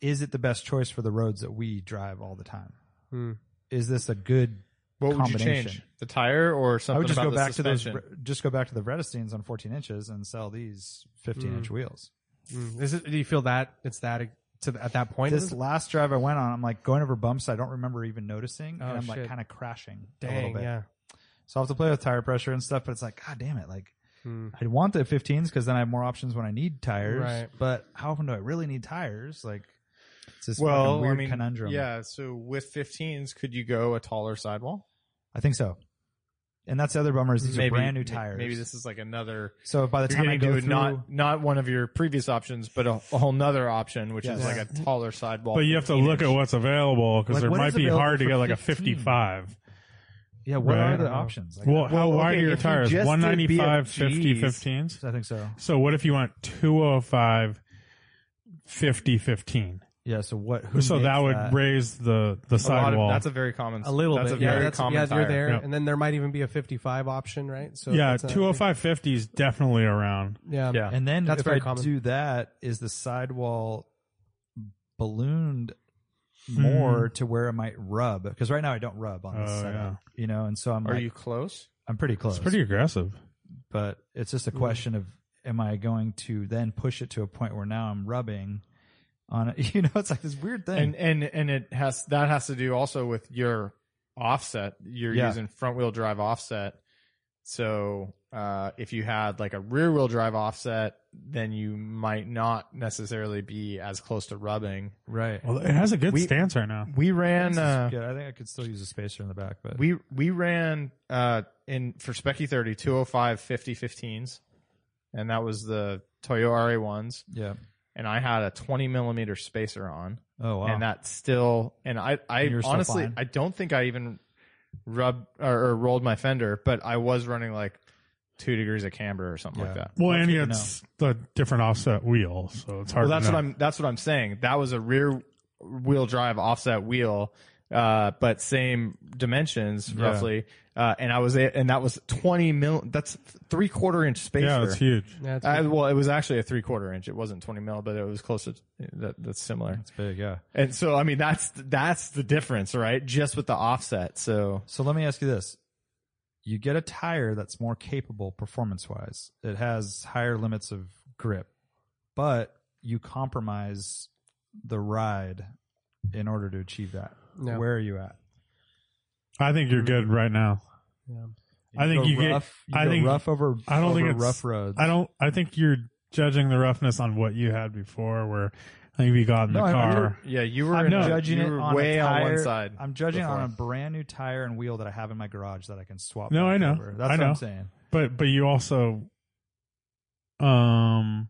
Speaker 3: is it the best choice for the roads that we drive all the time?
Speaker 2: Hmm.
Speaker 3: Is this a good?
Speaker 5: What would you
Speaker 3: combination?
Speaker 5: change? The tire or
Speaker 3: I
Speaker 5: something
Speaker 3: would just
Speaker 5: about
Speaker 3: go
Speaker 5: the
Speaker 3: back
Speaker 5: suspension?
Speaker 3: to those, just go back to the Redistines on 14 inches and sell these 15
Speaker 5: Hmm.
Speaker 3: inch wheels.
Speaker 2: Mm. Is it? Do you feel that it's that to the, at that point?
Speaker 3: This last drive I went on, I'm like going over bumps I don't remember even noticing,
Speaker 2: Oh,
Speaker 3: and I'm like
Speaker 2: shit.
Speaker 3: kind of crashing a little
Speaker 2: dang,
Speaker 3: bit.
Speaker 2: yeah.
Speaker 3: So I will have to play with tire pressure and stuff, but it's like, god damn it, like
Speaker 2: Hmm.
Speaker 3: I want the 15s because then I have more options when I need tires.
Speaker 2: Right.
Speaker 3: But how often do I really need tires? Like, it's this
Speaker 5: well,
Speaker 3: fucking weird
Speaker 5: I mean,
Speaker 3: conundrum.
Speaker 5: Yeah, so with 15s, could you go a taller sidewall?
Speaker 3: I think so. And that's the other bummer is these are brand new
Speaker 5: may-
Speaker 3: tires.
Speaker 5: Maybe this is like another.
Speaker 3: So by the
Speaker 5: You're
Speaker 3: time I
Speaker 5: getting
Speaker 3: go
Speaker 5: to
Speaker 3: through,
Speaker 5: not not one of your previous options, but a, a whole nother option, which is
Speaker 3: Yes.
Speaker 5: like a taller sidewall.
Speaker 4: but you have to look at what's available because
Speaker 3: Like,
Speaker 4: there
Speaker 3: what
Speaker 4: might
Speaker 3: is
Speaker 4: be
Speaker 3: available
Speaker 4: hard to
Speaker 3: for
Speaker 4: get like a
Speaker 3: 15?
Speaker 4: 55.
Speaker 3: yeah, what
Speaker 4: Right. I
Speaker 3: are the
Speaker 4: don't know.
Speaker 3: options? Like,
Speaker 4: Well,
Speaker 3: I-
Speaker 4: how wide
Speaker 5: okay,
Speaker 4: are your
Speaker 5: if you
Speaker 4: tires?
Speaker 5: just did
Speaker 4: 195,
Speaker 5: BFGs.
Speaker 4: 50, 15s?
Speaker 3: I think so.
Speaker 4: So what if you want 205, 50, 15?
Speaker 3: Yeah. So what? Who
Speaker 4: so that
Speaker 3: makes
Speaker 4: would raise the, the
Speaker 5: a lot
Speaker 4: sidewall.
Speaker 5: of, that's a very common.
Speaker 2: A little
Speaker 5: that's
Speaker 2: bit,
Speaker 5: A
Speaker 2: yeah.
Speaker 5: very
Speaker 2: That's,
Speaker 5: common
Speaker 2: yeah,
Speaker 5: tire.
Speaker 2: you're there,
Speaker 4: Yeah.
Speaker 2: and then there might even be a 55 option, right? So
Speaker 4: yeah,
Speaker 2: that's not-
Speaker 4: 205, 50 is definitely around.
Speaker 2: Yeah,
Speaker 5: Yeah.
Speaker 3: And then
Speaker 2: That's
Speaker 3: if
Speaker 2: very
Speaker 3: I
Speaker 2: common.
Speaker 3: do that, is the sidewall ballooned more to where it might rub? Because right now I don't rub on this
Speaker 4: Hmm. Oh,
Speaker 3: side, you know. And so I'm
Speaker 5: Are
Speaker 3: like,
Speaker 5: you close?
Speaker 3: I'm pretty close,
Speaker 4: It's pretty aggressive.
Speaker 3: but it's just a
Speaker 5: Hmm.
Speaker 3: question of am I going to then push it to a point where now I'm rubbing on it? [LAUGHS] You know, it's like this weird thing.
Speaker 5: and and and it has that has to do also with your offset you're
Speaker 3: Yeah.
Speaker 5: using front wheel drive offset so uh if you had like a rear wheel drive offset then you might not necessarily be as close to rubbing
Speaker 3: right.
Speaker 4: Well, it has a good
Speaker 5: We-
Speaker 4: stance right now.
Speaker 5: we ran uh
Speaker 3: I think I could still use a spacer in the back, but
Speaker 5: we we ran uh in for specky 30 205 50 15s and that was the toyota ones
Speaker 3: yeah.
Speaker 5: and i had a 20 millimeter spacer on
Speaker 3: Oh wow.
Speaker 5: and that still and i i
Speaker 3: And you were still
Speaker 5: honestly
Speaker 3: fine.
Speaker 5: i don't think i even rubbed or, or rolled my fender but i was running like two degrees of camber or something like
Speaker 3: Yeah.
Speaker 5: that
Speaker 4: Well,
Speaker 3: That's
Speaker 4: and
Speaker 3: good to
Speaker 4: it's the different offset wheel, so it's hard
Speaker 5: well that's
Speaker 4: to know.
Speaker 5: what i'm that's what i'm saying that was a rear wheel drive offset wheel uh but same dimensions
Speaker 3: Yeah.
Speaker 5: roughly uh and i was a- and that was 20 mil that's three quarter inch spacer
Speaker 4: Yeah, it's huge.
Speaker 2: Yeah, it's
Speaker 5: I,
Speaker 2: good.
Speaker 5: well, it was actually a three quarter inch. It wasn't 20 mil, but it was close to that, that's similar.
Speaker 3: That's big, yeah.
Speaker 5: And so, I mean, that's, that's the difference, right? Just with the offset. So
Speaker 3: So let me ask you this. You get a tire that's more capable performance wise. It has higher limits of grip, but you compromise the ride in order to achieve that.
Speaker 2: Yeah.
Speaker 3: Where are you at?
Speaker 4: I think you're good right now. I think
Speaker 3: go
Speaker 4: you get-
Speaker 3: rough,
Speaker 4: I
Speaker 3: go
Speaker 4: think-
Speaker 3: rough over
Speaker 4: I don't
Speaker 3: over
Speaker 4: think it's-
Speaker 3: rough roads.
Speaker 4: I don't. I think you're judging the roughness on what you had before. Where I think if you got in the
Speaker 3: No, I- I
Speaker 4: car,
Speaker 5: Yeah, you were
Speaker 4: I'm
Speaker 5: in-
Speaker 4: not
Speaker 3: judging
Speaker 5: you
Speaker 3: it
Speaker 5: were
Speaker 3: on
Speaker 5: way
Speaker 3: a
Speaker 5: on
Speaker 3: tire,
Speaker 5: one side.
Speaker 3: I'm judging it
Speaker 5: before.
Speaker 3: on a brand new tire and wheel that I have in my garage that I can swap.
Speaker 4: No,
Speaker 3: back
Speaker 4: I know.
Speaker 3: over. That's
Speaker 4: I
Speaker 3: what
Speaker 4: know.
Speaker 3: I'm saying.
Speaker 4: but but you also, um,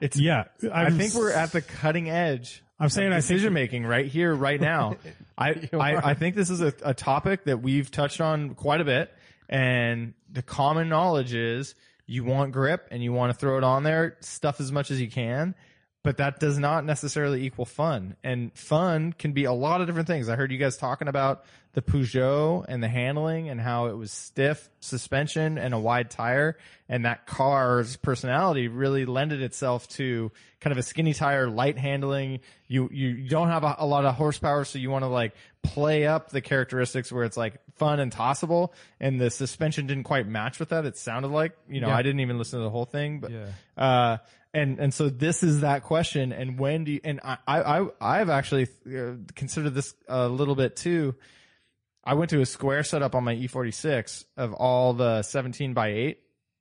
Speaker 5: It's
Speaker 4: yeah.
Speaker 5: I
Speaker 4: I'm
Speaker 5: think we're
Speaker 4: s-
Speaker 5: at the cutting edge.
Speaker 4: I'm saying I think
Speaker 5: Decision making right here,
Speaker 4: [LAUGHS]
Speaker 5: right now. I, I I think this is a, a topic that we've touched on quite a bit, and the common knowledge is you want grip and you want to throw it on there, stuff as much as you can, but that does not necessarily equal fun. And fun can be a lot of different things. I heard you guys talking about the Peugeot and the handling and how it was stiff suspension and a wide tire. And that car's personality really lended itself to kind of a skinny tire, light handling. You, you you don't have a, a lot of horsepower. So you want to like play up the characteristics where it's like fun and tossable. And the suspension didn't quite match with that. It sounded like, you know, I didn't even listen to the whole thing, but
Speaker 3: Yeah.
Speaker 5: uh, and and so this is that question. And when do you, and I I I- I've actually uh, considered this a little bit too. E I went to a square setup on my E46 of all the 17 by 8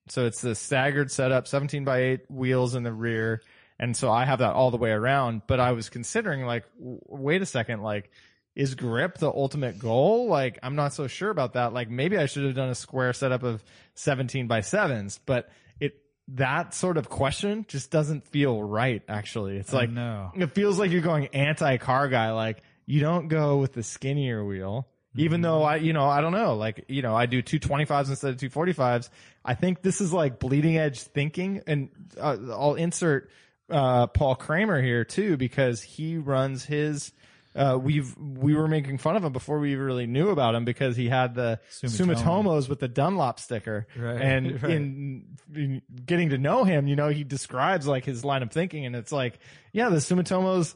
Speaker 5: So it's the staggered setup, 17 by 8 wheels in the rear. And so I have that all the way around, but I was considering like, w- wait a second, like, is grip the ultimate goal? Like, I'm not so sure about that. Like, maybe I should have done a square setup of 17 by sevens, but it, that sort of question just doesn't feel right. Actually, it's like,
Speaker 3: Oh, no.
Speaker 5: it feels like you're going anti car guy. Like you don't go with the skinnier wheel, even though I, you know, I don't know. Like, you know, I do 225s instead of 245s. I think this is like bleeding edge thinking. And uh, I'll insert, uh, Paul Kramer here too, because he runs his, uh, we've, we were making fun of him before we really knew about him because he had the
Speaker 3: Sumitomo.
Speaker 5: Sumitomos with the Dunlop sticker.
Speaker 3: Right,
Speaker 4: [LAUGHS]
Speaker 5: And
Speaker 3: right.
Speaker 5: in in getting to know him, you know, he describes like his line of thinking and it's like, yeah, the Sumitomos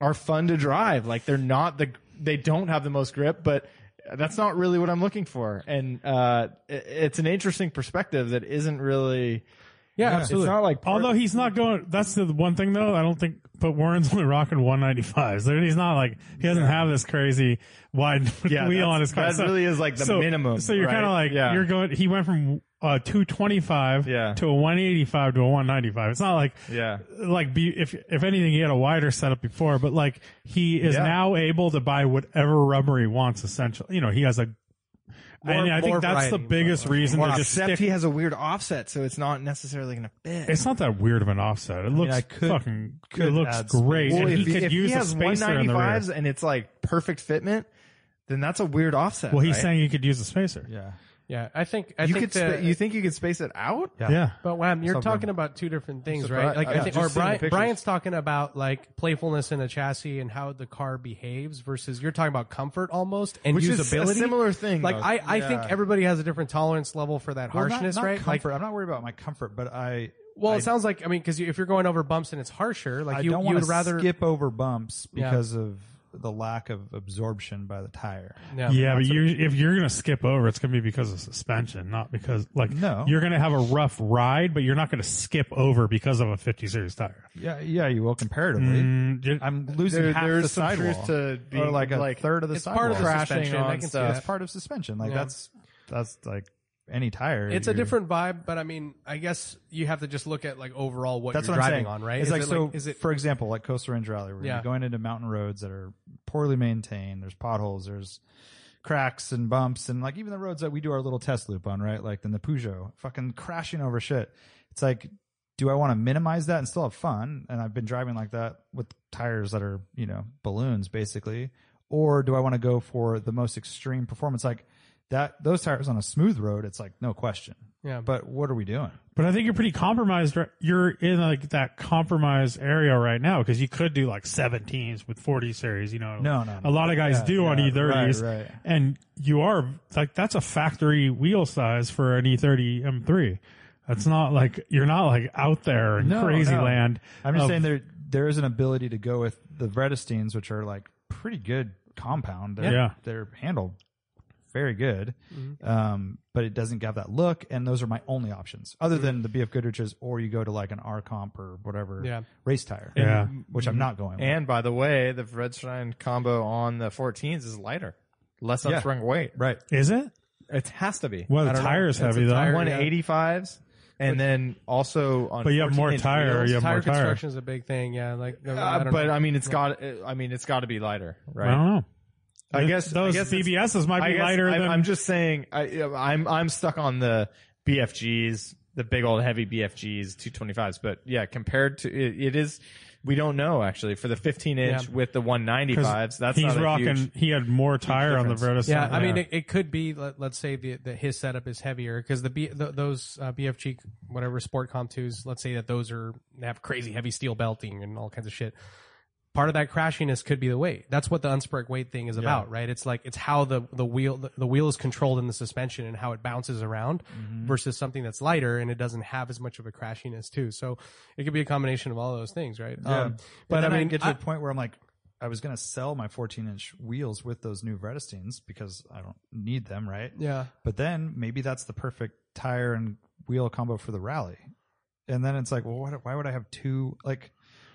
Speaker 5: are fun to drive. Like they're not the, they don't have the most grip, but that's not really what I'm looking for. And, uh, it- it's an interesting perspective that isn't really,
Speaker 2: Yeah, absolutely.
Speaker 5: it's not like, part-
Speaker 4: Although he's not going, that's the one thing though. I don't think. But Warren's only rocking 195s. There- He's not like he doesn't have this crazy wide [LAUGHS]
Speaker 5: yeah,
Speaker 4: wheel
Speaker 5: that's-
Speaker 4: on his car.
Speaker 5: that
Speaker 4: So-
Speaker 5: really is like the
Speaker 4: so,
Speaker 5: minimum.
Speaker 4: So you're
Speaker 5: right?
Speaker 4: kind of like
Speaker 5: yeah.
Speaker 4: you're going. He went from uh 225
Speaker 5: Yeah.
Speaker 4: to a 185 to a 195. It's not like
Speaker 5: yeah.
Speaker 4: like be, if if anything he had a wider setup before, but like he is
Speaker 5: Yeah.
Speaker 4: now able to buy whatever rubber he wants. Essentially, you know, he has a. and I
Speaker 2: more
Speaker 4: think that's the
Speaker 2: variety,
Speaker 4: biggest reason to just
Speaker 5: Except
Speaker 4: stick.
Speaker 5: he has a weird offset, so it's not necessarily going to fit.
Speaker 4: It's not that weird of an offset. It looks
Speaker 3: I could-
Speaker 4: fucking. it
Speaker 3: could add
Speaker 4: looks
Speaker 3: some-
Speaker 4: great,
Speaker 5: Well,
Speaker 4: and
Speaker 5: if
Speaker 4: he could
Speaker 5: if
Speaker 4: use
Speaker 5: he
Speaker 4: the
Speaker 5: has
Speaker 4: spacer in the rear.
Speaker 5: 195s and it's like perfect fitment, then that's a weird offset.
Speaker 4: Well, he's
Speaker 5: right?
Speaker 4: saying he could use the spacer.
Speaker 3: Yeah.
Speaker 2: yeah, I think I
Speaker 5: you
Speaker 2: think
Speaker 5: could.
Speaker 2: that,
Speaker 5: spa- you think you could space it out?
Speaker 4: Yeah.
Speaker 2: But Wham, you're
Speaker 3: Something.
Speaker 2: talking about two different things, right?
Speaker 5: surprised-
Speaker 2: Like
Speaker 5: I
Speaker 2: I,
Speaker 5: was
Speaker 2: think,
Speaker 5: just
Speaker 2: or
Speaker 5: seeing the
Speaker 2: Brian,
Speaker 5: pictures.
Speaker 2: Brian's talking about like playfulness in a chassis and how the car behaves versus you're talking about comfort almost and
Speaker 5: Which is a
Speaker 2: usability.
Speaker 5: similar thing,
Speaker 2: Like
Speaker 5: though.
Speaker 2: I, I think everybody has a different tolerance level for that
Speaker 3: Well, not-
Speaker 2: harshness,
Speaker 3: not
Speaker 2: right?
Speaker 3: Comfort.
Speaker 2: Like,
Speaker 3: I'm not worried about my comfort, but I.
Speaker 2: well,
Speaker 3: I-
Speaker 2: it sounds like I mean, because you, if you're going over bumps and it's harsher, like
Speaker 3: I
Speaker 2: you,
Speaker 3: don't
Speaker 2: you
Speaker 3: want
Speaker 2: would
Speaker 3: to
Speaker 2: rather
Speaker 3: skip over bumps
Speaker 2: Yeah.
Speaker 3: because of the lack of absorption by the tire.
Speaker 2: Yeah.
Speaker 4: Yeah, but you if you're gonna skip over, it's gonna be because of suspension, not because like
Speaker 3: No.
Speaker 4: you're gonna have a rough ride, but you're not gonna skip over because of a 50 series tire.
Speaker 3: Yeah, yeah, you will comparatively.
Speaker 4: Mm, you-
Speaker 3: I'm losing
Speaker 5: There-
Speaker 3: half
Speaker 5: there's
Speaker 3: the
Speaker 5: some
Speaker 3: sidewall,
Speaker 5: truth to
Speaker 3: or
Speaker 5: being,
Speaker 3: like a
Speaker 5: like,
Speaker 3: third of the
Speaker 2: it's
Speaker 3: sidewall.
Speaker 2: part of the
Speaker 5: Crashing
Speaker 2: suspension.
Speaker 5: on
Speaker 2: I can
Speaker 5: stuff.
Speaker 2: see
Speaker 3: That's
Speaker 2: that.
Speaker 3: part of suspension. Like
Speaker 2: Yeah.
Speaker 3: that's that's like any tire.
Speaker 2: It's a
Speaker 3: you're-
Speaker 2: different vibe, but I mean, I guess you have to just look at like overall what
Speaker 3: That's
Speaker 2: you're
Speaker 3: what I'm
Speaker 2: driving
Speaker 3: saying.
Speaker 2: on, right?
Speaker 3: It's
Speaker 2: Is
Speaker 3: like
Speaker 2: it
Speaker 3: so.
Speaker 2: is it
Speaker 3: for example, like Costa Range Rally, where
Speaker 2: Yeah.
Speaker 3: you're going into mountain roads that are poorly maintained. There's potholes. There's cracks and bumps, and like even the roads that we do our little test loop on, right? Like then the Peugeot, fucking crashing over shit. It's like, do I want to minimize that and still have fun? And I've been driving like that with tires that are you know balloons basically, or do I want to go for the most extreme performance? Like that, those tires on a smooth road, it's like no question.
Speaker 2: Yeah.
Speaker 3: But what are we doing?
Speaker 4: but I think you're pretty compromised. right- You're in like that compromised area right now because you could do like 17s with 40 series. You know,
Speaker 3: No, no, no.
Speaker 4: a lot of guys
Speaker 3: Yeah,
Speaker 4: do on
Speaker 3: yeah,
Speaker 4: E30s,
Speaker 3: right, right.
Speaker 4: and you are like that's a factory wheel size for an E E30 M3. That's not like you're not like out there in
Speaker 3: No,
Speaker 4: crazy
Speaker 3: no.
Speaker 4: land.
Speaker 3: I'm just
Speaker 4: of-
Speaker 3: saying there there is an ability to go with the Redesteins, which are like pretty good compound. They're,
Speaker 4: Yeah.
Speaker 3: they're handled very good,
Speaker 2: Mm-hmm.
Speaker 3: um, but it doesn't have that look. And those are my only options, other
Speaker 2: Mm-hmm.
Speaker 3: than the BF Goodriches, or you go to like an R Comp or whatever
Speaker 2: Yeah. Mm-hmm.
Speaker 3: race tire.
Speaker 4: Yeah.
Speaker 3: which I'm not going.
Speaker 5: And by the way, the Redstein combo on the 14s is lighter, less
Speaker 3: Yeah.
Speaker 5: upswing weight.
Speaker 3: with. right.
Speaker 4: Is it?
Speaker 5: It has to be.
Speaker 4: Well,
Speaker 5: I
Speaker 4: the
Speaker 5: don't know.
Speaker 4: tire's
Speaker 5: It's
Speaker 4: heavy,
Speaker 5: a
Speaker 4: though.
Speaker 5: tire,
Speaker 4: Yeah.
Speaker 5: 185s, and then also on.
Speaker 4: But you have more
Speaker 5: 14 -inch
Speaker 4: tire,
Speaker 5: wheels.
Speaker 4: you have
Speaker 2: tire
Speaker 4: more tire.
Speaker 2: construction is a big thing? Yeah, like I
Speaker 5: Uh,
Speaker 2: don't
Speaker 5: but
Speaker 2: know.
Speaker 5: I mean, it's got. I mean, it's got to be lighter, right?
Speaker 4: I don't know.
Speaker 5: I guess I
Speaker 4: those
Speaker 5: guess it's-
Speaker 4: BBSs might
Speaker 5: I
Speaker 4: be
Speaker 5: guess
Speaker 4: lighter
Speaker 5: I'm,
Speaker 4: than [LAUGHS]
Speaker 5: I'm just saying. I, I'm I'm stuck on the BFGs, the big old heavy BFGs, 225s. But yeah, compared to it, it is, we don't know actually for the 15 inch
Speaker 2: Yeah.
Speaker 5: with the 195s. That's
Speaker 4: he's
Speaker 5: not a
Speaker 4: rocking.
Speaker 5: huge-
Speaker 4: he had more tire on the
Speaker 5: difference.
Speaker 4: Vertus.
Speaker 2: yeah, I mean, it, it could be. Let, let's say the, that his setup is heavier because the, B, th those uh, BFG whatever Sport Comp twos. Let's say that those are they have crazy heavy steel belting and all kinds of shit. Part of that crashiness could be the weight. That's what the unspark weight thing is about, right? It's like it's how the the wheel the, the wheel is controlled in the suspension and how it bounces around
Speaker 3: Mm-hmm.
Speaker 2: versus something that's lighter and it doesn't have as much of a crashiness too. So it could be a combination of all those things, right? Um,
Speaker 3: Yeah.
Speaker 2: but
Speaker 3: but
Speaker 2: I
Speaker 3: then I,
Speaker 2: mean,
Speaker 3: get to
Speaker 2: I-
Speaker 3: a point where I'm like, I was gonna sell my 14 inch wheels with those new Redesteins because I don't need them, right?
Speaker 2: yeah.
Speaker 3: But then maybe that's the perfect tire and wheel combo for the rally. And then it's like, well, what, why would I have two? Like,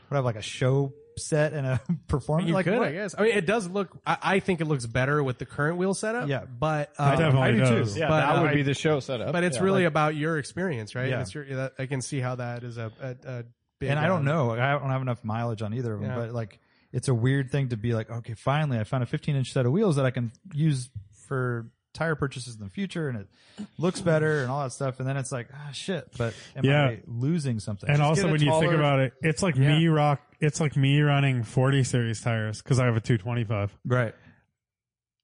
Speaker 3: would I have like a show set and a [LAUGHS] performance.
Speaker 2: You
Speaker 3: like,
Speaker 2: could,
Speaker 3: what?
Speaker 2: I guess. I mean, it does look. I, I think it looks better with the current wheel setup.
Speaker 3: Yeah.
Speaker 2: but
Speaker 4: It
Speaker 2: um,
Speaker 4: definitely
Speaker 3: do too.
Speaker 4: does.
Speaker 5: Yeah,
Speaker 2: But,
Speaker 5: that
Speaker 2: uh,
Speaker 5: would be the show setup.
Speaker 2: but it's
Speaker 5: Yeah.
Speaker 2: really about your experience, right?
Speaker 3: Yeah.
Speaker 2: It's your, that, I can see how that is a, a, a big.
Speaker 3: and I
Speaker 2: um,
Speaker 3: don't know. I don't have enough mileage on either of them,
Speaker 2: Yeah.
Speaker 3: but like it's a weird thing to be like, okay, finally I found a 15 inch set of wheels that I can use for tire purchases in the future and it looks better and all that stuff. And then it's like, ah, shit, but am
Speaker 4: Yeah.
Speaker 3: I losing something?
Speaker 4: And
Speaker 3: Just
Speaker 4: also,
Speaker 3: get a
Speaker 4: when you think
Speaker 3: taller-
Speaker 4: about it, it's like me rock. It's like me running 40 series tires because I have a 225.
Speaker 3: right.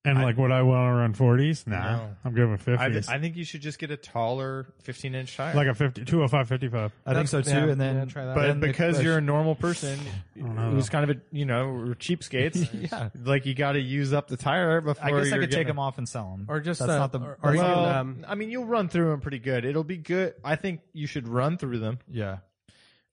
Speaker 4: And like, would I want to run 40s? Nah,
Speaker 5: No.
Speaker 4: I'm good with 50s.
Speaker 5: I, th- I think you should just get a taller 15 inch tire.
Speaker 4: like a 50, 205, 55.
Speaker 3: I think so
Speaker 2: That's-
Speaker 3: too.
Speaker 2: yeah,
Speaker 3: and then,
Speaker 2: yeah, try that.
Speaker 5: but
Speaker 3: then the
Speaker 5: because
Speaker 3: question-
Speaker 5: you're a normal person
Speaker 4: know.
Speaker 5: who's kind of a you know we're [LAUGHS] cheapskates,
Speaker 3: Yeah.
Speaker 5: like you got to use up the tire before.
Speaker 3: I guess I
Speaker 5: you're
Speaker 3: could take
Speaker 5: gonna-
Speaker 3: them off and sell them.
Speaker 2: Or just
Speaker 3: that's
Speaker 2: uh,
Speaker 3: not the.
Speaker 2: or, or
Speaker 3: that's
Speaker 2: you
Speaker 3: not
Speaker 2: can,
Speaker 5: Well,
Speaker 2: um,
Speaker 5: I mean, you'll run through them pretty good. It'll be good. I think you should run through them
Speaker 3: the- yeah.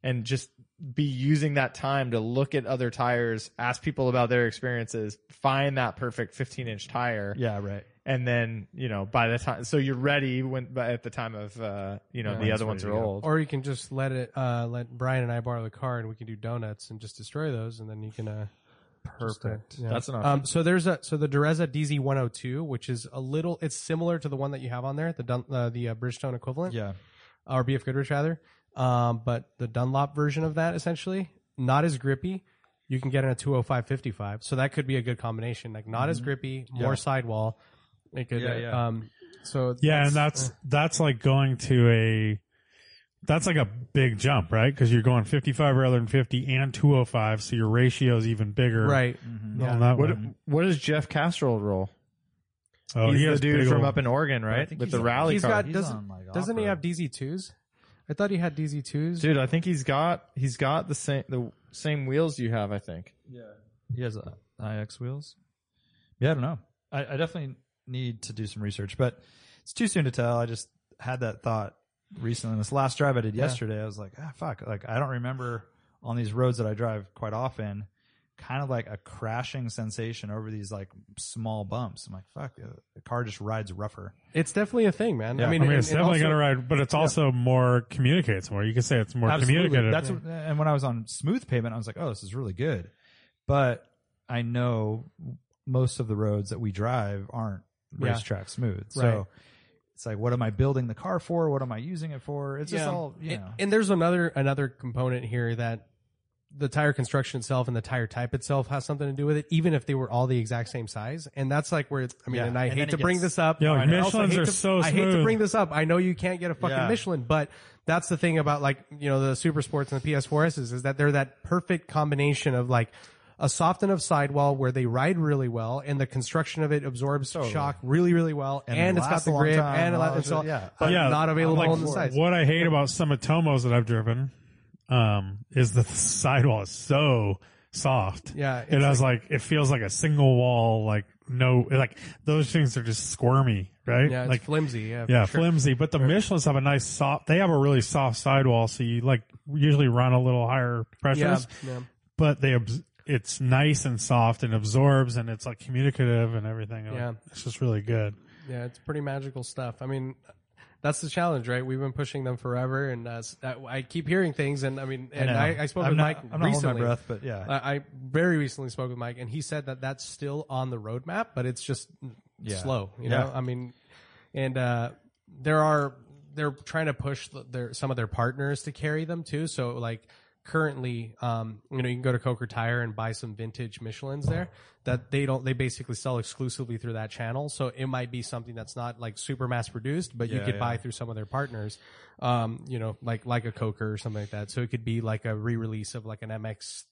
Speaker 5: and just be using that time to look at other tires, ask people about their experiences, find that perfect 15 inch tire,
Speaker 3: Yeah. Right.
Speaker 5: and then you know by the time so you're ready when by, at the time of uh you know
Speaker 3: Yeah,
Speaker 5: the
Speaker 3: it's
Speaker 5: other
Speaker 3: ready
Speaker 5: ones
Speaker 3: to
Speaker 5: are
Speaker 3: go.
Speaker 5: old.
Speaker 2: or you can just let it uh, let Brian and I borrow the car and we can do donuts and just destroy those and then you can uh, just, uh,
Speaker 3: Perfect.
Speaker 2: yeah.
Speaker 5: That's an option.
Speaker 2: Um, so there's a so the Dureza DZ102, which is a little, it's similar to the one that you have on there, the Dun, uh, the uh, Bridgestone equivalent,
Speaker 3: Yeah.
Speaker 2: or BF Goodrich rather. Um, but the Dunlop version of that, essentially, not as grippy. You can get in a 205 55, so that could be a good combination. Like not as grippy, more sidewall. It could,
Speaker 3: Yeah, yeah.
Speaker 2: Um, so
Speaker 4: Yeah, and that's
Speaker 5: uh,
Speaker 4: that's like going to a that's like a big jump, right? Because you're going 55 rather than 50 and 205, so your ratio is even bigger.
Speaker 2: uh, right.
Speaker 3: Mhm.
Speaker 4: On that
Speaker 5: what
Speaker 4: one.
Speaker 5: what is Jeff Castrol role?
Speaker 4: Oh,
Speaker 5: he's
Speaker 4: he
Speaker 5: the
Speaker 4: has
Speaker 5: dude
Speaker 4: big
Speaker 5: from
Speaker 4: old-
Speaker 5: up in Oregon,
Speaker 3: But I
Speaker 5: right?
Speaker 3: think
Speaker 5: With
Speaker 3: he's
Speaker 5: the
Speaker 3: on-
Speaker 5: rally
Speaker 2: he's
Speaker 5: car.
Speaker 2: got-
Speaker 3: He's
Speaker 2: doesn't-
Speaker 3: on, like,
Speaker 2: Doesn't he
Speaker 3: off-road.
Speaker 2: have DZ2s? I thought he had DZ2s.
Speaker 5: Dude, I think he's got he's got the same the same wheels you have. I think.
Speaker 3: He has uh, IX wheels. Yeah, I don't know. I, I definitely need to do some research, but it's too soon to tell. I just had that thought recently. This last drive I did yesterday, I was like, ah, fuck. Like, I don't remember on these roads that I drive quite often, kind of like a crashing sensation over these like small bumps. I'm like, fuck, uh, the car just rides rougher.
Speaker 2: It's definitely a thing, man.
Speaker 3: Yeah.
Speaker 2: I mean,
Speaker 4: I mean,
Speaker 2: and-
Speaker 4: it's
Speaker 2: and
Speaker 4: definitely
Speaker 2: also-
Speaker 4: going to ride, but it's also more communicates more. You could say it's more communicative.
Speaker 3: That's what, and when I was on smooth pavement, I was like, oh, this is really good. But I know most of the roads that we drive aren't
Speaker 2: Yeah.
Speaker 3: racetrack smooth. So
Speaker 2: Right.
Speaker 3: it's like, what am I building the car for? What am I using it for? It's just
Speaker 2: Yeah.
Speaker 3: all you
Speaker 2: and,
Speaker 3: know.
Speaker 2: and there's another another component here that the tire construction itself and the tire type itself has something to do with it, even if they were all the exact same size. And that's like where it's, I mean,
Speaker 3: Yeah.
Speaker 2: and I
Speaker 3: And
Speaker 2: hate
Speaker 3: then
Speaker 2: to
Speaker 3: it
Speaker 2: bring
Speaker 3: gets-
Speaker 2: this up.
Speaker 4: Yeah, like
Speaker 2: I know- I also
Speaker 4: Michelins
Speaker 2: hate
Speaker 4: are
Speaker 2: to-
Speaker 4: so
Speaker 2: I hate to
Speaker 4: smooth.
Speaker 2: bring this up. I know you can't get a fucking
Speaker 3: Yeah.
Speaker 2: Michelin, but that's the thing about like you know the Super Sports and the PS4s is that they're that perfect combination of like. A soft enough sidewall where they ride really well, and the construction of it absorbs shock really, really well, and,
Speaker 3: And it
Speaker 2: it's got
Speaker 3: lasts
Speaker 2: the
Speaker 3: a long
Speaker 2: grip,
Speaker 3: time,
Speaker 2: and it
Speaker 3: all
Speaker 2: la-
Speaker 3: that
Speaker 2: it's
Speaker 3: shit,
Speaker 2: all,
Speaker 3: yeah.
Speaker 2: but
Speaker 4: Yeah,
Speaker 2: not available
Speaker 4: like,
Speaker 2: on the sides.
Speaker 4: What I hate about some Atomos that I've driven um, is that the sidewall is so soft.
Speaker 2: Yeah,
Speaker 4: it
Speaker 2: it's
Speaker 4: has like, it feels like a single wall. Like no, like those things are just squirmy, right?
Speaker 2: Yeah, it's
Speaker 4: like
Speaker 2: flimsy. Yeah,
Speaker 4: yeah,
Speaker 2: for sure.
Speaker 4: flimsy. But the Michelin's have a nice soft. They have a really soft sidewall, so you like usually run a little higher
Speaker 2: Yeah,
Speaker 4: pressures.
Speaker 2: yeah.
Speaker 4: But they, abs- it's nice and soft and absorbs, and it's like communicative and everything. Like,
Speaker 2: Yeah.
Speaker 4: it's just really good.
Speaker 2: Yeah, it's pretty magical stuff. I mean, that's the challenge, right? We've been pushing them forever, and uh, s- I- I keep hearing things. And I mean, and
Speaker 3: know.
Speaker 2: I, I spoke
Speaker 3: I'm
Speaker 2: with
Speaker 3: not-
Speaker 2: Mike
Speaker 3: I'm not holding my
Speaker 2: recently. Uh,
Speaker 3: breath, but yeah.
Speaker 2: I, I very recently spoke with Mike, and he said that that's still on the roadmap, but it's just
Speaker 3: Yeah.
Speaker 2: slow. You
Speaker 3: Yeah.
Speaker 2: know, I mean, and uh, there are they're trying to push the, their some of their partners to carry them too. So like currently, um, you know, you can go to Coker Tire and buy some vintage Michelin's there that they don't they basically sell exclusively through that channel. So it might be something that's not like super mass produced, but you
Speaker 3: Yeah,
Speaker 2: could
Speaker 3: yeah.
Speaker 2: buy through some of their partners, um, you know, like like a Coker or something like that. So it could be like a re-release of like an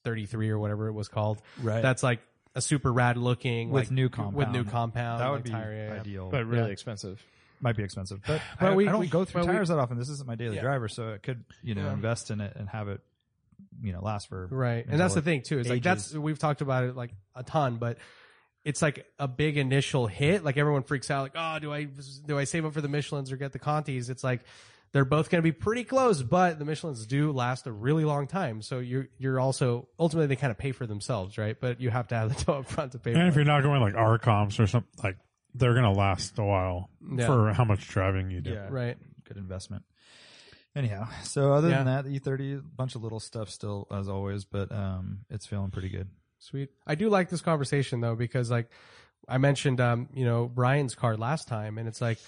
Speaker 2: MX33 or whatever it was called.
Speaker 3: Right.
Speaker 2: That's like a super rad looking
Speaker 3: With
Speaker 2: like,
Speaker 3: new compound.
Speaker 2: with new compound
Speaker 3: that
Speaker 2: like
Speaker 3: would be
Speaker 2: tire, yeah, yeah.
Speaker 3: ideal.
Speaker 5: but really expensive.
Speaker 3: might be expensive, but
Speaker 2: [LAUGHS] But
Speaker 3: I,
Speaker 2: we-
Speaker 3: I don't
Speaker 2: we-
Speaker 3: go through
Speaker 2: but we-
Speaker 3: tires that often. This isn't my daily
Speaker 2: Yeah.
Speaker 3: driver, so it could you know invest in it and have it you know last for
Speaker 2: right
Speaker 3: until
Speaker 2: and that's the
Speaker 3: it
Speaker 2: thing too is like that's
Speaker 3: ages.
Speaker 2: we've talked about it like a ton but it's like a big initial hit like everyone freaks out like oh do i do i save up for the michelins or get the contis it's like they're both going to be pretty close but the michelins do last a really long time so you're you're also ultimately they kind of pay for themselves right but you have to have the [LAUGHS] toe up front to pay
Speaker 4: And if
Speaker 2: for it
Speaker 4: you're not going like our comps or something, like they're gonna last a while
Speaker 2: Yeah.
Speaker 4: for how much driving you do.
Speaker 3: yeah
Speaker 2: right
Speaker 3: good investment. Anyhow, so other than
Speaker 2: Yeah.
Speaker 3: that, the E30, a bunch of little stuff still as always, but um, it's feeling pretty good.
Speaker 2: Sweet. I do like this conversation though because like I mentioned um, you know, Brian's car last time and it's like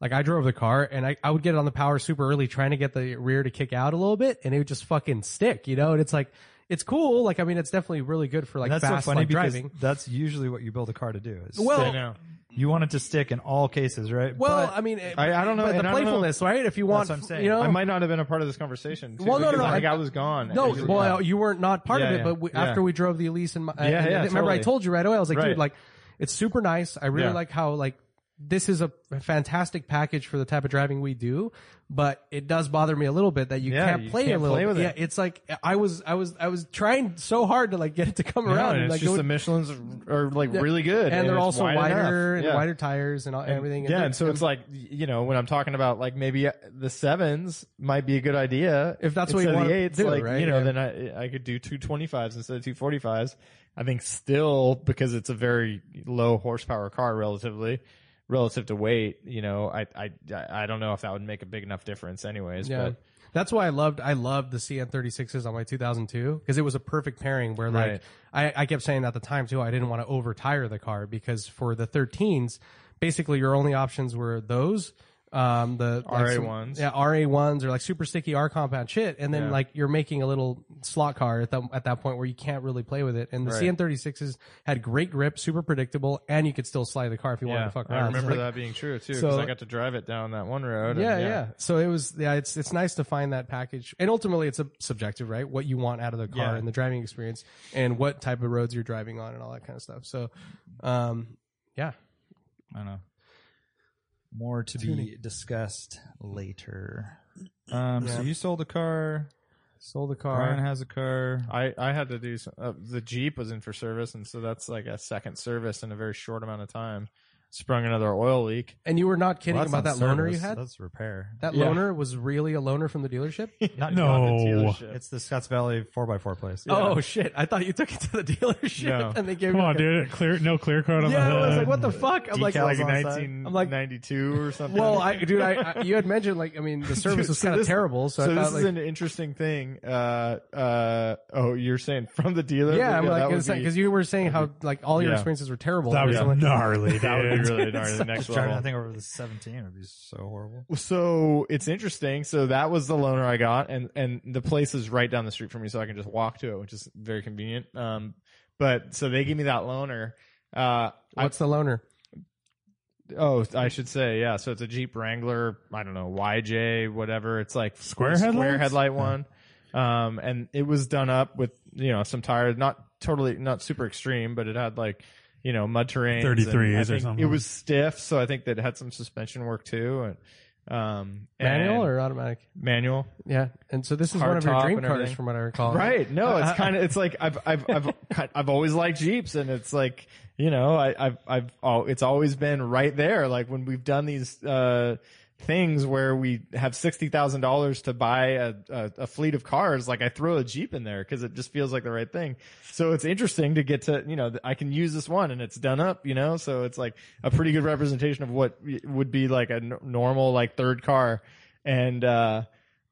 Speaker 2: like I drove the car and I, I would get it on the power super early trying to get the rear to kick out a little bit and it would just fucking stick, you know? And it's like it's cool. Like I mean it's definitely really good for like
Speaker 3: And that's
Speaker 2: fast
Speaker 3: so funny
Speaker 2: like,
Speaker 3: because
Speaker 2: driving.
Speaker 3: that's usually what you build a car to do. Is
Speaker 2: Well-
Speaker 3: stick. you want it to stick in all cases, right?
Speaker 2: Well,
Speaker 3: But-
Speaker 2: I mean it-
Speaker 5: I- I don't know,
Speaker 2: but the
Speaker 5: and I don't know.
Speaker 2: playfulness, right? If you want
Speaker 3: what I'm saying.
Speaker 2: you know
Speaker 5: I might not have been a part of this conversation. Too,
Speaker 2: Oh. Well, no, no,
Speaker 5: because
Speaker 2: no,
Speaker 5: I think
Speaker 2: I-
Speaker 5: I, was gone.
Speaker 2: No,
Speaker 5: Actually.
Speaker 2: well, you weren't not part of
Speaker 5: Yeah,
Speaker 2: it,
Speaker 5: yeah,
Speaker 2: but we,
Speaker 5: yeah.
Speaker 2: after we drove the Elise and my, uh,
Speaker 5: Yeah,
Speaker 2: and
Speaker 5: yeah,
Speaker 2: remember I
Speaker 5: totally.
Speaker 2: told you right away, I was like, dude,
Speaker 5: Right.
Speaker 2: like it's super nice. I really
Speaker 5: Yeah.
Speaker 2: like how like this is a fantastic package for the type of driving we do, but it does bother me a little bit that you
Speaker 5: Yeah,
Speaker 2: can't
Speaker 5: you
Speaker 2: play
Speaker 5: can't
Speaker 2: a little.
Speaker 5: play with
Speaker 2: yeah,
Speaker 5: it.
Speaker 2: it's like I was, I was, I was trying so hard to like get it to come
Speaker 5: No,
Speaker 2: around,
Speaker 5: and it's
Speaker 2: like,
Speaker 5: just
Speaker 2: it
Speaker 5: the
Speaker 2: would-
Speaker 5: Michelin's are like
Speaker 2: Yeah.
Speaker 5: really good,
Speaker 2: and, they're
Speaker 5: it's
Speaker 2: also
Speaker 5: wide
Speaker 2: wider
Speaker 5: enough.
Speaker 2: and
Speaker 5: Yeah.
Speaker 2: wider tires and, all, everything.
Speaker 5: Yeah, and so it's like you know when I'm talking about like maybe uh, the sevens might be a good idea
Speaker 2: If that's what you
Speaker 5: instead of
Speaker 2: wanna
Speaker 5: the eights,
Speaker 2: do,
Speaker 5: like
Speaker 2: right?
Speaker 5: you know,
Speaker 2: Yeah.
Speaker 5: then I I could do two twenty fives instead of two forty fives. I think still because it's a very low horsepower car relatively relative to weight. You know, I I I don't know if that would make a big enough difference, anyways.
Speaker 2: yeah.
Speaker 5: But
Speaker 2: That's why I loved I loved the CN36s on my 2002 because it was a perfect pairing where like
Speaker 5: Right.
Speaker 2: I, I kept saying at the time too I didn't want to overtire the car because for the 13s basically your only options were those um the like,
Speaker 5: RA
Speaker 2: some-
Speaker 5: ones.
Speaker 2: yeah RA ones or like super sticky R compound shit and then
Speaker 5: Yeah.
Speaker 2: like you're making a little slot car at that at that point where you can't really play with it and the
Speaker 5: Right.
Speaker 2: CN36s had great grip super predictable and you could still slide the car if you wanted to fuck around
Speaker 5: I
Speaker 2: So,
Speaker 5: remember
Speaker 2: like,
Speaker 5: that being true too because
Speaker 2: so-
Speaker 5: I got to drive it down that one road. and
Speaker 2: yeah, yeah, So it was, yeah, it's it's nice to find that package, and ultimately it's a subjective, right? What you want out of the car
Speaker 5: Yeah.
Speaker 2: and the driving experience, and what type of roads you're driving on, and all that kind of stuff. So, um, yeah,
Speaker 3: I don't know. More to be discussed
Speaker 2: [CLEARS THROAT]
Speaker 3: later. Um,
Speaker 2: Yeah.
Speaker 3: So you sold a car.
Speaker 2: sold the
Speaker 3: Brian
Speaker 2: car.
Speaker 3: has a car.
Speaker 5: I, I had to do some, uh, the Jeep was in for service, and so that's like a second service in a very short amount of time. Sprung another oil leak.
Speaker 2: And you were not kidding
Speaker 3: Well, that's
Speaker 2: about that
Speaker 3: not
Speaker 2: loaner you
Speaker 3: service,
Speaker 2: had. [LAUGHS]
Speaker 3: That's repair.
Speaker 2: that
Speaker 5: Yeah.
Speaker 2: loaner was really a loaner from
Speaker 5: [LAUGHS]
Speaker 2: the dealership.
Speaker 3: Not
Speaker 4: No.
Speaker 3: It's the Scotts Valley 4x4 place.
Speaker 2: Oh shit! I thought you took it to the [LAUGHS] dealership,
Speaker 5: No.
Speaker 2: and they gave
Speaker 4: Come
Speaker 2: me
Speaker 4: on,
Speaker 2: like a-
Speaker 4: dude. Clear, no clear coat on the
Speaker 2: Yeah,
Speaker 4: hood.
Speaker 2: I was like, what the fuck? I'm like,
Speaker 3: Decals
Speaker 5: like
Speaker 3: on the side.
Speaker 5: 1992 or something.
Speaker 2: well, I, dude, I, I you had mentioned like, I mean, the
Speaker 5: [LAUGHS]
Speaker 2: service
Speaker 5: Dude,
Speaker 2: was
Speaker 5: so
Speaker 2: kind of
Speaker 5: this-
Speaker 2: terrible, so,
Speaker 5: so
Speaker 2: I
Speaker 5: this
Speaker 2: thought
Speaker 5: is
Speaker 2: like,
Speaker 5: an interesting thing. Uh, uh, oh, you're saying from the dealer?
Speaker 2: yeah, I'm
Speaker 5: that
Speaker 2: like,
Speaker 5: would be-
Speaker 2: because you were saying how like all your
Speaker 5: Yeah.
Speaker 2: experiences were terrible.
Speaker 4: That
Speaker 2: or
Speaker 4: would
Speaker 2: something.
Speaker 4: be gnarly.
Speaker 5: that would
Speaker 2: [LAUGHS]
Speaker 4: dude.
Speaker 5: be really gnarly. the next
Speaker 3: Just driving that
Speaker 5: level.
Speaker 3: thing over the 17 would be so horrible.
Speaker 5: So it's interesting. So that was the loaner I got, and and the place is right down the street from me, so I can just walk to it, which is very convenient. Um, but so they gave me that loaner. Uh, I
Speaker 2: What's the loaner?
Speaker 5: Oh, I should say, yeah. So it's a Jeep Wrangler. I don't know YJ, whatever. It's like
Speaker 4: Square
Speaker 5: the square
Speaker 4: headlights?
Speaker 5: headlight one. Um, and it was done up with you know some tires, not totally, not super extreme, but it had like you know mud terrain,
Speaker 4: 33s or
Speaker 5: It
Speaker 4: something.
Speaker 5: was stiff, so I think that it had some suspension work too. And um,
Speaker 2: Manual
Speaker 5: and-
Speaker 2: or automatic?
Speaker 5: manual?
Speaker 2: Yeah. And so this is one of your
Speaker 5: Hardtop
Speaker 2: dream
Speaker 5: and
Speaker 2: cars,
Speaker 5: everything.
Speaker 2: from what I recall.
Speaker 5: Right. No, it's kind of it's like I've I've I've I've always liked Jeeps, and it's like you know I, I've I've oh, it's always been right there. Like when we've done these uh things where we have sixty thousand dollars to buy a, a a fleet of cars, like I throw a Jeep in there because it just feels like the right thing. So it's interesting to get to you know I can use this one and it's done up, you know. So it's like a pretty good representation of what would be like a n- normal like third car, and. uh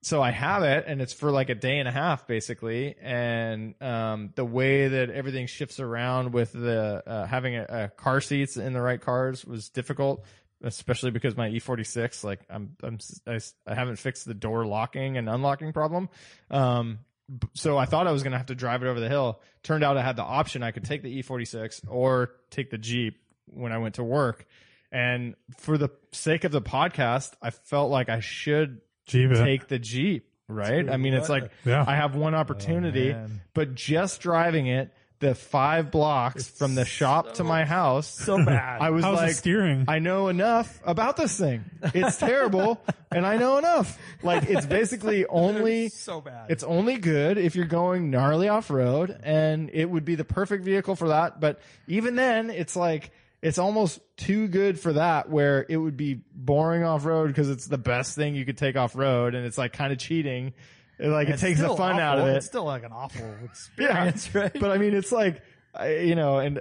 Speaker 5: so I have it and it's for like a day and a half basically. And, um, the way that everything shifts around with the, uh, having a, a car seats in the right cars was difficult, especially because my E46, like I'm, I'm, s- I, s- I haven't fixed the door locking and unlocking problem. Um, b- so I thought I was going to have to drive it over the hill. Turned out I had the option. I could take the E46 or take the Jeep when I went to work. And for the sake of the podcast, I felt like I should
Speaker 4: [LAUGHS] Jeeva.
Speaker 5: take the Jeep, right? I mean, it's like
Speaker 4: Yeah.
Speaker 5: I have one opportunity,
Speaker 3: man.
Speaker 5: but just driving it the five blocks from the shop to my house, so bad. [LAUGHS] I was
Speaker 4: How's
Speaker 5: like,
Speaker 4: the steering?
Speaker 5: I know enough about this thing. It's terrible, and I know enough. Like it's [LAUGHS] basically only
Speaker 3: So bad.
Speaker 5: it's only good if you're going gnarly off road, and it would be the perfect vehicle for that. But even then, it's like it's almost too good for that, where it would be boring off road because it's the best thing you could take off road, and it's like kind of cheating. Like it takes the
Speaker 3: still
Speaker 5: fun
Speaker 3: awful.
Speaker 5: out of it.
Speaker 3: It's still like an awful
Speaker 5: [LAUGHS] Yeah.
Speaker 3: experience, right?
Speaker 5: [LAUGHS] But I mean, it's like, I- you know, and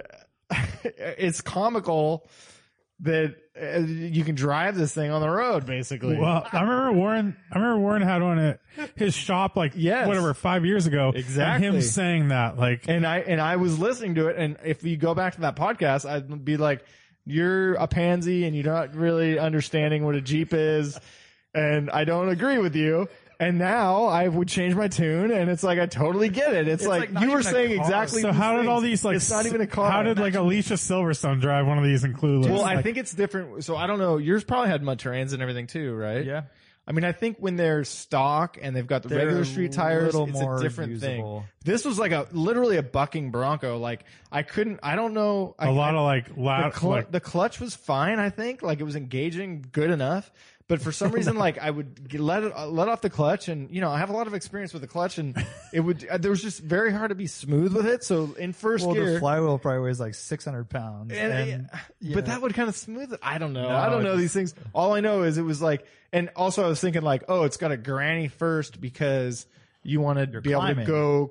Speaker 5: it's comical that uh, you can drive this thing on the road, basically.
Speaker 4: Well, I remember Warren. I remember Warren had one at his shop, like
Speaker 5: Yes.
Speaker 4: whatever, five years ago. and
Speaker 5: Exactly.
Speaker 4: him saying that, like,
Speaker 5: and I and I was listening to it, and if you go back to that podcast, I'd be like, "You're a pansy, and you're not really understanding what a jeep is, and I don't agree with you." And now I would change my tune, and it's like I totally get it. It's, like,
Speaker 3: not
Speaker 5: you were
Speaker 3: even a
Speaker 5: saying
Speaker 3: car.
Speaker 5: exactly.
Speaker 4: so how did all these like?
Speaker 5: It's not even a car.
Speaker 4: How did like Alicia Silverstone drive one of these in Clueless?
Speaker 5: Well, I
Speaker 4: Like,
Speaker 5: think it's different. So I don't know. Yours probably had mud terrains and everything too, right?
Speaker 3: Yeah.
Speaker 5: I mean, I think when they're stock and they've got the
Speaker 3: They're
Speaker 5: regular
Speaker 3: a
Speaker 5: street tires,
Speaker 3: little
Speaker 5: it's
Speaker 3: more
Speaker 5: a different
Speaker 3: usable.
Speaker 5: thing. This was like a literally a bucking Bronco. Like I couldn't. I don't know. I,
Speaker 4: a lot of like
Speaker 5: the,
Speaker 4: loud.
Speaker 5: clu-
Speaker 4: like,
Speaker 5: the clutch was fine, I think. Like it was engaging, good enough. But for some
Speaker 3: [LAUGHS]
Speaker 5: reason, like I would g- let it, uh, let off the clutch, and you know I have a lot of experience with the clutch, and it would uh, there was just very hard to be smooth with it. So in first
Speaker 3: Well,
Speaker 5: gear,
Speaker 3: the flywheel probably weighs like 600 pounds.
Speaker 5: and,
Speaker 3: and
Speaker 5: but that would kind of smooth it. I don't know.
Speaker 3: No,
Speaker 5: I don't know
Speaker 3: it's-
Speaker 5: these things. All I know is it was like, and also I was thinking like, oh, it's got a granny first because you want to be able
Speaker 3: climbing.
Speaker 5: to go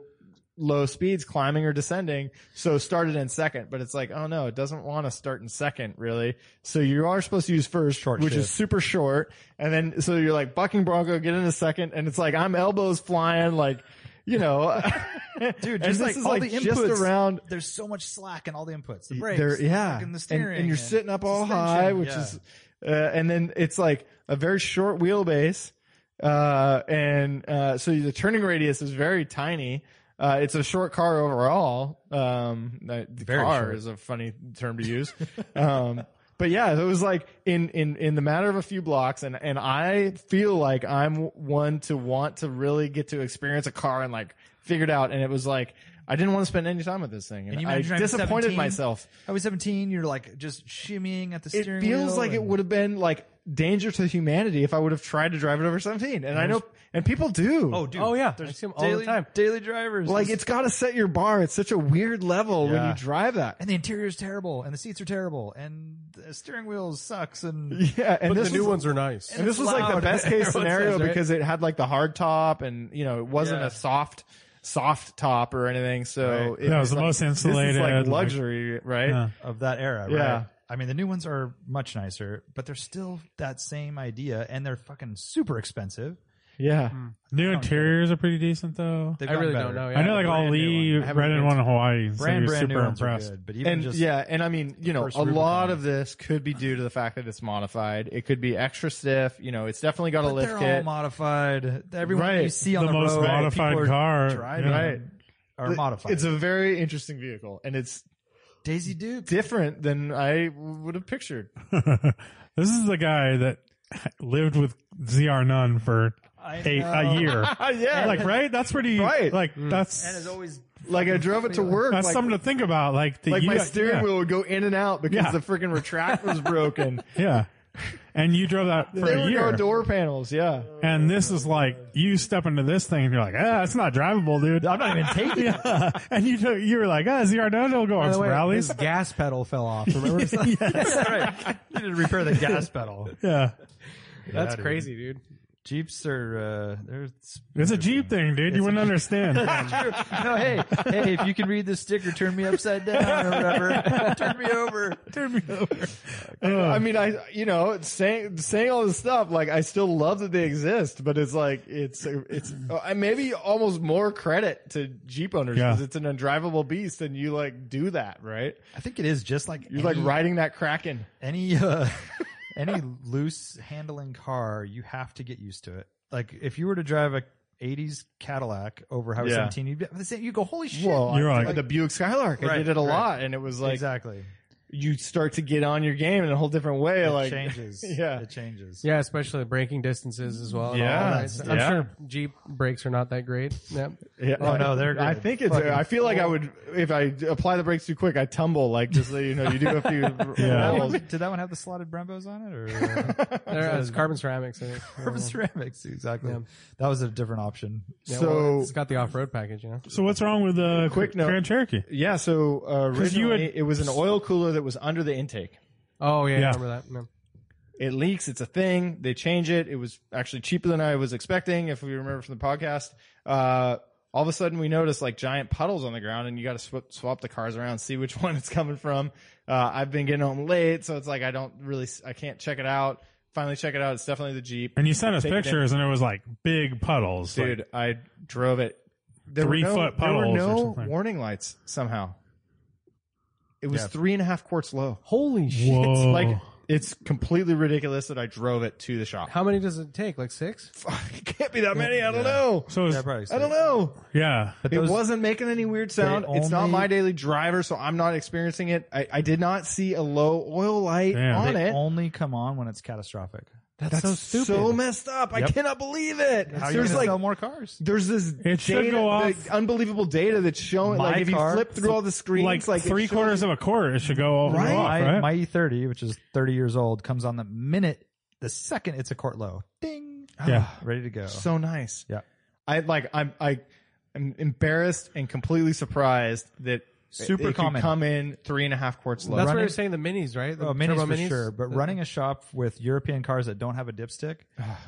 Speaker 5: low speeds, climbing or descending. So started in second, but it's like, oh no, it doesn't want to start in second really. So you are supposed to use first,
Speaker 3: Short
Speaker 5: which is
Speaker 3: shift.
Speaker 5: super short. And then, so you're like bucking Bronco, get in a second. And it's like, I'm elbows flying like, you [LAUGHS] know, And
Speaker 3: dude,
Speaker 5: this
Speaker 3: just like
Speaker 5: is
Speaker 3: all
Speaker 5: like
Speaker 3: the inputs,
Speaker 5: just around-
Speaker 3: There's so much slack in all the inputs, the
Speaker 5: Y-
Speaker 3: brakes,
Speaker 5: there- yeah,
Speaker 3: fucking the
Speaker 5: And-
Speaker 3: steering,
Speaker 5: and, you're sitting up all
Speaker 3: suspension,
Speaker 5: high, which
Speaker 3: yeah.
Speaker 5: is, uh, and then it's like a very short wheelbase, uh, and uh, so the turning radius is very tiny. Uh, it's a short car overall. Um, the the
Speaker 3: Very
Speaker 5: car
Speaker 3: short.
Speaker 5: is a funny term to use. [LAUGHS] um, but yeah, it was like in, in, in the matter of a few blocks and, and I feel like I'm one to want to really get to experience a car and like figure it out. And it was like, I didn't want to spend any time with this thing. And,
Speaker 3: And you
Speaker 5: I
Speaker 3: imagine driving
Speaker 5: disappointed
Speaker 3: 17?
Speaker 5: myself
Speaker 3: I was 17. You're like just shimmying at the
Speaker 5: it
Speaker 3: steering wheel.
Speaker 5: feels like it
Speaker 3: and-
Speaker 5: would have been like danger to humanity if I would have tried to drive it over 17. And I know, and people do.
Speaker 3: Oh, dude.
Speaker 2: Oh, yeah. I
Speaker 3: There's
Speaker 2: see 'em all the
Speaker 3: daily,
Speaker 2: time.
Speaker 3: daily drivers.
Speaker 5: like
Speaker 3: Just-
Speaker 5: it's got to set your bar. It's such a weird level when
Speaker 3: Yeah.
Speaker 5: you drive that.
Speaker 3: and the interior is terrible, and the seats are terrible, and the steering wheel
Speaker 5: [LAUGHS]
Speaker 3: sucks, and
Speaker 5: Yeah, and
Speaker 2: But
Speaker 5: this
Speaker 2: the new
Speaker 5: was,
Speaker 2: ones are nice.
Speaker 5: And this was like the
Speaker 3: loud. [LAUGHS]
Speaker 5: best case
Speaker 3: Everyone
Speaker 5: scenario
Speaker 3: says, right?
Speaker 5: because it had like the hard top, and you know it wasn't
Speaker 3: Yeah.
Speaker 5: a soft, soft top or anything. So
Speaker 3: Right.
Speaker 5: it
Speaker 4: That was the
Speaker 5: like,
Speaker 4: most
Speaker 5: This
Speaker 4: insulated,
Speaker 5: is like
Speaker 4: like-
Speaker 5: luxury, right?
Speaker 4: yeah.
Speaker 3: of that era.
Speaker 5: Yeah.
Speaker 3: Right? I mean, the new ones are much nicer, but they're still that same idea, and they're fucking super expensive.
Speaker 5: Yeah.
Speaker 3: Hmm.
Speaker 4: new interiors are pretty decent though.
Speaker 3: They've
Speaker 2: I
Speaker 3: gotten
Speaker 2: really
Speaker 3: better.
Speaker 2: don't know.
Speaker 4: I know like
Speaker 2: yeah.
Speaker 4: Ali
Speaker 3: new one. I haven't
Speaker 4: read in
Speaker 3: been
Speaker 4: one
Speaker 3: to-
Speaker 4: in Hawaii, so
Speaker 3: Brand
Speaker 4: he was
Speaker 3: brand new
Speaker 4: super
Speaker 3: ones are
Speaker 4: impressed.
Speaker 3: good, but even
Speaker 5: and
Speaker 3: just
Speaker 5: yeah, and I mean, you know,
Speaker 3: first
Speaker 5: a lot
Speaker 3: Rubicon.
Speaker 5: of this could be due to the fact that it's modified. It could be extra stiff. You know, it's definitely got a
Speaker 3: but
Speaker 5: lift
Speaker 3: they're
Speaker 5: kit.
Speaker 3: all modified. Everyone that you
Speaker 5: Right.
Speaker 3: see on the,
Speaker 4: The most
Speaker 3: road,
Speaker 4: modified
Speaker 3: people are
Speaker 4: car,
Speaker 3: driving
Speaker 4: yeah.
Speaker 3: them are
Speaker 5: It-
Speaker 3: modified.
Speaker 5: It's a very interesting vehicle, and it's
Speaker 3: Daisy Duke.
Speaker 5: different than I would have
Speaker 3: [LAUGHS]
Speaker 5: pictured.
Speaker 4: [LAUGHS] this is the guy that lived with ZR Nunn for
Speaker 3: I
Speaker 4: a, a
Speaker 3: know.
Speaker 4: year.
Speaker 5: yeah,
Speaker 4: like right? That's pretty.
Speaker 5: Right.
Speaker 4: Like that's
Speaker 3: And it's always
Speaker 5: like I drove it to work.
Speaker 4: that's
Speaker 5: like,
Speaker 4: something to think about. Like the
Speaker 5: like
Speaker 4: you-
Speaker 5: my steering
Speaker 4: uh, yeah,
Speaker 5: wheel would go in and out because
Speaker 4: Yeah.
Speaker 5: the freaking retract was broken.
Speaker 4: Yeah. And you drove that [LAUGHS] for
Speaker 5: there
Speaker 4: a
Speaker 5: were
Speaker 4: year.
Speaker 5: no door panels. Yeah,
Speaker 4: And this is like you step into this thing and you're like, ah, it's not drivable, dude. I'm not even taking [LAUGHS] yeah. it. And you took- you were like, ah, Zardone will go
Speaker 2: By
Speaker 4: on
Speaker 2: the
Speaker 4: some
Speaker 2: way,
Speaker 4: rallies.
Speaker 2: his gas pedal fell off.
Speaker 3: [LAUGHS]
Speaker 2: Remember?
Speaker 3: right. You need to repair the gas pedal.
Speaker 4: Yeah,
Speaker 3: That's
Speaker 2: Crazy, dude.
Speaker 3: Jeeps are uh, they're
Speaker 4: it's a Jeep thing, dude. you wouldn't understand.
Speaker 3: no, hey, hey, if you can read this sticker, turn me upside down or
Speaker 5: [LAUGHS]
Speaker 3: whatever. turn me over. [LAUGHS] Turn me
Speaker 4: [LAUGHS]
Speaker 3: over.
Speaker 4: Uh,
Speaker 5: I mean, I you know it's saying saying all this stuff. Like I still love that they exist, but it's like it's it's I maybe almost more credit to Jeep owners
Speaker 4: Yeah.
Speaker 5: because it's an undrivable beast, and you like do that right.
Speaker 3: I think it is just like
Speaker 5: You're
Speaker 3: any,
Speaker 5: like riding that Kraken.
Speaker 3: any uh, [LAUGHS] any loose handling car. You have to get used to it. Like if you were to drive a '80s Cadillac over Highway
Speaker 5: Yeah.
Speaker 3: 17, you'd be the same. You go, holy shit!
Speaker 5: Well,
Speaker 4: You're
Speaker 5: I-
Speaker 4: right.
Speaker 5: the Buick Skylark, I
Speaker 3: Right,
Speaker 5: did it a
Speaker 3: right.
Speaker 5: lot, and it was like
Speaker 3: exactly.
Speaker 5: you start to get on your game in a whole different way.
Speaker 3: It
Speaker 5: like
Speaker 3: changes.
Speaker 5: [LAUGHS] yeah.
Speaker 3: it changes.
Speaker 2: Yeah, especially the braking distances as well. and all
Speaker 5: Yeah,
Speaker 2: that. So I'm
Speaker 5: yeah.
Speaker 2: sure Jeep brakes are not that great. [LAUGHS] Yeah.
Speaker 5: Yeah,
Speaker 3: Oh, no, they're
Speaker 5: I
Speaker 3: good.
Speaker 5: think it's.
Speaker 3: Fucking-
Speaker 5: I feel like I would if I apply the brakes too quick, I tumble. Like just so you know, you do a
Speaker 3: [LAUGHS]
Speaker 5: few.
Speaker 4: Yeah.
Speaker 3: [LAUGHS] That one- did that one have the slotted Brembos on it, or
Speaker 5: [LAUGHS]
Speaker 3: [LAUGHS]
Speaker 2: They're- uh, it's carbon ceramics. I think.
Speaker 3: carbon ceramics? Exactly.
Speaker 2: Yeah.
Speaker 3: That was a different option.
Speaker 2: Yeah,
Speaker 5: so
Speaker 2: well, it's got the off-road package, you know.
Speaker 4: so what's wrong with the
Speaker 5: Quick note.
Speaker 4: Grand Cherokee?
Speaker 5: Yeah, so uh,
Speaker 4: 'Cause you
Speaker 5: originally
Speaker 4: had-
Speaker 5: it was an oil cooler that was under the intake.
Speaker 2: Oh yeah,
Speaker 4: Yeah.
Speaker 2: I remember that. Yeah.
Speaker 5: It leaks. It's a thing. They change it. It was actually cheaper than I was expecting, if we remember from the podcast. Uh, all of a sudden we notice like giant puddles on the ground and you got to sw- swap the cars around see which [LAUGHS] one it's coming from uh, i've been getting home late so it's like i don't really s- i can't check it out finally check it out it's definitely the jeep
Speaker 4: And you sent us
Speaker 5: Take it in.
Speaker 4: pictures, and it was like big puddles.
Speaker 5: dude i drove it there were
Speaker 4: Three
Speaker 5: no-
Speaker 4: foot
Speaker 5: there
Speaker 4: puddles
Speaker 5: were
Speaker 4: or
Speaker 5: no
Speaker 4: something.
Speaker 5: warning lights somehow it was three and a half quarts low
Speaker 2: Holy
Speaker 4: Like,
Speaker 2: shit.
Speaker 4: whoa!
Speaker 5: it's like it's completely ridiculous that i drove it to the shop
Speaker 2: How many does it take? Like six?
Speaker 5: it can't be that many i don't know
Speaker 4: so, it was-
Speaker 3: Yeah, probably
Speaker 5: i don't know
Speaker 4: yeah,
Speaker 5: it wasn't making any weird sound.
Speaker 3: they
Speaker 5: it's not
Speaker 3: only-
Speaker 5: my daily driver, so I'm not experiencing it. I, I did not see a low oil light
Speaker 4: Damn.
Speaker 5: on
Speaker 3: They
Speaker 5: it.
Speaker 3: only come on when it's catastrophic.
Speaker 2: That's, so stupid.
Speaker 5: So messed up. I
Speaker 3: Yep.
Speaker 5: cannot believe it.
Speaker 3: How are you
Speaker 5: there's
Speaker 3: gonna
Speaker 5: like
Speaker 3: sell more cars?
Speaker 5: there's this
Speaker 4: It should
Speaker 5: data,
Speaker 4: go off-
Speaker 5: the unbelievable data that's showing.
Speaker 3: My
Speaker 5: like if
Speaker 3: car-
Speaker 5: you flip through all the screens,
Speaker 4: like,
Speaker 5: like, it
Speaker 4: three
Speaker 5: shows-
Speaker 4: quarters of a quart. It should go off,
Speaker 5: Right?
Speaker 4: off,
Speaker 3: My,
Speaker 4: right?
Speaker 3: my E30, which is 30 years old, comes on the minute, the second it's a quart low. Ding. Ah,
Speaker 4: Yeah.
Speaker 3: Ready to go.
Speaker 5: So nice.
Speaker 3: Yeah.
Speaker 5: I like. I'm. I, I'm embarrassed and completely surprised that
Speaker 3: Super
Speaker 5: it could
Speaker 3: common.
Speaker 5: come in three and a half quarts low.
Speaker 2: That's what
Speaker 3: Running-
Speaker 2: you're saying. The minis, right? The
Speaker 3: oh, minis
Speaker 2: turbo
Speaker 3: for sure.
Speaker 5: Uh,
Speaker 3: But running a shop with European cars that don't have a dipstick,
Speaker 5: Ah.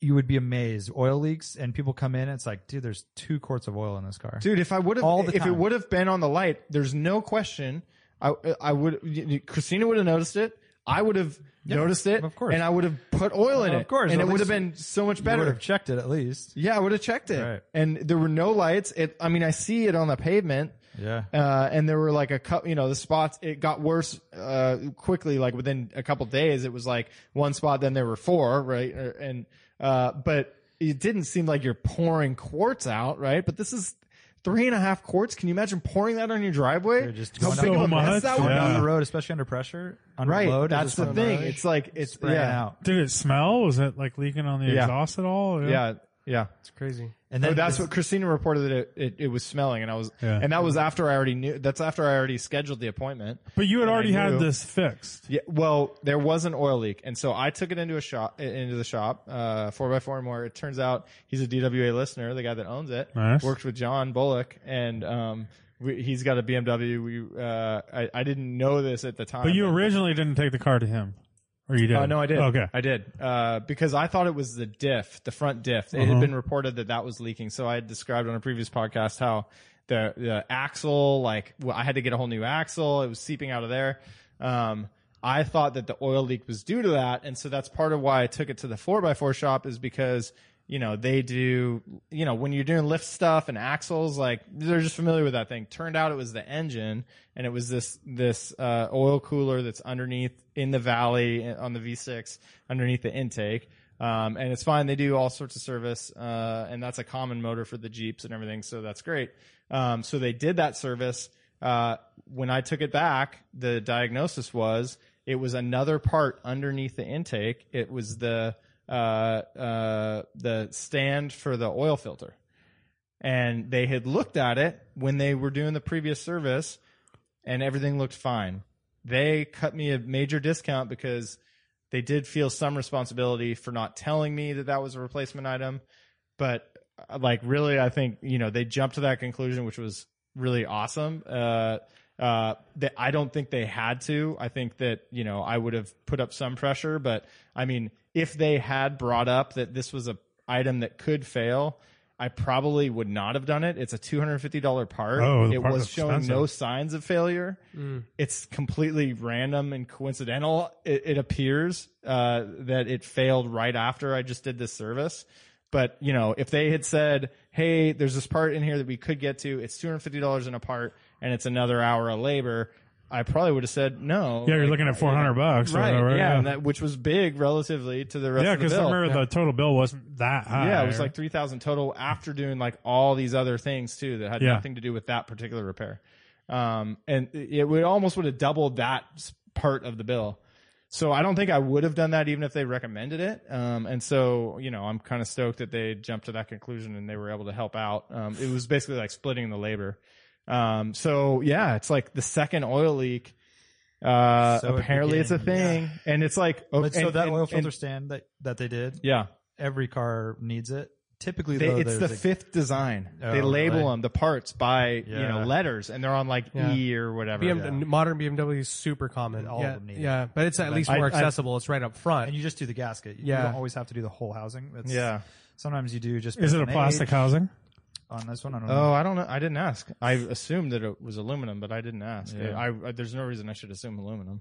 Speaker 3: you would be amazed. Oil leaks and people come in. It's like, dude, there's two quarts of oil in this car.
Speaker 5: dude. If I would have,
Speaker 3: All the
Speaker 5: if it
Speaker 3: time.
Speaker 5: would have been on the light, there's no question. I I would y- y- Christina would have noticed it. I would have noticed it,
Speaker 3: of course.
Speaker 5: and I would have put oil in
Speaker 3: Of
Speaker 5: it,
Speaker 3: course,
Speaker 5: and
Speaker 3: at
Speaker 5: it would have
Speaker 3: least
Speaker 5: been so much
Speaker 3: You would
Speaker 5: better.
Speaker 3: have checked it at least.
Speaker 5: Yeah, I would have checked it,
Speaker 3: Right.
Speaker 5: and there were no lights. It, I mean, I see it on the pavement.
Speaker 3: Yeah.
Speaker 5: Uh, and there were like a couple, you know, the spots, it got worse, uh, quickly, like within a couple days, it was like one spot, then there were four, right? Or- And, uh, but it didn't seem like you're pouring quarts out, right? But this is three and a half quarts. Can you imagine pouring that on your driveway?
Speaker 3: They're just
Speaker 5: How
Speaker 3: going
Speaker 5: big
Speaker 3: down-
Speaker 5: of a mess
Speaker 4: much,
Speaker 5: that would
Speaker 3: Going down
Speaker 4: Yeah.
Speaker 3: the road, especially under pressure,
Speaker 5: be?
Speaker 3: under
Speaker 5: Right.
Speaker 3: load.
Speaker 5: That's the thing. It's like, it's,
Speaker 3: spraying
Speaker 5: yeah.
Speaker 3: out.
Speaker 4: Did it smell? Was it like leaking on the
Speaker 5: Yeah.
Speaker 4: exhaust at all?
Speaker 5: Yeah. Yeah.
Speaker 2: It's crazy.
Speaker 3: And
Speaker 5: No,
Speaker 3: then
Speaker 5: that's
Speaker 3: this-
Speaker 5: what Christina reported that it, it, it was smelling and I was,
Speaker 4: Yeah.
Speaker 5: and that was after I already knew, that's after I already scheduled the appointment.
Speaker 4: But you had
Speaker 5: And I
Speaker 4: already
Speaker 5: knew-
Speaker 4: had this fixed.
Speaker 5: Yeah, well, there was an oil leak, and so I took it into a shop, into the shop, uh, four by four and more. It turns out he's a DWA listener, the guy that owns it,
Speaker 4: Nice.
Speaker 5: worked with John Bullock, and um, we, he's got a BMW. We, uh, I, I didn't know this at the time,
Speaker 4: But you originally didn't take the car to him, or you did?
Speaker 5: Uh, no, I did.
Speaker 4: Okay,
Speaker 5: I did uh, because I thought it was the diff, the front diff. It
Speaker 4: Uh-huh.
Speaker 5: had been reported that that was leaking. So I had described on a previous podcast how the the axle, like well, I had to get a whole new axle. It was seeping out of there. Um, I thought that the oil leak was due to that, and so that's part of why I took it to the four x four shop is because you know they do you know when you're doing lift stuff and axles like they're just familiar with that thing turned out it was the engine and it was this this uh, oil cooler that's underneath in the valley uh, on the v6 underneath the intake um, and it's fine they do all sorts of service uh, and that's a common motor for the jeeps and everything so that's great um, so they did that service uh, when i took it back the diagnosis was it was another part underneath the intake it was the uh, uh, the stand for the oil filter. And they had looked at it when they were doing the previous service and everything looked fine. They cut me a major discount because they did feel some responsibility for not telling me that that was a replacement item. But uh, like, really, I think, you know, they jumped to that conclusion, which was really awesome. Uh, uh, that I don't think they had to. I think that, you know, I would have put up some pressure, but I mean, if they had brought up that this was a item that could fail, I probably would not have done it. It's a $250 part.
Speaker 4: Oh, the
Speaker 5: it
Speaker 4: part
Speaker 5: was
Speaker 4: was
Speaker 5: showing no
Speaker 4: expensive.
Speaker 5: signs of failure. It's completely random and coincidental. It, it appears uh, that it failed right after I just did this service. But you know, if they had said, "Hey, there's this part in here that we could get to. It's two hundred fifty dollars in a part, and it's another hour of labor," I probably would have said no.
Speaker 4: yeah, you're
Speaker 5: Like,
Speaker 4: looking at 400 bucks, or
Speaker 5: right?
Speaker 4: whatever,
Speaker 5: yeah, And that, which was big relatively to the rest.
Speaker 4: yeah,
Speaker 5: of the
Speaker 4: because I
Speaker 5: bill.
Speaker 4: remember the total bill wasn't that high.
Speaker 5: Yeah, it was like three thousand total after doing like all these other things too that had
Speaker 4: Yeah.
Speaker 5: nothing to do with that particular repair. Um, and it would almost would have doubled that s- part of the bill. So I don't think I would have done that even if they recommended it. Um, and so you know I'm kind of stoked that they jumped to that conclusion and they were able to help out. Um, it was basically like splitting the labor. Um, so yeah, it's like the second oil leak. Uh,
Speaker 3: So it
Speaker 5: apparently it's a
Speaker 3: began, yeah.
Speaker 5: thing, and it's like oh,
Speaker 3: But so
Speaker 5: and-
Speaker 3: that
Speaker 5: and-
Speaker 3: oil
Speaker 5: and-
Speaker 3: filter stand that, that they did,
Speaker 5: yeah,
Speaker 3: every car needs it. Typically,
Speaker 5: They,
Speaker 3: though,
Speaker 5: it's the
Speaker 3: there's a-
Speaker 5: fifth design.
Speaker 3: Oh,
Speaker 5: they label
Speaker 3: really?
Speaker 5: them the parts by you know
Speaker 3: Yeah.
Speaker 5: letters, and they're on like
Speaker 2: Yeah.
Speaker 5: E or whatever.
Speaker 2: BM, Modern BMW is super common.
Speaker 3: All of
Speaker 2: yeah,
Speaker 3: them need it.
Speaker 2: yeah, but it's at least
Speaker 5: I-
Speaker 2: more
Speaker 5: I-
Speaker 2: accessible. it's right up front.
Speaker 3: and you just do the gasket. You
Speaker 2: Yeah.
Speaker 3: don't always have to do the whole housing. It's,
Speaker 5: Yeah.
Speaker 3: Sometimes you do just.
Speaker 4: is it a
Speaker 3: based on
Speaker 4: plastic
Speaker 3: age.
Speaker 4: housing?
Speaker 3: on this one? I don't
Speaker 5: Oh,
Speaker 3: know.
Speaker 5: I don't know. I didn't ask. I assumed that it was aluminum, but I didn't ask.
Speaker 3: Yeah.
Speaker 5: I, I- there's no reason I should assume aluminum.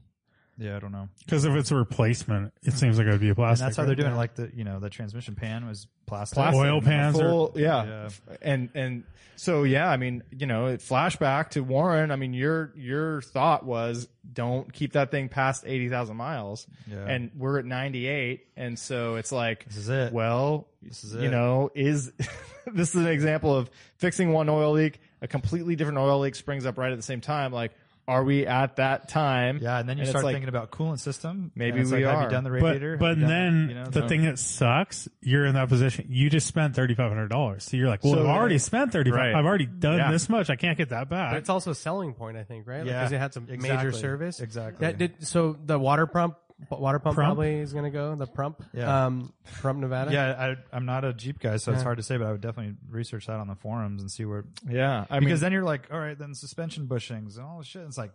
Speaker 3: Yeah, I don't know.
Speaker 4: Because if it's a replacement, it seems like it would be a
Speaker 3: And
Speaker 4: plastic.
Speaker 3: that's how they're
Speaker 4: right?
Speaker 3: doing. it. Like the you know the transmission pan was plastic.
Speaker 4: Oil pans are
Speaker 5: Full, yeah.
Speaker 3: Yeah.
Speaker 5: and and so yeah. I mean, you know, it flashback to Warren. I mean, your your thought was don't keep that thing past eighty thousand miles,
Speaker 3: Yeah.
Speaker 5: and we're at ninety eight, and so it's like
Speaker 3: This is it.
Speaker 5: Well,
Speaker 3: This is
Speaker 5: you
Speaker 3: it.
Speaker 5: know, is [LAUGHS] this is an example of fixing one oil leak, a completely different oil leak springs up right at the same time. Like, are we at that time?
Speaker 3: yeah, and then you
Speaker 5: it's
Speaker 3: start
Speaker 5: like-
Speaker 3: thinking about coolant system.
Speaker 5: Maybe
Speaker 3: and it's
Speaker 5: we
Speaker 3: like, Have
Speaker 5: are.
Speaker 3: you done the
Speaker 4: But
Speaker 3: radiator? Have
Speaker 4: but
Speaker 3: you done
Speaker 4: then
Speaker 3: you know,
Speaker 4: the
Speaker 3: no.
Speaker 4: thing that sucks, you're in that position. You just spent thirty five hundred dollars, so you're like, well,
Speaker 5: So-
Speaker 4: I've already spent thirty five.
Speaker 5: Right.
Speaker 4: I've already done
Speaker 5: Yeah.
Speaker 4: this much. I can't get that
Speaker 2: But
Speaker 4: back.
Speaker 2: it's also a selling point, I think, right?
Speaker 3: Yeah,
Speaker 2: Because it had some major
Speaker 3: exactly.
Speaker 2: service.
Speaker 3: Exactly.
Speaker 2: That did, so the water pump, water pump
Speaker 4: Prump?
Speaker 2: probably is going to go the prump.
Speaker 3: Yeah.
Speaker 2: Um, Prump, Nevada.
Speaker 3: Yeah, I, I'm not a Jeep guy, so it's
Speaker 2: Yeah.
Speaker 3: hard to say, but I would definitely research that on the forums and see where.
Speaker 5: Yeah. I mean,
Speaker 3: because then you're like, all right, then suspension bushings and all this shit. It's like,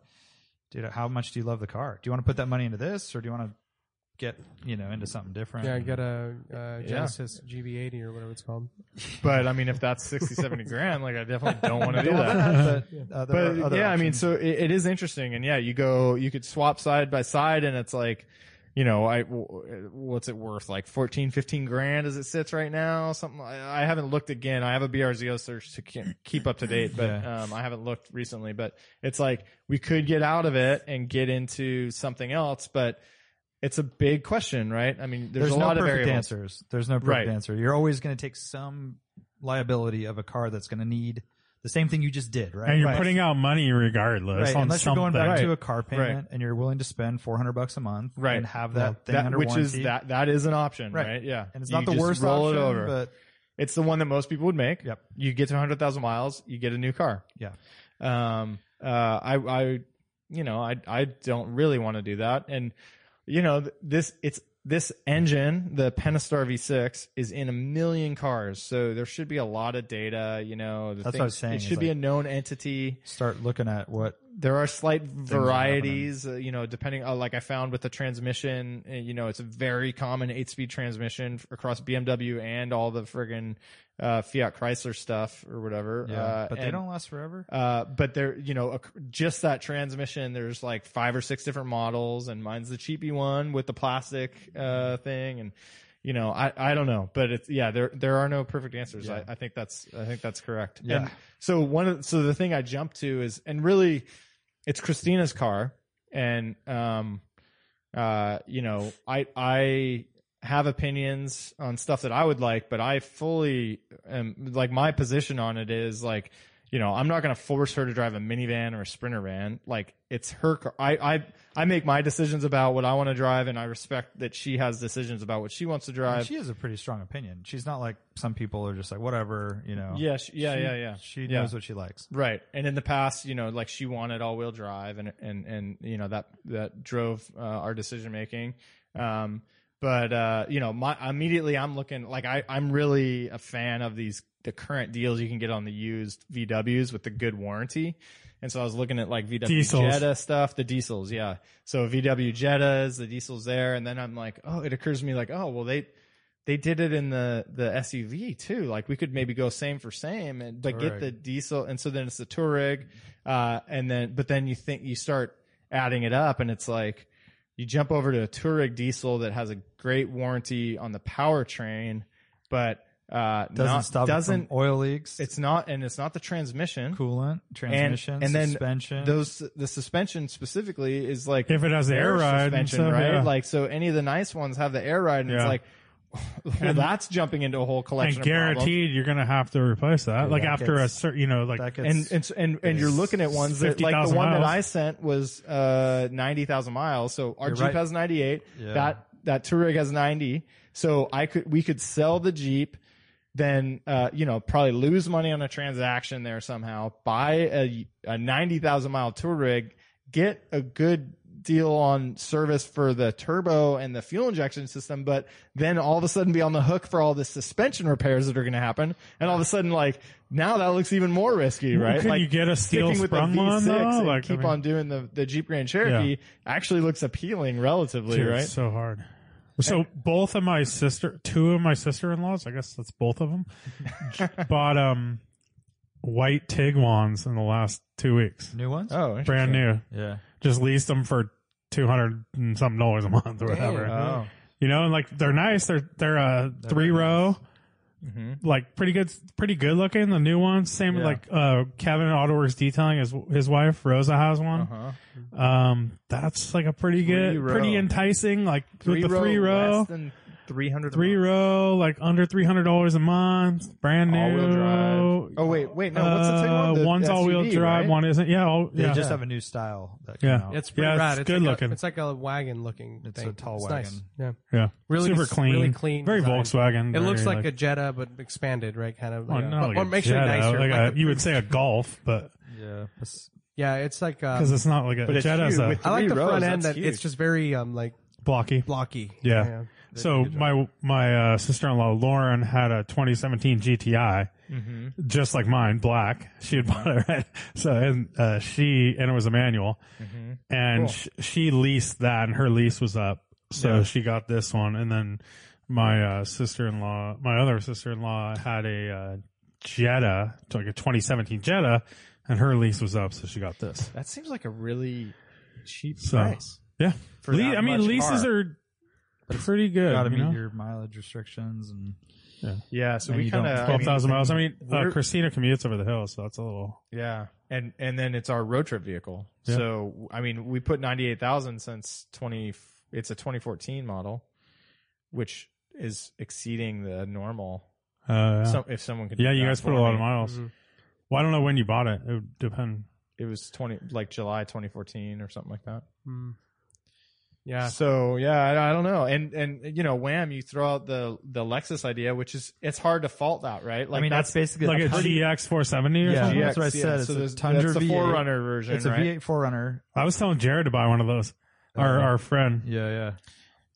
Speaker 3: dude, how much do you love the car? Do you want to put that money into this, or do you want to get you know into something different?
Speaker 2: Yeah, I got a uh, Genesis GB80 or whatever it's called.
Speaker 5: [LAUGHS] but I mean, if that's 60, 70 grand, like I definitely don't
Speaker 3: [LAUGHS]
Speaker 5: want to do that.
Speaker 3: but uh, there
Speaker 5: But
Speaker 3: are other
Speaker 5: yeah, I mean,
Speaker 3: options.
Speaker 5: so it, it is interesting, and yeah, you go, you could swap side by side, and it's like, you know, I w- what's it worth? Like 14, 15 grand as it sits right now. Something. I I haven't looked again. I have a BRZO search to ke- keep up to date, but
Speaker 3: Yeah.
Speaker 5: um, I haven't looked recently. But it's like we could get out of it and get into something else, but it's a big question, right? I mean, there's,
Speaker 3: there's,
Speaker 5: a
Speaker 3: no
Speaker 5: lot of
Speaker 3: perfect
Speaker 5: variables.
Speaker 3: answers. There's no perfect
Speaker 5: Right.
Speaker 3: answer. You're always going to take some liability of a car that's going to need the same thing you just did, right?
Speaker 4: and you're
Speaker 3: Right.
Speaker 4: putting out money regardless
Speaker 3: Right,
Speaker 4: on
Speaker 3: unless
Speaker 4: something.
Speaker 3: you're going back
Speaker 5: Right.
Speaker 3: to a car payment and you're willing to spend 400 bucks a month
Speaker 5: Right.
Speaker 3: and have that thing
Speaker 5: That-
Speaker 3: under
Speaker 5: which
Speaker 3: warranty.
Speaker 5: is that that is an option,
Speaker 3: Right.
Speaker 5: right? Yeah,
Speaker 3: and it's
Speaker 5: You
Speaker 3: not the
Speaker 5: just
Speaker 3: worst
Speaker 5: roll
Speaker 3: option,
Speaker 5: it over.
Speaker 3: but
Speaker 5: It's the one that most people would make.
Speaker 3: Yep.
Speaker 5: You get to 100,000 miles, you get a new car.
Speaker 3: Yeah.
Speaker 5: Um, uh, I, I, you know, I, I don't really want to do that. And, you know, th- this, it's, this engine, the Pentastar V6, is in a million cars. So there should be a lot of data, you know. The
Speaker 3: That's what I was saying,
Speaker 5: It
Speaker 3: is
Speaker 5: should be
Speaker 3: like-
Speaker 5: a known entity
Speaker 3: start looking at what
Speaker 5: there are slight
Speaker 3: are happening.
Speaker 5: varieties, uh, you know, depending. Uh, like I found with the transmission, uh, you know, it's a very common eight-speed transmission f- across BMW and all the friggin' uh, Fiat Chrysler stuff or whatever. uh,
Speaker 3: but they
Speaker 5: and-
Speaker 3: don't last forever.
Speaker 5: Uh, but there, you know, ac- just that transmission. There's like five or six different models, and mine's the cheapy one with the plastic uh,
Speaker 3: Mm-hmm.
Speaker 5: thing, and you know, I, I don't know, but it's yeah, there there are no perfect answers.
Speaker 3: Yeah.
Speaker 5: I, I think that's I think that's correct.
Speaker 3: Yeah.
Speaker 5: And so one of so the thing I jumped to is and really, it's Christina's car, and um, uh, you know, I I have opinions on stuff that I would like, but I fully am like my position on it is like, you know, I'm not going to force her to drive a minivan or a sprinter van. Like it's her car. I, I, I make my decisions about what I want to drive and I respect that she has decisions about what she wants to
Speaker 3: And
Speaker 5: drive.
Speaker 3: she has a pretty strong opinion. She's not like some people are just like whatever, you know.
Speaker 5: yeah, she, yeah,
Speaker 3: She-
Speaker 5: yeah, yeah.
Speaker 3: She
Speaker 5: Yeah.
Speaker 3: knows what she likes.
Speaker 5: Right. And in the past, you know, like she wanted all wheel drive and, and, and, you know, that, that drove uh, our decision making. Um, but, uh, you know, my, immediately I'm looking like I, I'm really a fan of these, the current deals you can get on the used VWs with the good warranty. And so I was looking at like VW
Speaker 4: Diesels.
Speaker 5: Jetta stuff, the diesels. Yeah. So VW Jettas, the diesels there. And then I'm like, oh, it occurs to me like, oh, well, they, they did it in the the SUV too. Like we could maybe go same for same and but get
Speaker 3: Touareg.
Speaker 5: the diesel and so then it's the Touareg, uh, and then but then you think you start adding it up and it's like you jump over to a Touareg diesel that has a great warranty on the powertrain, but uh,
Speaker 3: Doesn't
Speaker 5: not,
Speaker 3: stop it
Speaker 5: doesn't
Speaker 3: from oil leaks.
Speaker 5: it's not and it's not the transmission.
Speaker 3: coolant, transmission,
Speaker 5: and then
Speaker 3: suspension.
Speaker 5: Those the suspension specifically is like
Speaker 4: if it has the air ride, and
Speaker 5: suspension,
Speaker 4: stuff,
Speaker 5: right?
Speaker 4: yeah.
Speaker 5: Like so, any of the nice ones have the air ride, and it's
Speaker 4: Yeah.
Speaker 5: like, [LAUGHS] well, that's jumping into a whole collection.
Speaker 4: and
Speaker 5: of problems.
Speaker 4: guaranteed, you're going to have to replace that. like
Speaker 3: that
Speaker 4: after
Speaker 3: gets-
Speaker 4: a certain, you know, like
Speaker 3: that gets
Speaker 5: and and so- and and you're looking at ones that like the
Speaker 4: 50,000
Speaker 5: one that
Speaker 4: miles.
Speaker 5: I sent was uh ninety thousand miles. So our
Speaker 3: You're
Speaker 5: Jeep
Speaker 3: right.
Speaker 5: has ninety eight.
Speaker 3: Yeah.
Speaker 5: That that Touareg has ninety. So I could we could sell the Jeep, then uh you know probably lose money on a transaction there somehow. Buy a a ninety thousand mile Touareg, get a good deal on service for the turbo and the fuel injection system, but then all of a sudden be on the hook for all the suspension repairs that are going to happen. And all of a sudden, like now that looks even more risky, right?
Speaker 4: Could
Speaker 5: like,
Speaker 4: you get a steel
Speaker 5: sticking with the
Speaker 4: sprung one, though?
Speaker 5: and
Speaker 4: Like, I
Speaker 5: keep
Speaker 4: mean-
Speaker 5: on doing the, the Jeep Grand Cherokee actually looks appealing relatively,
Speaker 4: Dude,
Speaker 5: right?
Speaker 4: it's so hard. So both
Speaker 5: [LAUGHS]
Speaker 4: of my sister, two of my sister in laws, I guess that's both of them, bought um white Tiguan's in the last two weeks.
Speaker 3: New ones?
Speaker 5: Oh, interesting.
Speaker 4: Brand new.
Speaker 3: Yeah.
Speaker 4: Just leased them for 200 and something dollars a month or whatever.
Speaker 5: uh,
Speaker 3: Oh.
Speaker 4: You know, and like they're nice. They're, they're a three row,
Speaker 5: Mhm.
Speaker 4: like pretty good, pretty good looking. The new ones, same
Speaker 5: Yeah.
Speaker 4: like, uh, Kevin at Autoworks Detailing, his, his wife, Rosa has
Speaker 3: Oh.
Speaker 4: one.
Speaker 5: Uh-huh.
Speaker 4: Um, that's like a pretty good,
Speaker 5: Three-row.
Speaker 4: pretty enticing, like with the three row,
Speaker 5: less than three hundred.
Speaker 4: three row, like under $300 a month, brand new.
Speaker 5: All-wheel drive. Oh wait, wait, no. What's the second
Speaker 4: Uh,
Speaker 5: one? The
Speaker 4: one's
Speaker 5: SUV,
Speaker 4: all wheel drive,
Speaker 5: right?
Speaker 4: one isn't. Yeah, all,
Speaker 3: They
Speaker 4: yeah.
Speaker 3: just have a new style that came
Speaker 4: Yeah.
Speaker 3: out.
Speaker 2: It's pretty
Speaker 4: Yeah, it's
Speaker 2: rad.
Speaker 4: good
Speaker 2: like
Speaker 4: looking.
Speaker 2: A, it's like a wagon looking
Speaker 3: It's a
Speaker 2: thing.
Speaker 3: tall
Speaker 2: it's
Speaker 3: wagon.
Speaker 2: Nice. Yeah.
Speaker 4: yeah.
Speaker 2: Really
Speaker 4: super
Speaker 2: s-
Speaker 4: clean,
Speaker 2: really clean
Speaker 4: very
Speaker 2: design.
Speaker 4: Volkswagen.
Speaker 2: It looks
Speaker 4: very,
Speaker 2: like, a Jetta, but expanded, right? Kind of.
Speaker 4: oh,
Speaker 2: like,
Speaker 4: not
Speaker 2: or,
Speaker 4: like
Speaker 2: or
Speaker 4: a
Speaker 2: makes it
Speaker 4: Jetta,
Speaker 2: nicer.
Speaker 4: like
Speaker 2: like
Speaker 4: a- you would say a Golf, but
Speaker 3: yeah. It's-
Speaker 2: yeah, it's like. Um,
Speaker 4: because it's not like a
Speaker 5: it's
Speaker 4: Jetta's
Speaker 5: huge
Speaker 4: a
Speaker 5: with-
Speaker 2: I like
Speaker 5: three
Speaker 2: the
Speaker 5: rows,
Speaker 2: front end
Speaker 5: that's
Speaker 2: that it's
Speaker 5: huge.
Speaker 2: just very um like
Speaker 4: blocky.
Speaker 2: blocky.
Speaker 4: Yeah. So my my uh, sister in law Lauren had a 2017 GTI, just like mine, black. She had [LAUGHS] bought it, right? so and uh, she and it was a manual,
Speaker 5: Mm-hmm.
Speaker 4: and sh- she leased that, and her lease was up, so she got this one, and then my uh, sister in law, my other sister in law had a uh, Jetta, like a 2017 Jetta, and her lease was up, so she got this.
Speaker 5: That seems like a really cheap
Speaker 4: So-
Speaker 5: price.
Speaker 4: Yeah,
Speaker 5: For
Speaker 4: Le-
Speaker 5: not
Speaker 4: I mean
Speaker 5: much
Speaker 4: leases
Speaker 5: car.
Speaker 4: are pretty good.
Speaker 3: Got to
Speaker 4: you
Speaker 3: meet
Speaker 4: know?
Speaker 3: your mileage restrictions and
Speaker 5: Yeah, so
Speaker 3: And
Speaker 5: we
Speaker 3: you don't-
Speaker 5: kind of
Speaker 4: twelve thousand miles. I mean, uh,
Speaker 5: we're-
Speaker 4: Christina commutes over the hill, so that's a little.
Speaker 5: Yeah, and and then it's our road trip vehicle.
Speaker 4: Yeah.
Speaker 5: So I mean, we put ninety eight thousand since twenty. It's a twenty fourteen model, which is exceeding the normal.
Speaker 4: Uh, yeah.
Speaker 5: So if someone could, do
Speaker 4: yeah, you
Speaker 5: that
Speaker 4: guys put
Speaker 5: for
Speaker 4: a lot of
Speaker 5: me.
Speaker 4: miles. Well, I don't know when you bought it. It would depend.
Speaker 5: It was twenty, like July twenty fourteen or something like that.
Speaker 2: Mm. Yeah.
Speaker 5: So yeah, I, I don't know, and and you know, wham, you throw out the the Lexus idea, which is it's hard to fault that, right? Like
Speaker 3: I mean that's, basically
Speaker 4: Like a GX 470 or
Speaker 3: Yeah.
Speaker 4: something.
Speaker 3: GX, that's what I said. It's
Speaker 5: So
Speaker 3: a
Speaker 5: there's-
Speaker 3: Tundra
Speaker 5: that's the
Speaker 3: V8.
Speaker 5: forerunner version,
Speaker 3: It's a
Speaker 5: right?
Speaker 3: V8 4Runner.
Speaker 4: I was telling Jared to buy one of those. Our
Speaker 5: Uh-huh.
Speaker 3: Uh,
Speaker 4: our friend.
Speaker 3: Yeah, yeah.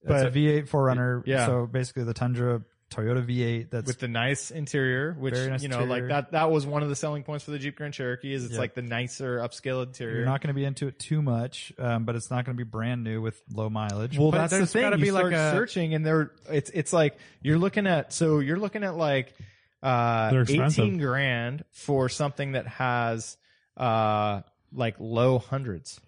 Speaker 5: But-
Speaker 3: it's a V8 4Runner.
Speaker 5: Yeah.
Speaker 3: So basically the Tundra Toyota V8 that's
Speaker 5: with the nice interior, which
Speaker 3: Very nice
Speaker 5: you know, like
Speaker 3: interior.
Speaker 5: that that was one of the selling points for the Jeep Grand Cherokee is it's
Speaker 3: Yeah.
Speaker 5: like the nicer upscale
Speaker 3: you're
Speaker 5: interior.
Speaker 3: not going to be into it too much, um, but it's not going to be brand new with low mileage.
Speaker 5: well,
Speaker 2: but
Speaker 5: that's the
Speaker 2: there's
Speaker 5: thing.
Speaker 2: gotta
Speaker 5: you
Speaker 2: be like
Speaker 5: start
Speaker 2: a-
Speaker 5: searching, and there it's it's like you're looking at so you're looking at like uh,
Speaker 4: They're expensive.
Speaker 5: eighteen grand for something that has uh like low hundreds,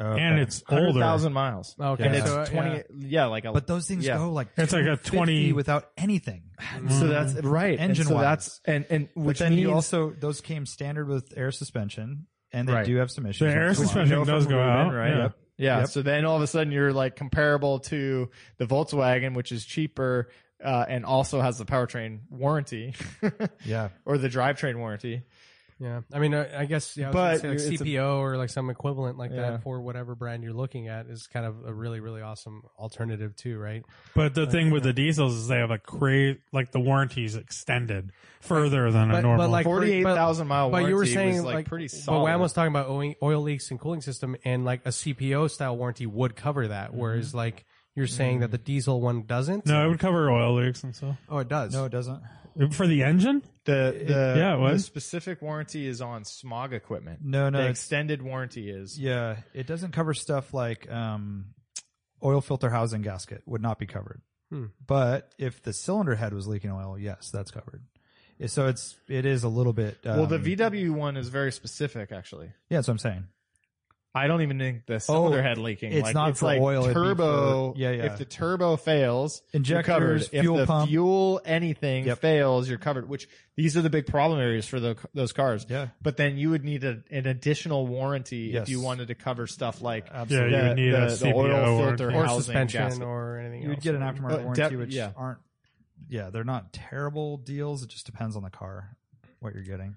Speaker 3: Okay.
Speaker 4: And it's
Speaker 5: hundred
Speaker 4: older.
Speaker 5: thousand miles,
Speaker 2: Okay.
Speaker 5: and
Speaker 2: so,
Speaker 5: it's twenty.
Speaker 2: yeah.
Speaker 5: Yeah, like a
Speaker 3: but those things
Speaker 5: yeah.
Speaker 3: go like
Speaker 4: It's like a
Speaker 3: 250
Speaker 4: 20
Speaker 3: without anything.
Speaker 5: so that's right. And
Speaker 3: Engine
Speaker 5: so
Speaker 3: wise.
Speaker 5: that's and and
Speaker 3: Which
Speaker 5: which
Speaker 3: then
Speaker 5: means
Speaker 3: you also those came standard with air suspension, and they
Speaker 5: Right.
Speaker 3: do have some issues.
Speaker 4: The air
Speaker 3: That's why.
Speaker 4: suspension
Speaker 5: know
Speaker 4: does
Speaker 5: from
Speaker 4: go
Speaker 5: Reuben,
Speaker 4: out.
Speaker 5: right?
Speaker 4: Yeah.
Speaker 5: Yep. Yeah.
Speaker 3: Yep.
Speaker 5: So then all of a sudden you're like comparable to the Volkswagen, which is cheaper uh, and also has the powertrain warranty [LAUGHS]
Speaker 3: Yeah,
Speaker 5: or the drivetrain warranty.
Speaker 2: Yeah, I mean, I, I guess yeah, I was
Speaker 5: But
Speaker 2: gonna say,
Speaker 5: you- it's
Speaker 2: like
Speaker 5: a-
Speaker 2: CPO or like some equivalent like
Speaker 5: Yeah.
Speaker 2: that for whatever brand you're looking at is kind of a really really awesome alternative too, right?
Speaker 4: But the thing with the diesels is they have like cra like the warranties extended further than a
Speaker 2: But- but
Speaker 4: normal.
Speaker 2: like- for-
Speaker 5: Forty eight thousand mile
Speaker 2: but
Speaker 5: Oh, warranty.
Speaker 2: you were saying
Speaker 5: was,
Speaker 2: like,
Speaker 5: like, pretty solid.
Speaker 2: But Wham was talking about oil, oil leaks and cooling system, and like a CPO style warranty would cover that,
Speaker 5: Mm-hmm.
Speaker 2: whereas like you're saying that the diesel one doesn't.
Speaker 4: no, it would cover oil leaks and stuff.
Speaker 2: oh, it does.
Speaker 3: no, it doesn't.
Speaker 4: For the engine?
Speaker 5: the
Speaker 3: Uh,
Speaker 5: the,
Speaker 4: yeah, it
Speaker 5: the
Speaker 4: was.
Speaker 5: specific warranty is on smog equipment.
Speaker 3: No, no,
Speaker 5: the
Speaker 3: it's-
Speaker 5: extended warranty is
Speaker 3: Yeah, it doesn't cover stuff like um, oil filter housing gasket would not be covered.
Speaker 2: Hmm.
Speaker 3: But if the cylinder head was leaking oil, yes, that's covered. Yeah, So it's it is a little bit. Um,
Speaker 5: well, the VW one is very specific, actually.
Speaker 3: Yeah, that's what I'm saying.
Speaker 5: I don't even think the cylinder head leaking.
Speaker 3: Oh, it's
Speaker 5: like,
Speaker 3: not
Speaker 5: it's
Speaker 3: for
Speaker 5: like
Speaker 3: oil, it'd be
Speaker 5: Turbo.
Speaker 3: for- yeah, yeah.
Speaker 5: If the turbo fails, you're
Speaker 3: Injectors,
Speaker 5: covered.
Speaker 3: fuel
Speaker 5: if the
Speaker 3: pump.
Speaker 5: fuel anything
Speaker 3: Yep.
Speaker 5: fails, you're covered. Which these are the big problem areas for the, those cars.
Speaker 3: Yeah.
Speaker 5: But then you would need a, an additional warranty if
Speaker 3: Yes.
Speaker 5: you wanted to cover stuff like
Speaker 4: Yeah, you
Speaker 5: the,
Speaker 4: would need
Speaker 5: the,
Speaker 4: a
Speaker 5: the
Speaker 4: CPO
Speaker 5: oil
Speaker 4: warranty.
Speaker 5: filter
Speaker 2: or
Speaker 5: housing
Speaker 2: suspension
Speaker 5: gasket.
Speaker 2: or anything.
Speaker 3: You would
Speaker 2: else.
Speaker 3: get an aftermarket
Speaker 5: Oh,
Speaker 3: warranty,
Speaker 5: def-
Speaker 3: which
Speaker 5: yeah.
Speaker 3: aren't. Yeah, they're not terrible deals. It just depends on the car what you're getting.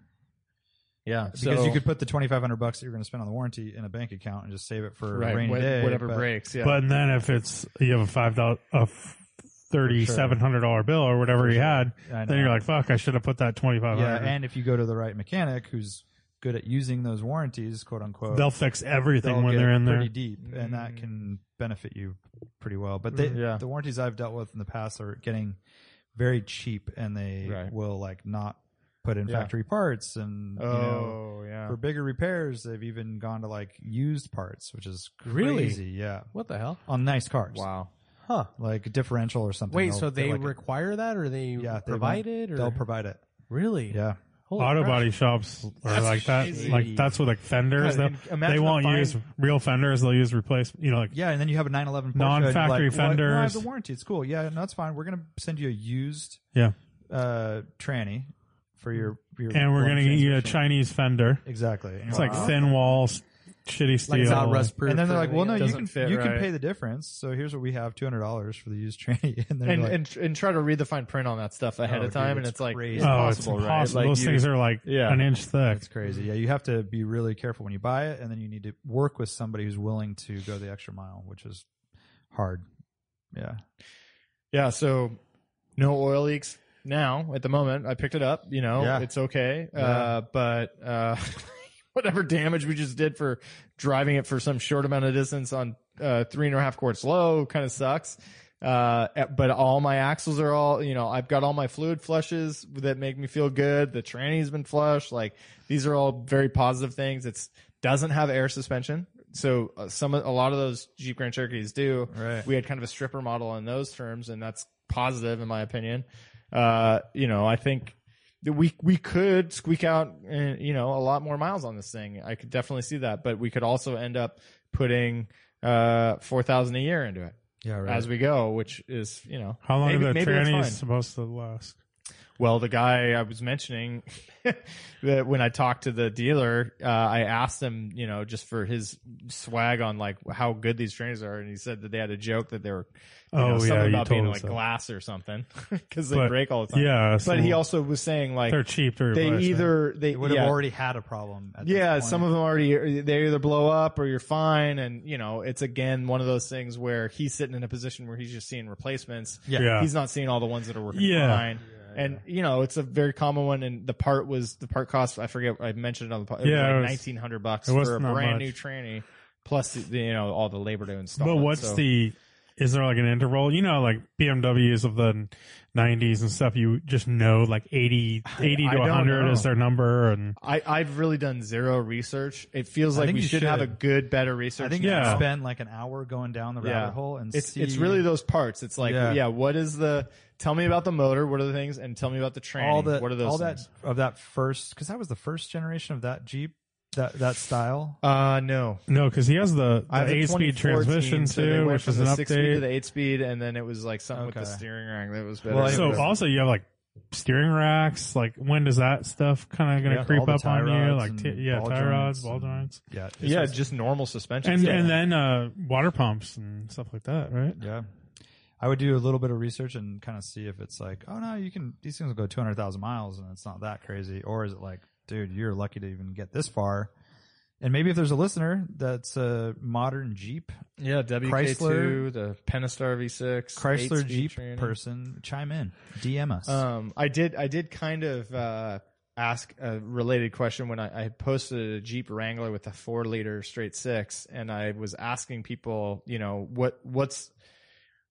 Speaker 5: yeah,
Speaker 3: Because
Speaker 5: so-
Speaker 3: you could put the 2,500 bucks that you're going to spend on the warranty in a bank account and just save it for
Speaker 5: right,
Speaker 3: a rainy
Speaker 5: wha-
Speaker 3: day.
Speaker 5: whatever
Speaker 3: but-
Speaker 5: breaks. Yeah,
Speaker 4: But then if it's you have a five dollar a thirty seven hundred dollar bill or whatever you had,
Speaker 3: I know.
Speaker 4: then you're like, fuck, I should have put that twenty five
Speaker 3: Yeah,
Speaker 4: hundred.
Speaker 3: and if you go to the right mechanic who's good at using those warranties, quote unquote,
Speaker 4: they'll fix everything
Speaker 3: they'll
Speaker 4: when
Speaker 3: get
Speaker 4: they're in there.
Speaker 3: pretty deep, and that can benefit you pretty well. But they,
Speaker 5: Mm. Yeah.
Speaker 3: the warranties I've dealt with in the past are getting very cheap, and they
Speaker 5: Right.
Speaker 3: will like not put in
Speaker 5: Yeah.
Speaker 3: factory parts, and you know,
Speaker 5: oh yeah,
Speaker 3: for bigger repairs, they've even gone to like used parts, which is
Speaker 2: Really?
Speaker 3: crazy. Yeah,
Speaker 2: what the hell?
Speaker 3: on nice cars.
Speaker 5: wow.
Speaker 2: Huh?
Speaker 3: Like a differential or something.
Speaker 2: Wait,
Speaker 3: they'll-
Speaker 2: so
Speaker 3: they'll,
Speaker 2: they
Speaker 3: like,
Speaker 2: require that, or they
Speaker 3: yeah, they
Speaker 2: provide
Speaker 3: won't-
Speaker 2: it, or
Speaker 3: They'll provide it.
Speaker 2: really?
Speaker 3: Yeah.
Speaker 4: auto
Speaker 5: crap.
Speaker 2: [LAUGHS]
Speaker 4: body shops are
Speaker 5: That's
Speaker 4: like
Speaker 5: crazy.
Speaker 4: that. Like that's what like fenders.
Speaker 5: God,
Speaker 4: though.
Speaker 5: and imagine
Speaker 4: They
Speaker 5: the
Speaker 4: won't
Speaker 5: fine-
Speaker 4: use real fenders. They'll use replacement. You know, like
Speaker 3: Yeah, and then you have a 911 Porsche,
Speaker 4: Non-factory
Speaker 3: and you're like, what? No, I have the
Speaker 4: fenders.
Speaker 3: warranty. It's cool. Yeah, no, that's fine. We're gonna send you a used
Speaker 4: yeah.
Speaker 3: uh, tranny for your, your
Speaker 4: And we're
Speaker 3: blown
Speaker 4: gonna get you a
Speaker 3: transmission.
Speaker 4: Chinese fender.
Speaker 3: Exactly. And you're
Speaker 4: It's like thin walls, shitty steel.
Speaker 2: Like it's not rust proof.
Speaker 3: and then they're like, "Well, no, you
Speaker 5: doesn't
Speaker 3: can
Speaker 5: fit
Speaker 3: you can
Speaker 5: right.
Speaker 3: pay the difference. So here's what we have: two hundred dollars for the used tranny." [LAUGHS] And, they're
Speaker 5: and,
Speaker 3: like,
Speaker 5: and tr- and try to read the fine print on that stuff ahead
Speaker 3: Oh,
Speaker 5: of time,
Speaker 3: dude,
Speaker 5: and
Speaker 3: it's
Speaker 5: it's like
Speaker 3: crazy.
Speaker 5: it's
Speaker 4: oh,
Speaker 5: impossible,
Speaker 4: it's
Speaker 5: right?
Speaker 4: impossible.
Speaker 5: Like
Speaker 4: Those
Speaker 5: you-
Speaker 4: things are like
Speaker 5: Yeah.
Speaker 4: an inch thick.
Speaker 3: That's crazy. Yeah, you have to be really careful when you buy it, and then you need to work with somebody who's willing to go the extra mile, which is hard. Yeah,
Speaker 5: Yeah, so no oil leaks now at the moment. I picked it up, you know,
Speaker 3: Yeah.
Speaker 5: it's okay.
Speaker 3: Yeah.
Speaker 5: Uh, but uh, [LAUGHS] whatever damage we just did for driving it for some short amount of distance on uh, three and a half quarts low kind of sucks. Uh, eh, but all my axles are all, you know, I've got all my fluid flushes that make me feel good. The tranny's been flushed. Like these are all very positive things. It's doesn't have air suspension. So uh, some, of- a lot of those Jeep Grand Cherokees do
Speaker 3: Right.
Speaker 5: we had kind of a stripper model in those terms, and that's positive in my opinion. Uh, you know, I think that we we could squeak out uh, you know a lot more miles on this thing. I could definitely see that, but we could also end up putting uh four thousand a year into it
Speaker 3: yeah,
Speaker 5: as we go, which is you know
Speaker 4: How long
Speaker 5: maybe-
Speaker 4: are the
Speaker 5: maybe that's
Speaker 4: trannies
Speaker 5: fine.
Speaker 4: supposed to last?
Speaker 5: Well, the guy I was mentioning [LAUGHS] that when I talked to the dealer, uh, I asked him, you know, just for his swag on like how good these trainers are, and he said that they had a joke that they were, you
Speaker 4: Oh,
Speaker 5: know, something
Speaker 4: yeah, you
Speaker 5: about being
Speaker 4: told us
Speaker 5: like
Speaker 4: that.
Speaker 5: glass or something [LAUGHS] because they
Speaker 4: But-
Speaker 5: break all the time.
Speaker 4: Yeah,
Speaker 5: but he
Speaker 4: so
Speaker 5: also was saying like
Speaker 4: they're cheap to
Speaker 5: they
Speaker 4: replace, right?
Speaker 5: either they
Speaker 3: It would have
Speaker 5: yeah,
Speaker 3: already had a problem. At this
Speaker 5: yeah
Speaker 3: point.
Speaker 5: some of them already they either blow up or you're fine, and you know it's again one of those things where he's sitting in a position where he's just seeing replacements
Speaker 3: yeah.
Speaker 4: Yeah.
Speaker 5: he's not seeing all the ones that are working
Speaker 4: Yeah.
Speaker 5: fine. And you know, it's a very common one. And the part was the part cost. I forget. I mentioned it on the po- it
Speaker 4: Yeah,
Speaker 5: was
Speaker 4: it
Speaker 5: like
Speaker 4: was-
Speaker 5: nineteen hundred bucks
Speaker 4: it was
Speaker 5: for a
Speaker 4: not
Speaker 5: brand
Speaker 4: much.
Speaker 5: new tranny, plus the, the, you know all the labor to install.
Speaker 4: But
Speaker 5: it.
Speaker 4: what's
Speaker 5: So-
Speaker 4: the? Is there like an interval? You know, like BMWs of the '90s and stuff. You just know, like 80, 80
Speaker 5: I
Speaker 4: to
Speaker 5: don't
Speaker 4: 100 is
Speaker 5: know.
Speaker 4: their number, and
Speaker 5: I, I've really done zero research. It feels
Speaker 3: I
Speaker 5: like
Speaker 3: think
Speaker 5: we
Speaker 3: you
Speaker 5: should, have a
Speaker 3: should.
Speaker 5: good, better research.
Speaker 3: I think
Speaker 5: now.
Speaker 3: you
Speaker 4: Yeah.
Speaker 3: could spend like an hour going down the rabbit
Speaker 5: Yeah.
Speaker 3: hole and
Speaker 5: it's
Speaker 3: see.
Speaker 5: it's really those parts. It's like
Speaker 3: Yeah.
Speaker 5: yeah. what is the? Tell me about the motor. What are the things? And tell me about the tranny.
Speaker 3: all the
Speaker 5: what are those?
Speaker 3: all
Speaker 5: things?
Speaker 3: that of that first because that was the first generation of that Jeep that that style.
Speaker 5: Uh, no.
Speaker 4: no, because he has the,
Speaker 5: I have
Speaker 4: the
Speaker 5: a
Speaker 4: eight-speed
Speaker 5: 2014,
Speaker 4: transmission
Speaker 5: so they
Speaker 4: too,
Speaker 5: went
Speaker 4: which
Speaker 5: from
Speaker 4: is
Speaker 5: the
Speaker 4: an
Speaker 5: six speed to
Speaker 4: update.
Speaker 5: the eight speed, and then it was like something with
Speaker 3: Okay.
Speaker 5: the steering rack that was better.
Speaker 3: Well,
Speaker 4: So
Speaker 3: Yeah.
Speaker 4: also, you have like steering racks. Like, when does that stuff kind of going to
Speaker 3: Yeah, all
Speaker 4: creep
Speaker 3: the
Speaker 4: up
Speaker 3: tie
Speaker 4: on you?
Speaker 3: rods
Speaker 4: Like, t-
Speaker 3: and
Speaker 4: yeah,
Speaker 3: ball
Speaker 4: tie rods,
Speaker 3: joints
Speaker 4: ball
Speaker 3: and-
Speaker 4: joints,
Speaker 3: Yeah, it's
Speaker 5: yeah,
Speaker 3: just-
Speaker 5: just normal suspension.
Speaker 4: and
Speaker 5: yeah.
Speaker 4: and then uh, water pumps and stuff like that, right?
Speaker 3: Yeah. I would do a little bit of research and kind of see if it's like, oh no, you can these things will go 200,000 miles and it's not that crazy or is it like, dude, you're lucky to even get this far. And maybe if there's a listener that's a modern Jeep,
Speaker 5: yeah, WK2,
Speaker 3: Chrysler-
Speaker 5: the Pentastar V6,
Speaker 3: Chrysler
Speaker 5: eight-speed
Speaker 3: Jeep
Speaker 5: tranny.
Speaker 3: person, chime in, DM us.
Speaker 5: Um, I did, I did kind of uh, ask a related question when I, I had posted a Jeep Wrangler with a four liter straight six, and I was asking people, you know, what what's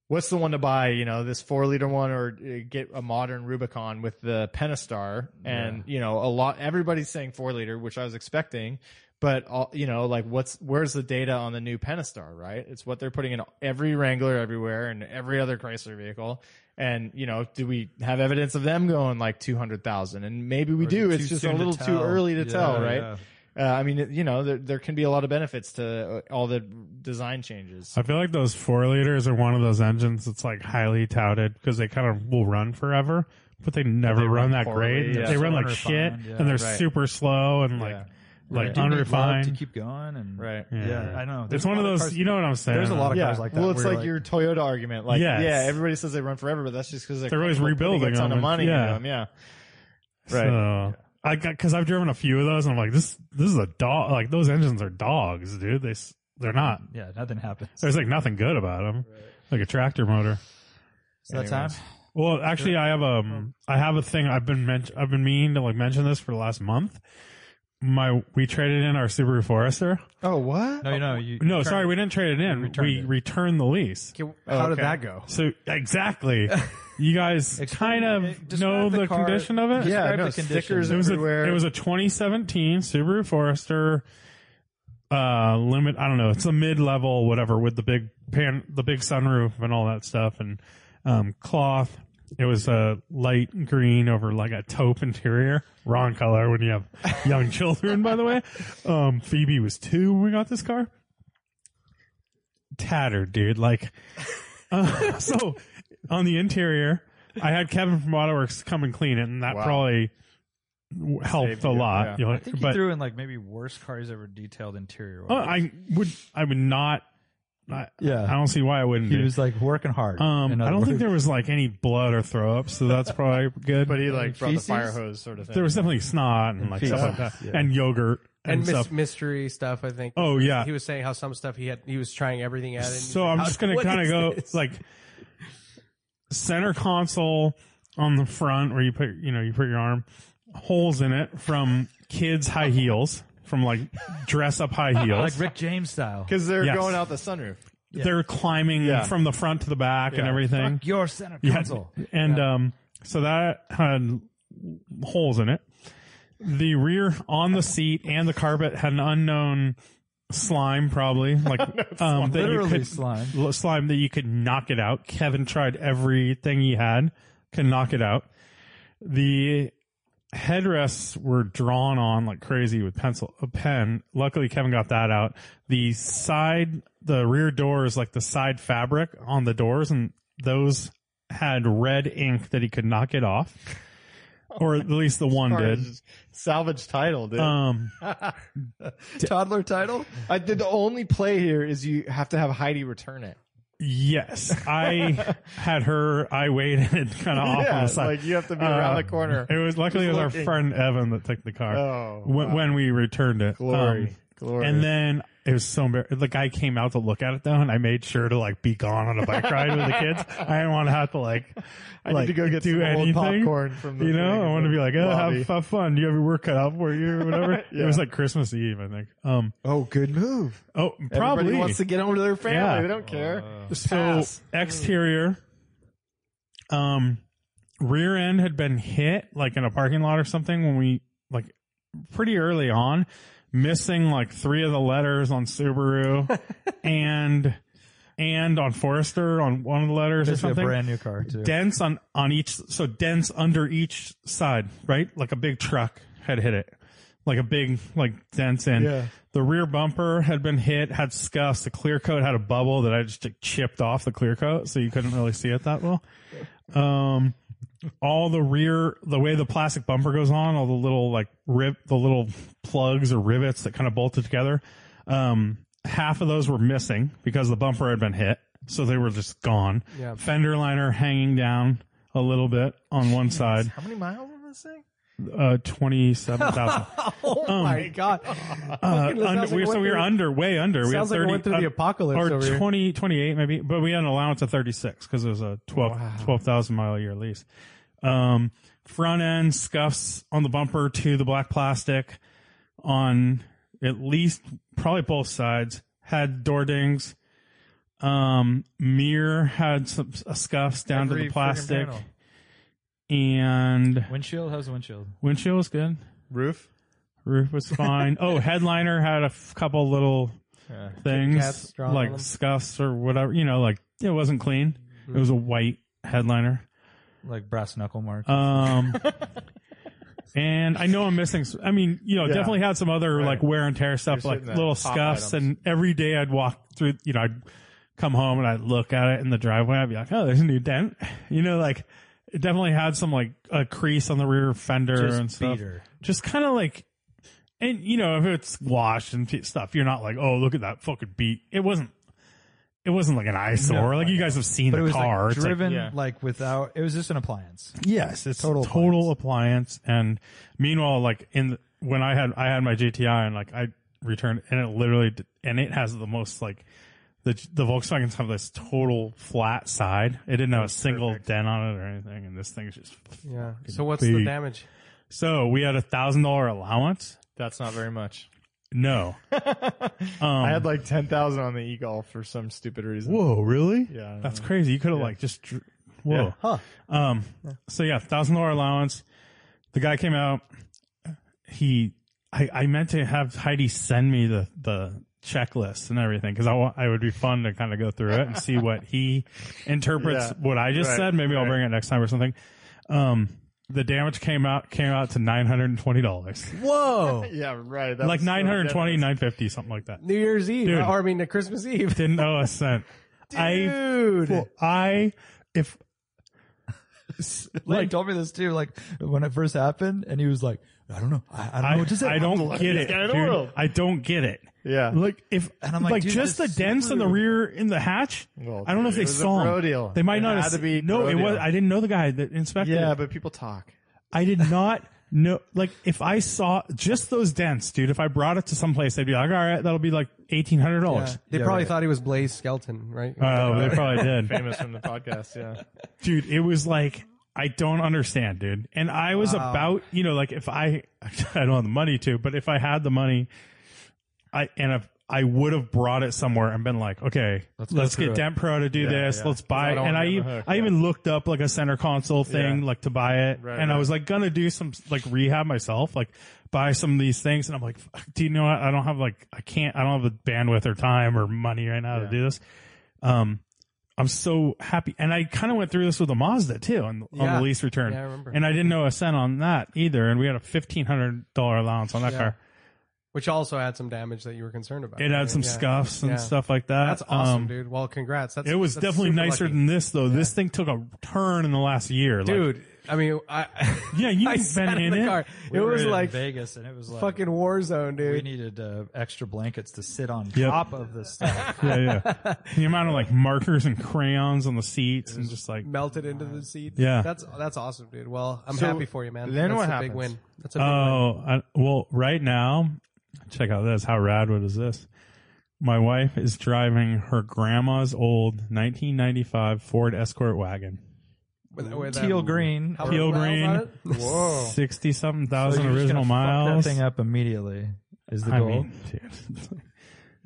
Speaker 5: what's the one to buy? You know, this four liter one or uh, get a modern Rubicon with the Pentastar, and you know, a lot everybody's saying four liter, which I was expecting. But all, you know, like, what's where's the data on the new Pentastar? Right, it's what they're putting in every Wrangler everywhere and every other Chrysler vehicle. And you know, do we have evidence of them going like two hundred thousand? And maybe we
Speaker 3: Or is it
Speaker 5: do.
Speaker 3: too
Speaker 5: It's just a
Speaker 3: soon to
Speaker 5: little too
Speaker 3: tell?
Speaker 5: early to
Speaker 3: Yeah,
Speaker 5: tell, right?
Speaker 3: yeah.
Speaker 5: Uh, I mean, it- you know, there, there can be a lot of benefits to uh, all the design changes.
Speaker 4: I feel like those four liters are one of those engines that's like highly touted because they kind of will run forever, but they never
Speaker 5: They
Speaker 4: run,
Speaker 5: run
Speaker 4: that
Speaker 5: poorly,
Speaker 4: great.
Speaker 5: yeah.
Speaker 4: They run like shit
Speaker 3: Unrefined, yeah,
Speaker 4: and they're
Speaker 5: right.
Speaker 4: super slow and like
Speaker 5: Yeah.
Speaker 4: like
Speaker 3: Do you need love
Speaker 4: unrefined.
Speaker 3: to keep going and
Speaker 5: Right.
Speaker 3: Yeah,
Speaker 4: Yeah.
Speaker 3: I know.
Speaker 4: it's one of those. you know what I'm saying?
Speaker 3: there's a lot of
Speaker 4: yeah.
Speaker 3: cars like that
Speaker 5: Well, it's
Speaker 3: where
Speaker 5: like,
Speaker 3: like-
Speaker 5: your Toyota argument. Like,
Speaker 4: Yes.
Speaker 5: yeah, everybody says they run forever, but that's just because they're,
Speaker 4: They're always
Speaker 5: comfortable putting
Speaker 4: rebuilding
Speaker 5: a ton
Speaker 4: them.
Speaker 5: of money.
Speaker 4: Yeah.
Speaker 5: Yeah, them. yeah. Right.
Speaker 4: So, I got because I've driven a few of those and I'm like this. This is a dog. Like those engines are dogs, dude. They s- they're not.
Speaker 3: [LAUGHS] yeah, nothing happens.
Speaker 4: There's like nothing good about them. Like a tractor motor.
Speaker 3: Is that time?
Speaker 4: Well, actually, I have um, I have a thing. I've been men- I've been meaning to like mention this for the last month. My we traded in our Subaru Forester.
Speaker 5: Oh, what?
Speaker 3: No, you know, you
Speaker 4: No,
Speaker 3: you
Speaker 4: sorry,
Speaker 3: turn-
Speaker 4: we didn't trade it in.
Speaker 3: returned
Speaker 4: we
Speaker 3: it.
Speaker 4: returned the lease.
Speaker 2: How
Speaker 5: okay.
Speaker 2: did that go?
Speaker 4: So
Speaker 3: [LAUGHS]
Speaker 4: exactly, you guys
Speaker 3: Explain-
Speaker 4: kind
Speaker 3: eh,
Speaker 4: of
Speaker 3: describe
Speaker 4: know
Speaker 3: the
Speaker 4: the,
Speaker 3: car.
Speaker 4: condition of it.
Speaker 5: Yeah,
Speaker 3: Describe
Speaker 5: no,
Speaker 3: the condition.
Speaker 5: stickers
Speaker 4: it was
Speaker 5: everywhere.
Speaker 4: a it was a 2017 Subaru Forester uh limit I don't know it's a mid level whatever with the big pan the big sunroof and all that stuff and um cloth It was a light green over like a taupe interior. Wrong color when you have young children, by the way. Um, Phoebe was two when we got this car. Tattered, dude. Like, uh, [LAUGHS] so on the interior, I had Kevin from AutoWorks come and clean it, and that probably w- helped
Speaker 5: Saved
Speaker 4: a
Speaker 5: you,
Speaker 4: lot.
Speaker 5: yeah.
Speaker 4: You know,
Speaker 3: I think you
Speaker 4: but
Speaker 3: threw in like maybe worst car he's ever detailed interior.
Speaker 4: uh, I would, I would not. I, I
Speaker 3: yeah,
Speaker 4: don't see why I wouldn't.
Speaker 3: he
Speaker 4: do.
Speaker 3: was like working hard.
Speaker 4: Um,
Speaker 3: in
Speaker 4: I
Speaker 3: other
Speaker 4: don't think
Speaker 3: words.
Speaker 4: there was like any blood or throw up, so that's
Speaker 5: [LAUGHS]
Speaker 4: probably good.
Speaker 5: But he like brought
Speaker 3: feces?
Speaker 5: the fire hose sort of thing.
Speaker 4: there was definitely snot and like
Speaker 3: feces.
Speaker 4: stuff like that,
Speaker 3: Yeah.
Speaker 4: and yogurt and,
Speaker 2: and mys-
Speaker 4: stuff.
Speaker 2: mystery stuff. I think.
Speaker 4: Oh, yeah.
Speaker 2: he was saying how some stuff he had. He was trying everything out. And he's
Speaker 4: so
Speaker 2: like,
Speaker 4: I'm
Speaker 2: "How-
Speaker 4: just gonna
Speaker 2: what
Speaker 4: kind of
Speaker 2: is
Speaker 4: go
Speaker 2: this?"
Speaker 4: like center console on the front where you put you know you put your arm holes in it from kids high heels from like dress up high
Speaker 3: [LAUGHS]
Speaker 4: heels
Speaker 3: like Rick James style.
Speaker 5: because they're
Speaker 4: Yes.
Speaker 5: going out the sunroof.
Speaker 4: they're climbing from the front to the back and everything
Speaker 3: Fuck your center
Speaker 4: Yeah.
Speaker 3: console.
Speaker 4: And um, so that had holes in it. The rear on the seat and the carpet had an unknown slime, probably
Speaker 3: [LAUGHS]
Speaker 4: like um, [LAUGHS] that you
Speaker 3: Literally
Speaker 4: could, [LAUGHS]
Speaker 3: slime.
Speaker 4: l- slime that you could knock it out. Kevin tried everything he had, can knock it out. The headrests were drawn on like crazy with pencil a pen. Luckily, Kevin got that out. The side, the rear doors, like the side fabric on the doors, and those had red ink that he could knock it off, or at least the one
Speaker 5: Car
Speaker 4: did.
Speaker 5: is Salvage title, dude.
Speaker 4: Um,
Speaker 3: Toddler title.
Speaker 5: I did the only play here is you have to have Heidi return it.
Speaker 4: yes, I had her. I waited [LAUGHS] kind of Oh, off on the side.
Speaker 5: like you have to be around
Speaker 4: Uh, [LAUGHS]
Speaker 5: the corner.
Speaker 4: It was luckily it was our
Speaker 5: looking.
Speaker 4: friend Evan that took the car
Speaker 5: Oh,
Speaker 4: when,
Speaker 5: wow.
Speaker 4: when we returned it.
Speaker 5: glory,
Speaker 4: Um,
Speaker 5: glory.
Speaker 4: And then it was so embarrassing. The guy came out to look at it though, and I made sure to like be gone on a bike ride with the kids.
Speaker 5: [LAUGHS]
Speaker 4: I didn't want to have to like,
Speaker 5: I
Speaker 4: like
Speaker 5: need to go get
Speaker 4: do
Speaker 5: some old
Speaker 4: anything.
Speaker 5: popcorn from the
Speaker 4: you know, I want to be like, oh,
Speaker 5: lobby.
Speaker 4: have, have fun. You have your work cut out for you or
Speaker 5: [LAUGHS]
Speaker 4: whatever. It was like Christmas Eve, I think. Um,
Speaker 5: oh, good move.
Speaker 4: oh,
Speaker 5: Everybody
Speaker 4: probably.
Speaker 5: wants to get home to their family.
Speaker 4: Yeah.
Speaker 5: They don't
Speaker 2: Uh,
Speaker 5: care.
Speaker 4: so
Speaker 5: pass.
Speaker 3: Mm.
Speaker 4: exterior, um, rear end had been hit like in a parking lot or something when we like pretty early on, missing like three of the letters on Subaru and and on Forester on one of the letters or
Speaker 3: This is a
Speaker 4: something.
Speaker 3: brand new car too.
Speaker 4: Dents on on each so dents under each side, right? Like a big truck had hit it. Like a big like dents in.
Speaker 5: Yeah.
Speaker 4: The rear bumper had been hit, had scuffs. The clear coat had a bubble that I just like, chipped off the clear coat, so you couldn't really see it that well. Um, all the rear, the way the plastic bumper goes on, all the little like rib, the little plugs or rivets that kind of bolted together. Um, half of those were missing because the bumper had been hit, so they were just gone.
Speaker 2: Yeah.
Speaker 4: Fender liner hanging down a little bit on one side,
Speaker 5: How many miles on this thing?
Speaker 4: uh, twenty seven
Speaker 2: [LAUGHS]
Speaker 4: thousand.
Speaker 2: oh my god,
Speaker 3: [LAUGHS]
Speaker 4: Uh,
Speaker 2: Fucking sounds
Speaker 4: under,
Speaker 2: like
Speaker 4: we,
Speaker 2: it
Speaker 4: so
Speaker 2: went
Speaker 4: we were
Speaker 2: through-
Speaker 4: under, way under. We had
Speaker 2: sounds like I
Speaker 4: 30,
Speaker 2: went through
Speaker 4: uh,
Speaker 2: the apocalypse
Speaker 4: or
Speaker 2: over here.
Speaker 4: 20, 28 maybe, but we had an allowance of 36 because it was a 12 12,000 mile a year lease. Um, front end scuffs on the bumper to the black plastic on at least probably both sides had door dings. Um, mirror had some uh, scuffs [LAUGHS] down to
Speaker 3: Every
Speaker 4: the
Speaker 3: friggin'
Speaker 4: plastic
Speaker 3: panel.
Speaker 4: and
Speaker 3: Windshield. How's the windshield?
Speaker 4: windshield was good.
Speaker 5: Roof.
Speaker 4: Roof was fine. oh, headliner had a f- couple little
Speaker 5: Yeah.
Speaker 4: things
Speaker 2: Cats drawn on
Speaker 4: like
Speaker 2: them.
Speaker 4: scuffs or whatever. You know, like it wasn't clean. It was a white headliner.
Speaker 3: Like brass knuckle mark.
Speaker 4: Um, and I know I'm missing. s- I mean, you know, definitely had some other like wear and tear stuff,
Speaker 5: You're
Speaker 4: like
Speaker 5: sitting at
Speaker 4: little
Speaker 5: top
Speaker 4: scuffs.
Speaker 5: items.
Speaker 4: And every day I'd walk through. You know, I'd come home and I'd look at it in the driveway. I'd be like, oh, there's a new dent. [LAUGHS] You know, like it definitely had some like a crease on the rear fender and
Speaker 3: Just
Speaker 4: stuff
Speaker 3: beater.
Speaker 4: just kind of like, and you know, if it's washed and t- stuff, you're not like, oh, look at that fucking beat. It wasn't, it wasn't like an eyesore. like you guys have seen
Speaker 3: But it
Speaker 4: the
Speaker 3: was
Speaker 4: car.
Speaker 3: like
Speaker 4: It's like-
Speaker 3: driven
Speaker 5: yeah.
Speaker 3: like without. It was just an appliance.
Speaker 4: yes, it's
Speaker 3: total
Speaker 4: total total appliance. And meanwhile, like in the, when I had I had my GTI and like I returned and it literally d- and it has the most like. The, the Volkswagens have this total flat side. It didn't have a single dent on it or anything, and this thing's just.
Speaker 2: yeah. So what's
Speaker 4: big.
Speaker 2: the damage?
Speaker 4: So we had a thousand dollar allowance.
Speaker 5: That's not very much.
Speaker 3: [LAUGHS]
Speaker 4: No, Um,
Speaker 5: I had like ten thousand on the e golf for some stupid reason.
Speaker 4: Whoa, really?
Speaker 5: Yeah, I don't
Speaker 4: that's crazy. You could have like just dr- whoa. Huh. Um. So yeah, thousand dollar allowance. The guy came out. He, I, I meant to have Heidi send me the the checklists and everything because I want I would be fun to kind of go through it and see what he interprets
Speaker 6: Yeah.
Speaker 4: what I just
Speaker 6: Right,
Speaker 4: said. Maybe I'll
Speaker 6: right.
Speaker 4: bring it next time or something. Um, the damage came out came out to nine hundred and twenty dollars,
Speaker 3: [LAUGHS]
Speaker 2: Whoa.
Speaker 5: Yeah, right.
Speaker 4: [LAUGHS]
Speaker 5: That
Speaker 4: like
Speaker 5: was so
Speaker 4: 920,
Speaker 5: ridiculous.
Speaker 4: 950, something like that.
Speaker 2: New Year's Eve.
Speaker 4: Dude.
Speaker 2: Or I mean, Christmas
Speaker 4: [LAUGHS]
Speaker 2: Eve.
Speaker 4: Didn't owe a cent. I
Speaker 2: Dude.
Speaker 4: well, I if
Speaker 3: Lane
Speaker 4: Like-
Speaker 3: told me this too, like when it first happened, and he was like, "I don't know, I, I don't
Speaker 4: I,
Speaker 3: know what to say."
Speaker 4: I
Speaker 3: [LAUGHS]
Speaker 4: don't get it,
Speaker 5: guy in the
Speaker 4: dude.
Speaker 5: world.
Speaker 4: I don't get it.
Speaker 5: Yeah.
Speaker 4: Like if
Speaker 3: And I'm
Speaker 4: like,
Speaker 3: like, dude,
Speaker 4: just the
Speaker 3: this
Speaker 4: dents in the
Speaker 3: Subaru-
Speaker 4: rear in the hatch.
Speaker 5: Well,
Speaker 4: I don't know if
Speaker 5: dude,
Speaker 4: they
Speaker 5: it was a
Speaker 4: saw
Speaker 5: pro
Speaker 4: him.
Speaker 5: deal.
Speaker 4: They might
Speaker 5: It
Speaker 4: not
Speaker 5: had
Speaker 4: have
Speaker 5: to be
Speaker 4: No,
Speaker 5: pro
Speaker 4: it was.
Speaker 5: deal.
Speaker 4: I didn't know the guy that inspected.
Speaker 5: Yeah,
Speaker 4: it.
Speaker 5: but people talk.
Speaker 4: I did not know. Like if I saw just those dents, dude. If I brought it to someplace, they'd be like, all right, that'll be like eighteen hundred
Speaker 2: Yeah.
Speaker 4: dollars.
Speaker 2: They probably
Speaker 3: right.
Speaker 2: thought he was Blaze Skelton, right?
Speaker 4: Oh, they probably did,
Speaker 5: Famous [LAUGHS] from the podcast, yeah.
Speaker 4: dude. It was like. I don't understand, dude. And I was about, you know, like if I, [LAUGHS] I don't have the money to, but if I had the money, I and if I would have brought it somewhere and been like, okay, let's,
Speaker 5: go
Speaker 4: get
Speaker 5: through it.
Speaker 4: Dent Pro to do this.
Speaker 5: yeah.
Speaker 4: Let's buy.
Speaker 5: I don't
Speaker 4: and I,
Speaker 5: wanna be on
Speaker 4: even,
Speaker 5: the hook,
Speaker 4: I
Speaker 5: yeah.
Speaker 4: even looked up like a center console thing,
Speaker 5: Yeah.
Speaker 4: like to buy it.
Speaker 5: Right,
Speaker 4: and I
Speaker 5: right.
Speaker 4: was like gonna do some like rehab myself, like buy some of these things. And I'm like, fuck, do you know what? I don't have like I can't. I don't have the bandwidth or time or money right now to do this. Um, I'm so happy, and I kind of went through this with a Mazda too on, on
Speaker 2: Yeah.
Speaker 4: the lease return,
Speaker 2: Yeah, I remember.
Speaker 4: and I didn't know a cent on that either. And we had a fifteen hundred dollar allowance on that
Speaker 2: Yeah.
Speaker 4: car.
Speaker 2: Which also had some damage that you were concerned about.
Speaker 4: It had some
Speaker 2: Yeah.
Speaker 4: scuffs and
Speaker 2: Yeah.
Speaker 4: stuff like that.
Speaker 2: That's awesome,
Speaker 4: Um,
Speaker 2: dude. Well, congrats. That's
Speaker 4: It was
Speaker 2: that's
Speaker 4: definitely
Speaker 2: super
Speaker 4: nicer
Speaker 2: lucky.
Speaker 4: than this though. This thing took a turn in the last year, like-
Speaker 2: dude. I mean, I [LAUGHS]
Speaker 4: Yeah, you
Speaker 2: I
Speaker 4: ain't
Speaker 2: sat
Speaker 4: been in
Speaker 2: the
Speaker 4: it.
Speaker 2: car.
Speaker 3: We
Speaker 2: it
Speaker 3: were
Speaker 2: was
Speaker 3: in
Speaker 2: like
Speaker 3: Vegas, and it was
Speaker 2: [LAUGHS]
Speaker 3: like
Speaker 2: fucking war zone, dude.
Speaker 3: We needed uh, extra blankets to sit on
Speaker 4: Yep.
Speaker 3: top of the stuff.
Speaker 4: yeah,
Speaker 2: [LAUGHS]
Speaker 4: yeah. the amount of like markers and crayons on the seats and just like
Speaker 2: melted into the seat.
Speaker 4: Yeah.
Speaker 2: that's that's awesome, dude. Well, I'm
Speaker 5: So,
Speaker 2: happy for you, man.
Speaker 5: then
Speaker 2: that's
Speaker 5: what
Speaker 2: a
Speaker 5: happens?
Speaker 2: Big win. That's a
Speaker 3: Uh,
Speaker 2: big win.
Speaker 4: oh I, well. Right now, check out this. How rad what is this? My wife is driving her grandma's old 1995 Ford Escort wagon.
Speaker 2: With, with,
Speaker 3: [LAUGHS] Teal
Speaker 2: um,
Speaker 3: green.
Speaker 2: how
Speaker 3: Or-
Speaker 2: many
Speaker 4: Teal
Speaker 2: miles
Speaker 4: green.
Speaker 2: on it?
Speaker 3: Whoa.
Speaker 4: Sixty something
Speaker 3: So
Speaker 4: thousand
Speaker 3: you're just
Speaker 4: original
Speaker 3: gonna fuck
Speaker 4: miles.
Speaker 3: That thing up immediately is the
Speaker 4: I
Speaker 3: goal.
Speaker 4: mean, dude,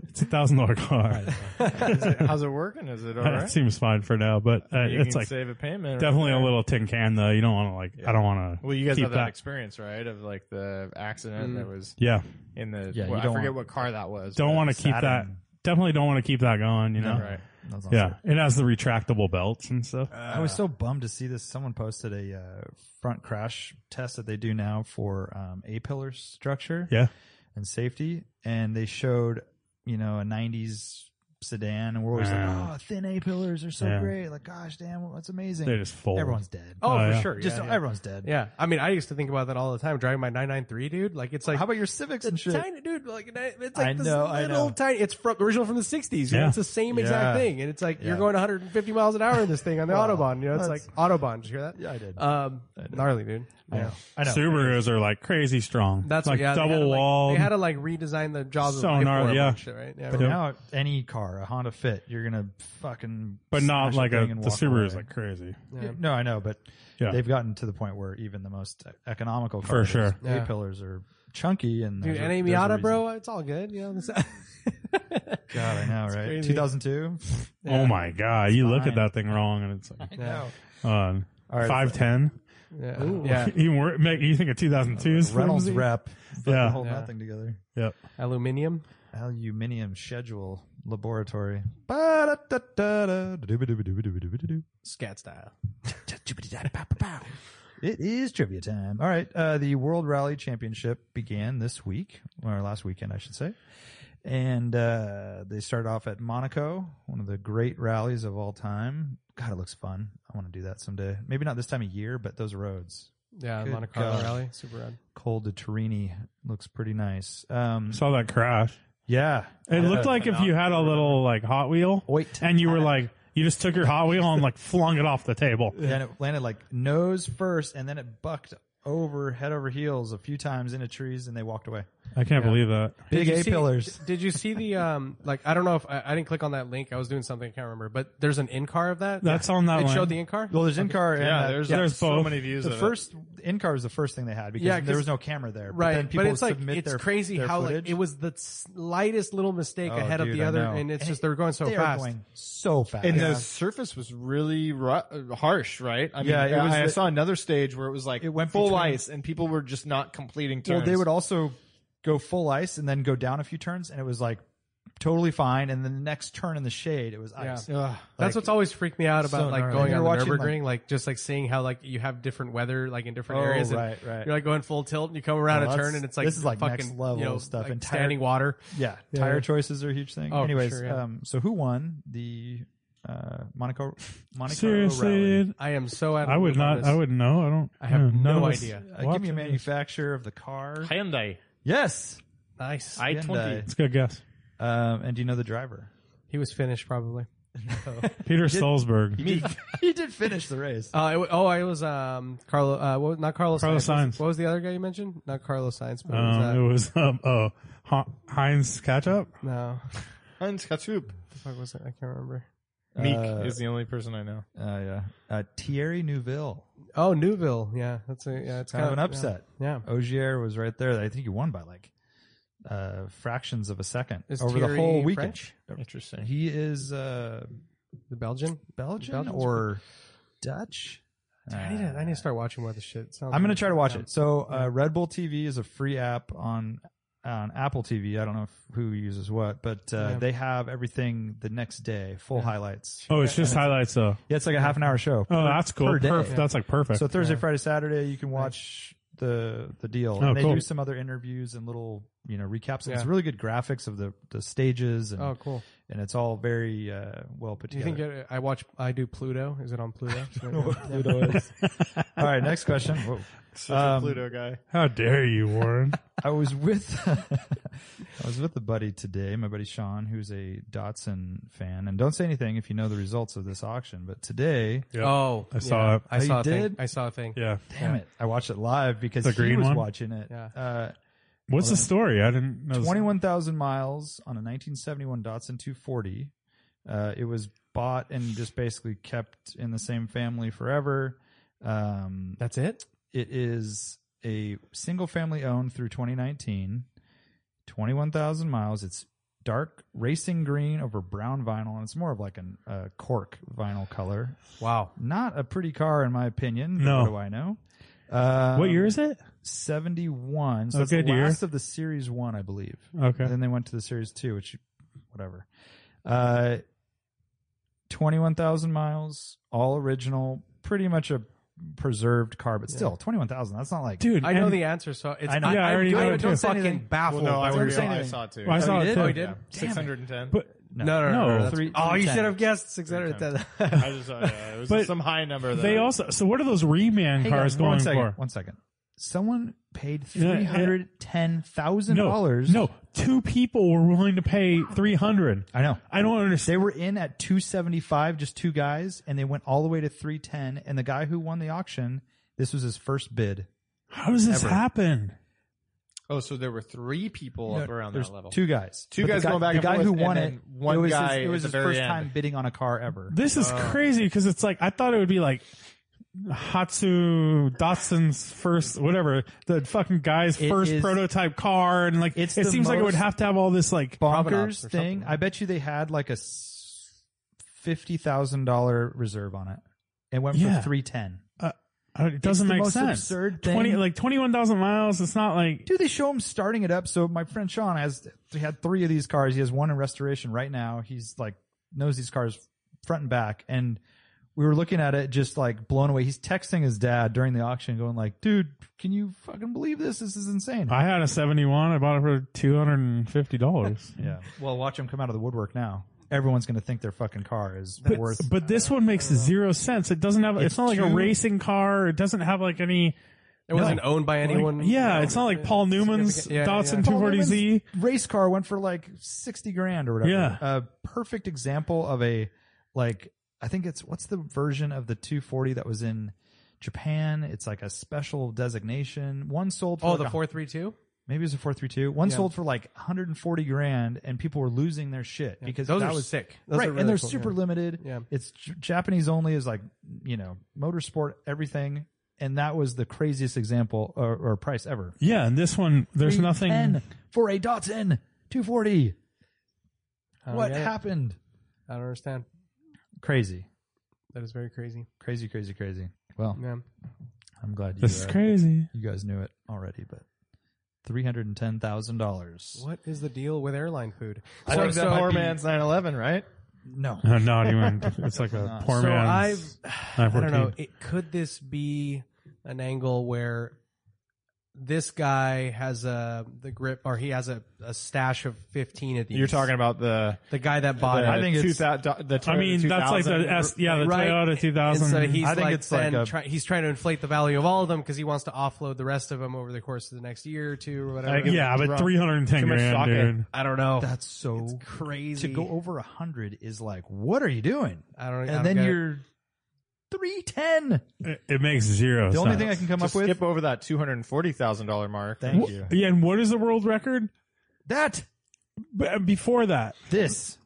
Speaker 4: it's a thousand dollar car.
Speaker 5: How's it working? Is it
Speaker 4: [LAUGHS]
Speaker 5: all
Speaker 4: That
Speaker 5: right?
Speaker 4: seems fine for now, but uh,
Speaker 5: You
Speaker 4: it's
Speaker 5: can
Speaker 4: like
Speaker 5: save a payment. or-
Speaker 4: definitely a little tin can though. You don't want to like. I don't want to.
Speaker 5: Well, you guys
Speaker 4: keep
Speaker 5: have that,
Speaker 4: that.
Speaker 5: experience, right? Of like the accident that was
Speaker 4: Yeah,
Speaker 5: in the.
Speaker 3: Yeah, you
Speaker 5: well, I
Speaker 3: don't
Speaker 5: forget
Speaker 3: want-
Speaker 5: what car that was.
Speaker 4: don't
Speaker 5: but-
Speaker 4: want to keep that.
Speaker 3: Saturn.
Speaker 4: Definitely don't want to keep that going. You know.
Speaker 5: Right.
Speaker 3: That's awesome.
Speaker 4: Yeah, it has the retractable belts and stuff.
Speaker 3: I was so bummed to see this. Someone posted a uh, front crash test that they do now for um, a pillar structure
Speaker 4: yeah,
Speaker 3: and safety, and they showed you know a '90s sedan, and we're always
Speaker 4: Ah.
Speaker 3: like, "Oh, thin a pillars are so
Speaker 4: Yeah.
Speaker 3: great! Like, gosh, damn, that's amazing."
Speaker 4: they just fold.
Speaker 3: everyone's dead.
Speaker 2: Oh,
Speaker 4: Oh,
Speaker 2: for
Speaker 4: yeah.
Speaker 2: sure.
Speaker 3: just
Speaker 2: yeah, yeah.
Speaker 3: everyone's dead.
Speaker 2: [LAUGHS] Yeah, I mean, I used to think about that all the time. Driving my 993, dude. Like it's like
Speaker 3: How about your civics and shit?
Speaker 2: tiny, dude. Like it's like
Speaker 3: I
Speaker 2: this
Speaker 3: know, I
Speaker 2: little
Speaker 3: know.
Speaker 2: tiny. It's from original from the 60s. You know,
Speaker 4: Yeah.
Speaker 2: it's the same exact
Speaker 3: Yeah.
Speaker 2: thing, and it's like you're
Speaker 3: Yeah.
Speaker 2: going 150 miles an hour in this thing on the autobahn. You know, it's like
Speaker 3: that's-
Speaker 2: autobahn. Did you hear that?
Speaker 3: Yeah, I
Speaker 4: Uh,
Speaker 3: did.
Speaker 2: Um, gnarly, dude. Yeah.
Speaker 3: I know.
Speaker 4: Subarus are like crazy strong.
Speaker 2: That's
Speaker 4: like
Speaker 2: yeah, they had to,
Speaker 4: double
Speaker 2: like-
Speaker 4: wall.
Speaker 2: They had to like redesign the jaws of
Speaker 4: So
Speaker 2: life
Speaker 4: gnarly,
Speaker 2: for 'em
Speaker 4: yeah.
Speaker 2: and shit, right? Yeah,
Speaker 3: But
Speaker 2: right.
Speaker 3: now any car, a Honda Fit, you're gonna fucking.
Speaker 4: but not
Speaker 3: smash
Speaker 4: like a
Speaker 3: thing and
Speaker 4: the
Speaker 3: walk
Speaker 4: Subaru is
Speaker 3: away.
Speaker 4: like crazy.
Speaker 2: Yeah.
Speaker 3: No, I know, but
Speaker 4: Yeah.
Speaker 3: they've gotten to the point where even the most economical
Speaker 4: For
Speaker 3: cars,
Speaker 4: sure.
Speaker 2: Yeah.
Speaker 3: A pillars are chunky and
Speaker 2: dude,
Speaker 3: there's a-
Speaker 2: and a
Speaker 3: there's a
Speaker 2: Miata,
Speaker 3: reason.
Speaker 2: bro, it's all good. You
Speaker 4: [LAUGHS]
Speaker 2: know, this-
Speaker 3: God, I know, right?
Speaker 2: crazy.
Speaker 3: Two thousand two.
Speaker 4: Oh my god, you look at
Speaker 3: fine.
Speaker 4: that thing wrong and it's
Speaker 2: [LAUGHS]
Speaker 4: like
Speaker 2: Yeah.
Speaker 4: on
Speaker 3: All right,
Speaker 4: five ten.
Speaker 2: yeah, yeah.
Speaker 4: [LAUGHS] you wor- make you think a two thousand two is [LAUGHS]
Speaker 3: Reynolds
Speaker 4: flimsy?
Speaker 3: rep. Fucking
Speaker 4: Yeah.
Speaker 3: hold
Speaker 2: Yeah.
Speaker 3: that thing together.
Speaker 4: Yep.
Speaker 2: Aluminium.
Speaker 3: Aluminium schedule laboratory. Ba-da-da-da-da. Do-ba-do-ba-do-ba-do-ba-do-ba-do.
Speaker 2: Scat style.
Speaker 3: [LAUGHS] It is trivia time. All right. Uh, the World Rally Championship began this week, or last weekend, I should say. And uh, they started off at Monaco, one of the great rallies of all time. God, it looks fun. I want to do that someday. Maybe not this time of year, but those roads.
Speaker 2: Yeah,
Speaker 3: Good
Speaker 2: Monte Carlo
Speaker 3: God.
Speaker 2: rally, super rad.
Speaker 3: Col de Torini looks pretty nice. Um,
Speaker 4: Saw that crash.
Speaker 3: yeah. Uh,
Speaker 4: It looked like if you had a little like Hot Wheel,
Speaker 3: Wait.
Speaker 4: and you were like, you just took your Hot Wheel and like flung it off the
Speaker 3: [LAUGHS]
Speaker 4: table.
Speaker 3: And it landed like nose first, and then it bucked over head over heels a few times into trees, and they walked away.
Speaker 4: I can't believe that.
Speaker 3: Big
Speaker 2: Did you
Speaker 3: A
Speaker 2: see-
Speaker 3: pillars.
Speaker 2: d- Did you see the um? Like I don't know if I, I didn't click on that link. I was doing something I can't remember. But there's an in car of that.
Speaker 4: That's on that
Speaker 2: It
Speaker 4: one.
Speaker 2: showed the in car.
Speaker 3: Well, there's in car.
Speaker 5: Yeah,
Speaker 2: uh,
Speaker 5: there's,
Speaker 4: there's
Speaker 5: so
Speaker 4: both.
Speaker 5: many views
Speaker 3: the
Speaker 5: of
Speaker 3: first in car was the first thing they had because
Speaker 2: Yeah, 'cause-
Speaker 3: there was no camera there.
Speaker 2: Right,
Speaker 3: but, then people
Speaker 2: but it's like
Speaker 3: submit
Speaker 2: it's
Speaker 3: their,
Speaker 2: crazy
Speaker 3: their
Speaker 2: how like
Speaker 3: footage.
Speaker 2: it was the slightest little mistake
Speaker 3: Oh,
Speaker 2: ahead of
Speaker 3: dude,
Speaker 2: the
Speaker 3: I
Speaker 2: other,
Speaker 3: know.
Speaker 2: and it's
Speaker 3: And
Speaker 2: just they're going so
Speaker 3: they
Speaker 2: fast.
Speaker 3: Are going so fast.
Speaker 5: it. And the surface was really ru- uh, harsh, right? I mean,
Speaker 3: Yeah, it was
Speaker 5: I, I
Speaker 3: the-
Speaker 5: saw another stage where it was like
Speaker 3: It went
Speaker 5: full
Speaker 3: between-
Speaker 5: ice, and people were just not completing turns.
Speaker 3: well, they would also go full ice and then go down a few turns, and it was like totally fine. And the next turn in the shade, it was
Speaker 2: Yeah.
Speaker 3: ice.
Speaker 2: That's
Speaker 3: Like,
Speaker 2: what's always freaked me out about
Speaker 3: so
Speaker 2: like
Speaker 3: gnarly.
Speaker 2: going
Speaker 3: You're
Speaker 2: on the
Speaker 3: watching, like-
Speaker 2: Nurburgring, like, just like seeing how like you have different weather like in different
Speaker 3: Oh,
Speaker 2: areas. and
Speaker 3: right, right.
Speaker 2: You're like going full tilt, and you come around
Speaker 3: Oh,
Speaker 2: a
Speaker 3: that's-
Speaker 2: turn, and it's like
Speaker 3: this is, like,
Speaker 2: fucking
Speaker 3: next level
Speaker 2: you know,
Speaker 3: stuff.
Speaker 2: like
Speaker 3: Entire-
Speaker 2: standing water.
Speaker 3: yeah,
Speaker 2: Yeah.
Speaker 3: tire choices are a huge thing.
Speaker 2: Oh, for
Speaker 3: Anyways,
Speaker 2: sure, yeah.
Speaker 3: um, so who won the uh, Monaco? Monaco
Speaker 4: Seriously,
Speaker 3: rally?
Speaker 4: dude,
Speaker 2: I am so out. Of
Speaker 4: I
Speaker 2: the
Speaker 4: would
Speaker 2: loop on
Speaker 4: not.
Speaker 2: this.
Speaker 4: I wouldn't know. I don't.
Speaker 2: I have
Speaker 4: none
Speaker 2: no
Speaker 4: of us
Speaker 2: idea.
Speaker 3: Uh, give me a
Speaker 4: watching this.
Speaker 3: manufacturer of the car.
Speaker 7: Hyundai.
Speaker 3: Yes.
Speaker 2: Nice.
Speaker 7: I
Speaker 3: Hyundai.
Speaker 7: twenty.
Speaker 4: It's a good guess.
Speaker 3: Um, and do you know the driver?
Speaker 2: he was finished probably.
Speaker 4: Peter Salzburg.
Speaker 3: Meek. [LAUGHS] he did finish
Speaker 2: [LAUGHS]
Speaker 3: the race.
Speaker 2: Uh, it, wa- oh, I was um Carlo. Uh, what, was- not Carlos.
Speaker 4: Carlos
Speaker 2: Sainz. What was-
Speaker 4: Sainz.
Speaker 2: What was the other guy you mentioned? Not Carlos Sainz, but it was,
Speaker 4: Um,
Speaker 2: uh,
Speaker 4: it was um, uh, Ho- Heinz Ketchup.
Speaker 2: no.
Speaker 5: Hans Katsup.
Speaker 2: The fuck was it? I can't remember.
Speaker 5: Meek
Speaker 3: Uh,
Speaker 5: is the only person I know.
Speaker 3: Uh, yeah. Uh, Thierry Neuville.
Speaker 2: Oh, Newville. Yeah, that's a yeah. It's
Speaker 3: Kind of an
Speaker 2: yeah.
Speaker 3: upset.
Speaker 2: Yeah.
Speaker 3: Ogier was right there. I think he won by like uh, fractions of a second
Speaker 2: Is
Speaker 3: over the
Speaker 2: Thierry
Speaker 3: whole weekend.
Speaker 2: French?
Speaker 5: Interesting.
Speaker 3: He is uh,
Speaker 2: The Belgian.
Speaker 3: Belgian
Speaker 2: Belgian's
Speaker 3: or Dutch.
Speaker 2: Dude, I need to. I need to start watching more of this shit. Sounds
Speaker 3: I'm going to try to watch
Speaker 2: yeah.
Speaker 3: it. So, uh, Red Bull TV is a free app on on Apple TV. I don't know if, who uses what, but uh,
Speaker 2: Yeah.
Speaker 3: they have everything the next day, full highlights.
Speaker 4: Oh, it's just highlights though.
Speaker 3: Yeah, it's like a half an hour show.
Speaker 4: Oh, that's cool.
Speaker 3: per day.
Speaker 4: Perf- That's like perfect.
Speaker 3: So Thursday, Friday, Saturday, you can watch the the deal.
Speaker 4: Oh,
Speaker 3: and they
Speaker 4: cool.
Speaker 3: do some other interviews and little you know recaps. And It's
Speaker 2: Yeah.
Speaker 3: really good graphics of the the stages and
Speaker 2: Oh, cool.
Speaker 3: and it's all very uh, well put
Speaker 2: Do you
Speaker 3: together.
Speaker 2: think it, I watch? I do Pluto. Is it on Pluto?
Speaker 3: all right, next question. Whoa. Um,
Speaker 5: Pluto guy.
Speaker 4: How dare you, [LAUGHS] Warren?
Speaker 3: [LAUGHS] I was with I was with a buddy today, my buddy Sean, who's a Dotson fan. And don't say anything if you know the results of this auction. But today,
Speaker 2: Oh,
Speaker 4: I saw it.
Speaker 2: I
Speaker 3: Oh, you
Speaker 2: saw a thing.
Speaker 3: did?
Speaker 2: I saw a thing.
Speaker 4: Yeah.
Speaker 3: damn it, I watched it live because
Speaker 4: The
Speaker 3: he
Speaker 4: green
Speaker 3: was
Speaker 4: one?
Speaker 3: watching it.
Speaker 2: Yeah.
Speaker 3: Uh,
Speaker 4: What's the story? I didn't know.
Speaker 3: Twenty-one thousand miles on a nineteen seventy-one Datsun two forty. Uh, it was bought and just basically kept in the same family forever. Um,
Speaker 2: That's it.
Speaker 3: it is a single family owned through 2019, 21,000 miles. It's dark racing green over brown vinyl, and it's more of like a uh, cork vinyl color.
Speaker 2: Wow.
Speaker 3: Not a pretty car, in my opinion. but
Speaker 4: No.
Speaker 3: What do I know? Uh,
Speaker 4: What year is it?
Speaker 3: 71. So
Speaker 4: Oh,
Speaker 3: it's the
Speaker 4: good year.
Speaker 3: last of the Series 1, I believe.
Speaker 4: Okay.
Speaker 3: Then they went to the Series 2, which, whatever. Uh, 21,000 miles, all original, pretty much a preserved car, but still, 21,000. That's not like.
Speaker 4: Dude,
Speaker 2: I know
Speaker 4: and-
Speaker 2: the answer, so it's.
Speaker 4: I know. Yeah, I
Speaker 2: I'm
Speaker 4: already
Speaker 2: good,
Speaker 4: know it
Speaker 2: I'm
Speaker 4: too.
Speaker 2: fucking baffled.
Speaker 5: no, I,
Speaker 2: by
Speaker 3: don't
Speaker 2: what
Speaker 3: say
Speaker 2: you're
Speaker 5: I
Speaker 3: anything.
Speaker 5: saw it too.
Speaker 4: Well, I saw it
Speaker 3: did?
Speaker 4: too.
Speaker 3: Oh, you
Speaker 2: did?
Speaker 5: Six hundred and ten.
Speaker 4: But
Speaker 2: No, no, no.
Speaker 4: No.
Speaker 2: no, that's-
Speaker 3: Three-
Speaker 2: oh, you
Speaker 3: three
Speaker 2: should have guessed six hundred.
Speaker 5: I just, uh, it was
Speaker 4: But
Speaker 5: some high number. That
Speaker 4: they
Speaker 5: I-
Speaker 4: also. So what are those reman
Speaker 3: Hang
Speaker 4: cars
Speaker 3: on,
Speaker 4: going
Speaker 3: one
Speaker 4: for?
Speaker 3: second, One second. Someone paid
Speaker 4: Yeah, yeah.
Speaker 3: three hundred ten thousand
Speaker 4: No,
Speaker 3: dollars.
Speaker 4: no. Two people were willing to pay three hundred.
Speaker 3: I know.
Speaker 4: I don't understand.
Speaker 3: They were in at two seventy five, just two guys, and they went all the way to three ten. And the guy who won the auction, this was his first bid.
Speaker 4: How does this
Speaker 3: Ever.
Speaker 4: happen?
Speaker 5: Oh, so there were three people up
Speaker 3: No,
Speaker 5: around
Speaker 3: there's
Speaker 5: that level.
Speaker 3: Two guys.
Speaker 5: Two
Speaker 3: But the
Speaker 5: guys
Speaker 3: guy,
Speaker 5: going back
Speaker 3: The
Speaker 5: and
Speaker 3: guy
Speaker 5: forth,
Speaker 3: who
Speaker 5: and
Speaker 3: won
Speaker 5: then
Speaker 3: it,
Speaker 5: one
Speaker 3: it was
Speaker 5: guy
Speaker 3: His, it
Speaker 5: at
Speaker 3: was
Speaker 5: the
Speaker 3: his
Speaker 5: very
Speaker 3: first
Speaker 5: end.
Speaker 3: time bidding on a car ever.
Speaker 4: This is crazy because it's like I thought it would be like Hatsu Datsun's first whatever the fucking guy's
Speaker 3: It
Speaker 4: first
Speaker 3: is-
Speaker 4: prototype car and like
Speaker 3: It's
Speaker 4: it
Speaker 3: the
Speaker 4: seems like it would
Speaker 3: most
Speaker 4: have to have all this like
Speaker 2: Provenance
Speaker 3: bonkers
Speaker 2: or
Speaker 3: thing.
Speaker 2: something.
Speaker 3: I bet you they had like a s- fifty thousand dollar reserve on it. It went
Speaker 4: Yeah.
Speaker 3: for three ten.
Speaker 4: I don't- uh, it doesn't
Speaker 3: the
Speaker 4: make
Speaker 3: most
Speaker 4: sense.
Speaker 3: absurd
Speaker 4: Twenty
Speaker 3: thing.
Speaker 4: like twenty one thousand miles. It's not like
Speaker 3: Dude, they show him starting it up. So my friend Sean has he had three of these cars. He has one in restoration right now. He's like knows these cars front and back. And we were looking at it, just like blown away. He's texting his dad during the auction, going like, "Dude, can you fucking believe this? This is insane."
Speaker 4: I had a seventy one. I bought it for two hundred and fifty dollars.
Speaker 3: yeah. Well, watch him come out of the woodwork now. Everyone's gonna think their fucking car is
Speaker 4: But,
Speaker 3: worth.
Speaker 4: but this one makes zero sense. It doesn't have. It's,
Speaker 3: It's
Speaker 4: not like a
Speaker 3: too-
Speaker 4: racing car. It doesn't have like any.
Speaker 2: It wasn't owned by
Speaker 4: like-
Speaker 2: anyone.
Speaker 4: yeah, it's not like Paul Newman's
Speaker 2: Yeah, yeah,
Speaker 4: Datsun
Speaker 2: yeah.
Speaker 4: two forty Z.
Speaker 3: Newman's race car went for like sixty grand or whatever.
Speaker 4: Yeah.
Speaker 3: a perfect example of a like I think it's what's the version of the two forty that was in Japan? It's like a special designation. One sold. For
Speaker 2: Oh,
Speaker 3: like
Speaker 2: the
Speaker 3: a-
Speaker 2: four three two.
Speaker 3: Maybe it was a four three two. One
Speaker 2: Yeah.
Speaker 3: sold for like one hundred and forty grand, and people were losing their shit because
Speaker 2: those
Speaker 3: that
Speaker 2: are
Speaker 3: was
Speaker 2: sick. Those
Speaker 3: right,
Speaker 2: are really
Speaker 3: and they're
Speaker 2: cool,
Speaker 3: super
Speaker 2: yeah.
Speaker 3: limited.
Speaker 2: Yeah.
Speaker 3: it's J- Japanese only is like you know motorsport everything, and that was the craziest example or, or price ever.
Speaker 4: Yeah, and this one there's nothing.
Speaker 3: 310 for a Datsun 240.
Speaker 2: I don't
Speaker 3: what
Speaker 2: get it.
Speaker 3: happened?
Speaker 2: I don't understand.
Speaker 3: Crazy,
Speaker 2: That is very crazy.
Speaker 3: crazy, crazy, crazy. Well,
Speaker 2: Yeah.
Speaker 3: I'm glad you,
Speaker 4: This is [LAUGHS]
Speaker 3: uh,
Speaker 4: crazy.
Speaker 3: you guys knew it already, but three hundred and ten thousand dollars.
Speaker 2: What is the deal with airline food?
Speaker 5: I think that poor man's 911, right?
Speaker 3: No,
Speaker 4: Uh, not even. It's like a poor
Speaker 2: so
Speaker 4: man's.
Speaker 2: I've, I
Speaker 4: I've
Speaker 2: don't know.
Speaker 4: worked
Speaker 2: It, could this be an angle where this guy has a the grip, or he has a, a stash of fifteen of these?
Speaker 5: You're talking about the.
Speaker 2: the guy that bought
Speaker 5: the
Speaker 2: it.
Speaker 3: I think it's-
Speaker 5: 2000 the
Speaker 4: I mean,
Speaker 5: Toyota
Speaker 4: that's like the
Speaker 5: 2000.
Speaker 4: S, yeah, the
Speaker 2: Right.
Speaker 4: Toyota 2000.
Speaker 2: And so he's
Speaker 3: I think
Speaker 2: like
Speaker 3: it's
Speaker 2: then
Speaker 3: like a-
Speaker 2: try, he's trying to inflate the value of all of them because he wants to offload the rest of them over the course of the next year or two or whatever.
Speaker 4: yeah, but
Speaker 5: Wrong.
Speaker 4: 310
Speaker 5: Too much
Speaker 4: grand,
Speaker 5: socket.
Speaker 4: dude.
Speaker 2: I don't know.
Speaker 3: that's so
Speaker 2: it's crazy.
Speaker 3: to go over a hundred is like, what are you doing?
Speaker 2: I don't. I don't
Speaker 3: And then
Speaker 2: get it.
Speaker 3: you're three ten.
Speaker 4: It, it makes zero.
Speaker 3: The only thing I
Speaker 4: sense.
Speaker 3: can come
Speaker 5: Just
Speaker 3: up with
Speaker 5: skip over that $240,000 mark.
Speaker 3: Thank
Speaker 4: Wh-
Speaker 3: you.
Speaker 4: Yeah, and what is the world record?
Speaker 3: that
Speaker 4: B- before that,
Speaker 3: this.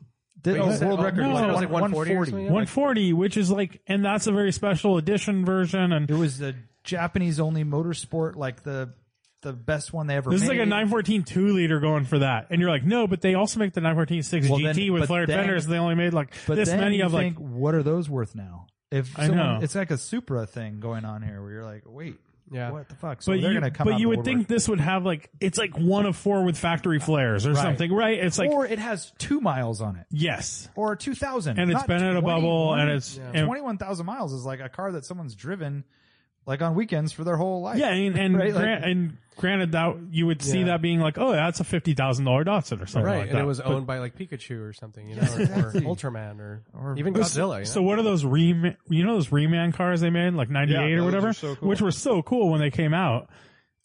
Speaker 3: This
Speaker 2: you said-
Speaker 3: world
Speaker 2: oh,
Speaker 3: record
Speaker 4: no,
Speaker 3: was
Speaker 4: it was
Speaker 2: like 140
Speaker 3: 140.
Speaker 2: or something,
Speaker 4: 140,
Speaker 2: yeah.
Speaker 4: which is like, and that's a very special edition version. And
Speaker 3: It was the Japanese only motorsport, like the the best one they ever.
Speaker 4: this is
Speaker 3: made.
Speaker 4: like a 914 2 liter going for that. And you're like, no, but they also make the 914 6
Speaker 3: Well,
Speaker 4: GT
Speaker 3: then-
Speaker 4: with
Speaker 3: but
Speaker 4: flared
Speaker 3: then-
Speaker 4: fenders. And they only made like
Speaker 3: But
Speaker 4: this
Speaker 3: then
Speaker 4: many
Speaker 3: you
Speaker 4: of like,
Speaker 3: think, what are those worth now? If
Speaker 4: I
Speaker 3: someone,
Speaker 4: know.
Speaker 3: it's like a Supra thing going on here, where you're like, wait,
Speaker 2: Yeah.
Speaker 3: what the fuck? So
Speaker 4: but
Speaker 3: they're
Speaker 4: you,
Speaker 3: gonna come out
Speaker 4: but you
Speaker 3: the
Speaker 4: would think
Speaker 3: woodwork.
Speaker 4: this would have like, it's like one of four with factory flares or something, right? It's like,
Speaker 3: or it has two miles on it,
Speaker 4: yes.
Speaker 3: or two thousand,
Speaker 4: And it's been in a bubble and it's, and-
Speaker 3: twenty-one thousand miles is like a car that someone's driven, like on weekends for their whole life.
Speaker 4: Yeah, and and,
Speaker 3: Right, like-
Speaker 4: gran- and granted that you would see
Speaker 2: Yeah.
Speaker 4: that being like, oh, that's a fifty thousand dollar Datsun or something
Speaker 3: Oh,
Speaker 2: Right,
Speaker 4: like
Speaker 2: and
Speaker 4: that.
Speaker 2: it was
Speaker 4: But-
Speaker 2: owned by like Pikachu or something, you know, or,
Speaker 3: exactly.
Speaker 2: or Ultraman, or,
Speaker 3: Or-
Speaker 2: even
Speaker 4: But
Speaker 2: Godzilla. you
Speaker 4: So, so
Speaker 2: know?
Speaker 4: what are those re you know those reman cars they made like ninety eight
Speaker 5: Yeah,
Speaker 4: or
Speaker 5: those
Speaker 4: whatever,
Speaker 5: are so cool.
Speaker 4: which were so cool when they came out.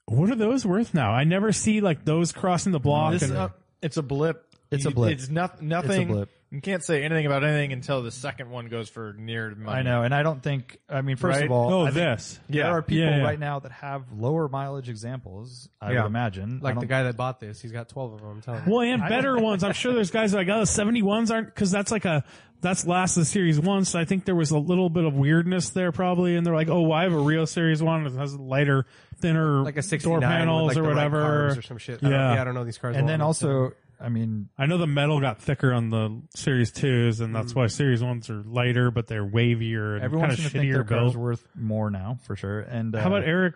Speaker 4: What are those worth now? I never see like those crossing the block.
Speaker 5: This
Speaker 4: and, oh,
Speaker 5: is a- it's a blip.
Speaker 3: It's a
Speaker 5: You-
Speaker 3: blip.
Speaker 5: It's noth- nothing.
Speaker 3: blip.
Speaker 5: You can't say anything about anything until the second one goes for near money.
Speaker 3: I know, and I don't think. I mean, first
Speaker 5: Right?
Speaker 3: of all,
Speaker 4: oh,
Speaker 3: I think
Speaker 4: this.
Speaker 5: Yeah.
Speaker 3: there are people
Speaker 4: Yeah, yeah.
Speaker 3: right now that have lower mileage examples. I
Speaker 5: Yeah.
Speaker 3: would imagine, I
Speaker 2: like the
Speaker 3: don't-
Speaker 2: guy that bought this, he's got twelve of them. I'm telling you.
Speaker 4: Well,
Speaker 3: [LAUGHS]
Speaker 4: and better ones. I'm sure there's guys that are like, oh, 71s aren't, cause that's like a, that's last of the series one. So I think there was a little bit of weirdness there probably. And they're like, oh, well, I have a real series one. It has lighter, thinner
Speaker 2: like a
Speaker 4: door
Speaker 2: 69
Speaker 4: panels
Speaker 2: with, like,
Speaker 4: or
Speaker 2: the right
Speaker 4: whatever.
Speaker 2: cars or some shit. I don't,
Speaker 4: Yeah.
Speaker 2: yeah, I don't know these cars.
Speaker 3: and
Speaker 2: well
Speaker 3: then
Speaker 2: enough.
Speaker 3: also, I mean,
Speaker 4: I know the metal got thicker on the series twos and
Speaker 3: Mm.
Speaker 4: that's why series ones are lighter, but they're wavier and kind
Speaker 3: everyone's
Speaker 4: of
Speaker 3: going to think their
Speaker 4: shittier
Speaker 3: car's
Speaker 4: built.
Speaker 3: worth more now for sure. And uh,
Speaker 4: How about Eric?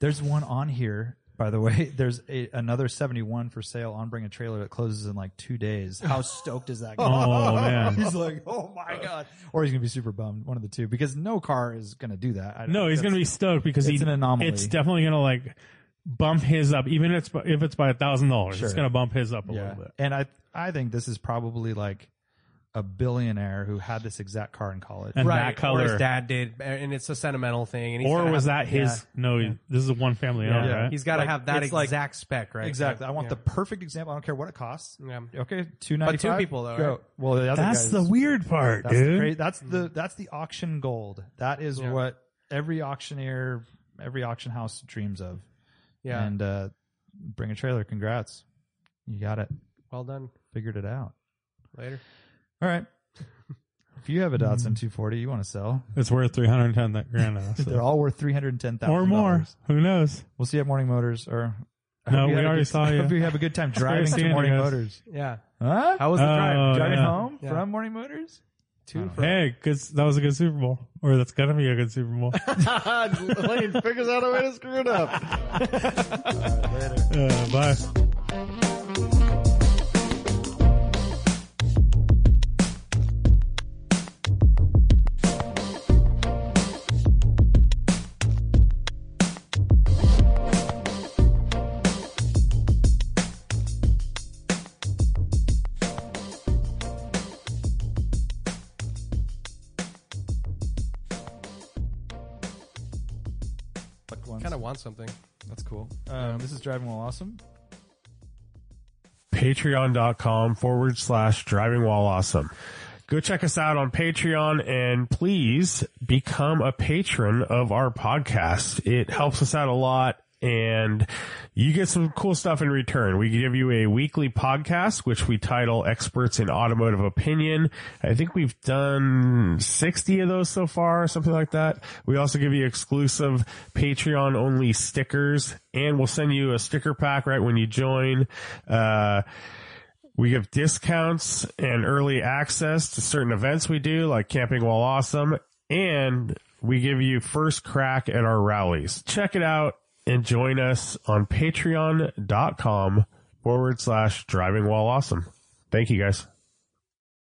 Speaker 3: There's one on here, by the way. [LAUGHS] There's a, another 71 for sale on Bring a Trailer that closes in like two days. [LAUGHS] How stoked is that? Guy?
Speaker 4: Oh, man.
Speaker 3: [LAUGHS] he's like, oh my god, or he's going to be super bummed. One of the two, because no car is going to do that. I
Speaker 4: No, he's going to be stoked because
Speaker 3: it's
Speaker 4: he,
Speaker 3: an anomaly.
Speaker 4: it's definitely going to like bump his up. Even if it's, if it's by a thousand dollars,
Speaker 3: Sure.
Speaker 4: it's going to bump his up a
Speaker 3: yeah.
Speaker 4: little bit.
Speaker 3: And I, I think this is probably like a billionaire who had this exact car in college.
Speaker 4: And
Speaker 2: right,
Speaker 4: that color.
Speaker 2: or his dad did, and it's a sentimental thing. And he's
Speaker 4: or
Speaker 2: gotta
Speaker 4: was
Speaker 2: have-
Speaker 4: that his?
Speaker 2: yeah.
Speaker 4: No, this is a one family
Speaker 3: Yeah.
Speaker 4: owned,
Speaker 3: Yeah.
Speaker 4: right?
Speaker 2: He's got to
Speaker 3: Like,
Speaker 2: have that
Speaker 3: it's like-
Speaker 2: exact spec, right?
Speaker 3: Exactly. I want
Speaker 2: Yeah.
Speaker 3: the perfect example. I don't care what it costs.
Speaker 2: Yeah.
Speaker 3: Okay, two ninety five.
Speaker 2: people, though, right?
Speaker 3: Well, the other
Speaker 4: that's
Speaker 3: guys-
Speaker 4: the weird part,
Speaker 3: That's the
Speaker 4: dude.
Speaker 3: cra- that's the
Speaker 4: Mm.
Speaker 3: that's the auction gold. That is
Speaker 2: Yeah.
Speaker 3: what every auctioneer, every auction house dreams of.
Speaker 2: Yeah.
Speaker 3: And uh, bring a trailer. Congrats, you got it.
Speaker 2: Well done.
Speaker 3: Figured it out.
Speaker 2: Later.
Speaker 3: All right. If you have a Datsun 240, you want to sell.
Speaker 4: it's worth three hundred ten that grand
Speaker 3: [LAUGHS]
Speaker 4: now, so.
Speaker 3: Mm. They're all worth three hundred ten thousand
Speaker 4: or more. Who knows?
Speaker 3: We'll see you at Morning Motors. Or I
Speaker 4: No,
Speaker 3: hope you
Speaker 4: we
Speaker 3: had a
Speaker 4: already
Speaker 3: good-
Speaker 4: saw
Speaker 3: I
Speaker 4: you.
Speaker 3: [LAUGHS] hope you have a good
Speaker 4: [LAUGHS]
Speaker 3: time driving
Speaker 4: seeing
Speaker 3: to
Speaker 4: you
Speaker 3: Morning
Speaker 4: guys.
Speaker 3: Motors.
Speaker 2: Yeah.
Speaker 3: Huh?
Speaker 2: How was the drive?
Speaker 4: Oh,
Speaker 3: driving
Speaker 4: yeah.
Speaker 3: home
Speaker 2: Yeah.
Speaker 3: from Morning Motors?
Speaker 2: Two for
Speaker 4: Hey, good, that was a good Super Bowl, or that's gonna be a good Super
Speaker 3: [LAUGHS]
Speaker 4: Bowl.
Speaker 5: [LAUGHS] Lane figures out a way to screw it up.
Speaker 4: uh, bye.
Speaker 3: Like ones.
Speaker 2: kind of want something.
Speaker 3: That's cool. Um, this is driving while awesome.
Speaker 7: patreon.com forward slash driving while awesome. Go check us out on Patreon and please become a patron of our podcast. It helps us out a lot and you get some cool stuff in return. We give you a weekly podcast, which we title experts in automotive opinion. I think we've done 60 of those so far, something like that. We also give you exclusive Patreon only stickers and we'll send you a sticker pack right when you join. Uh, we give discounts and early access to certain events we do, like Camping While Awesome, and we give you first crack at our rallies. Check it out.
Speaker 4: and join us on patreon.com forward slash driving while awesome. Thank you guys.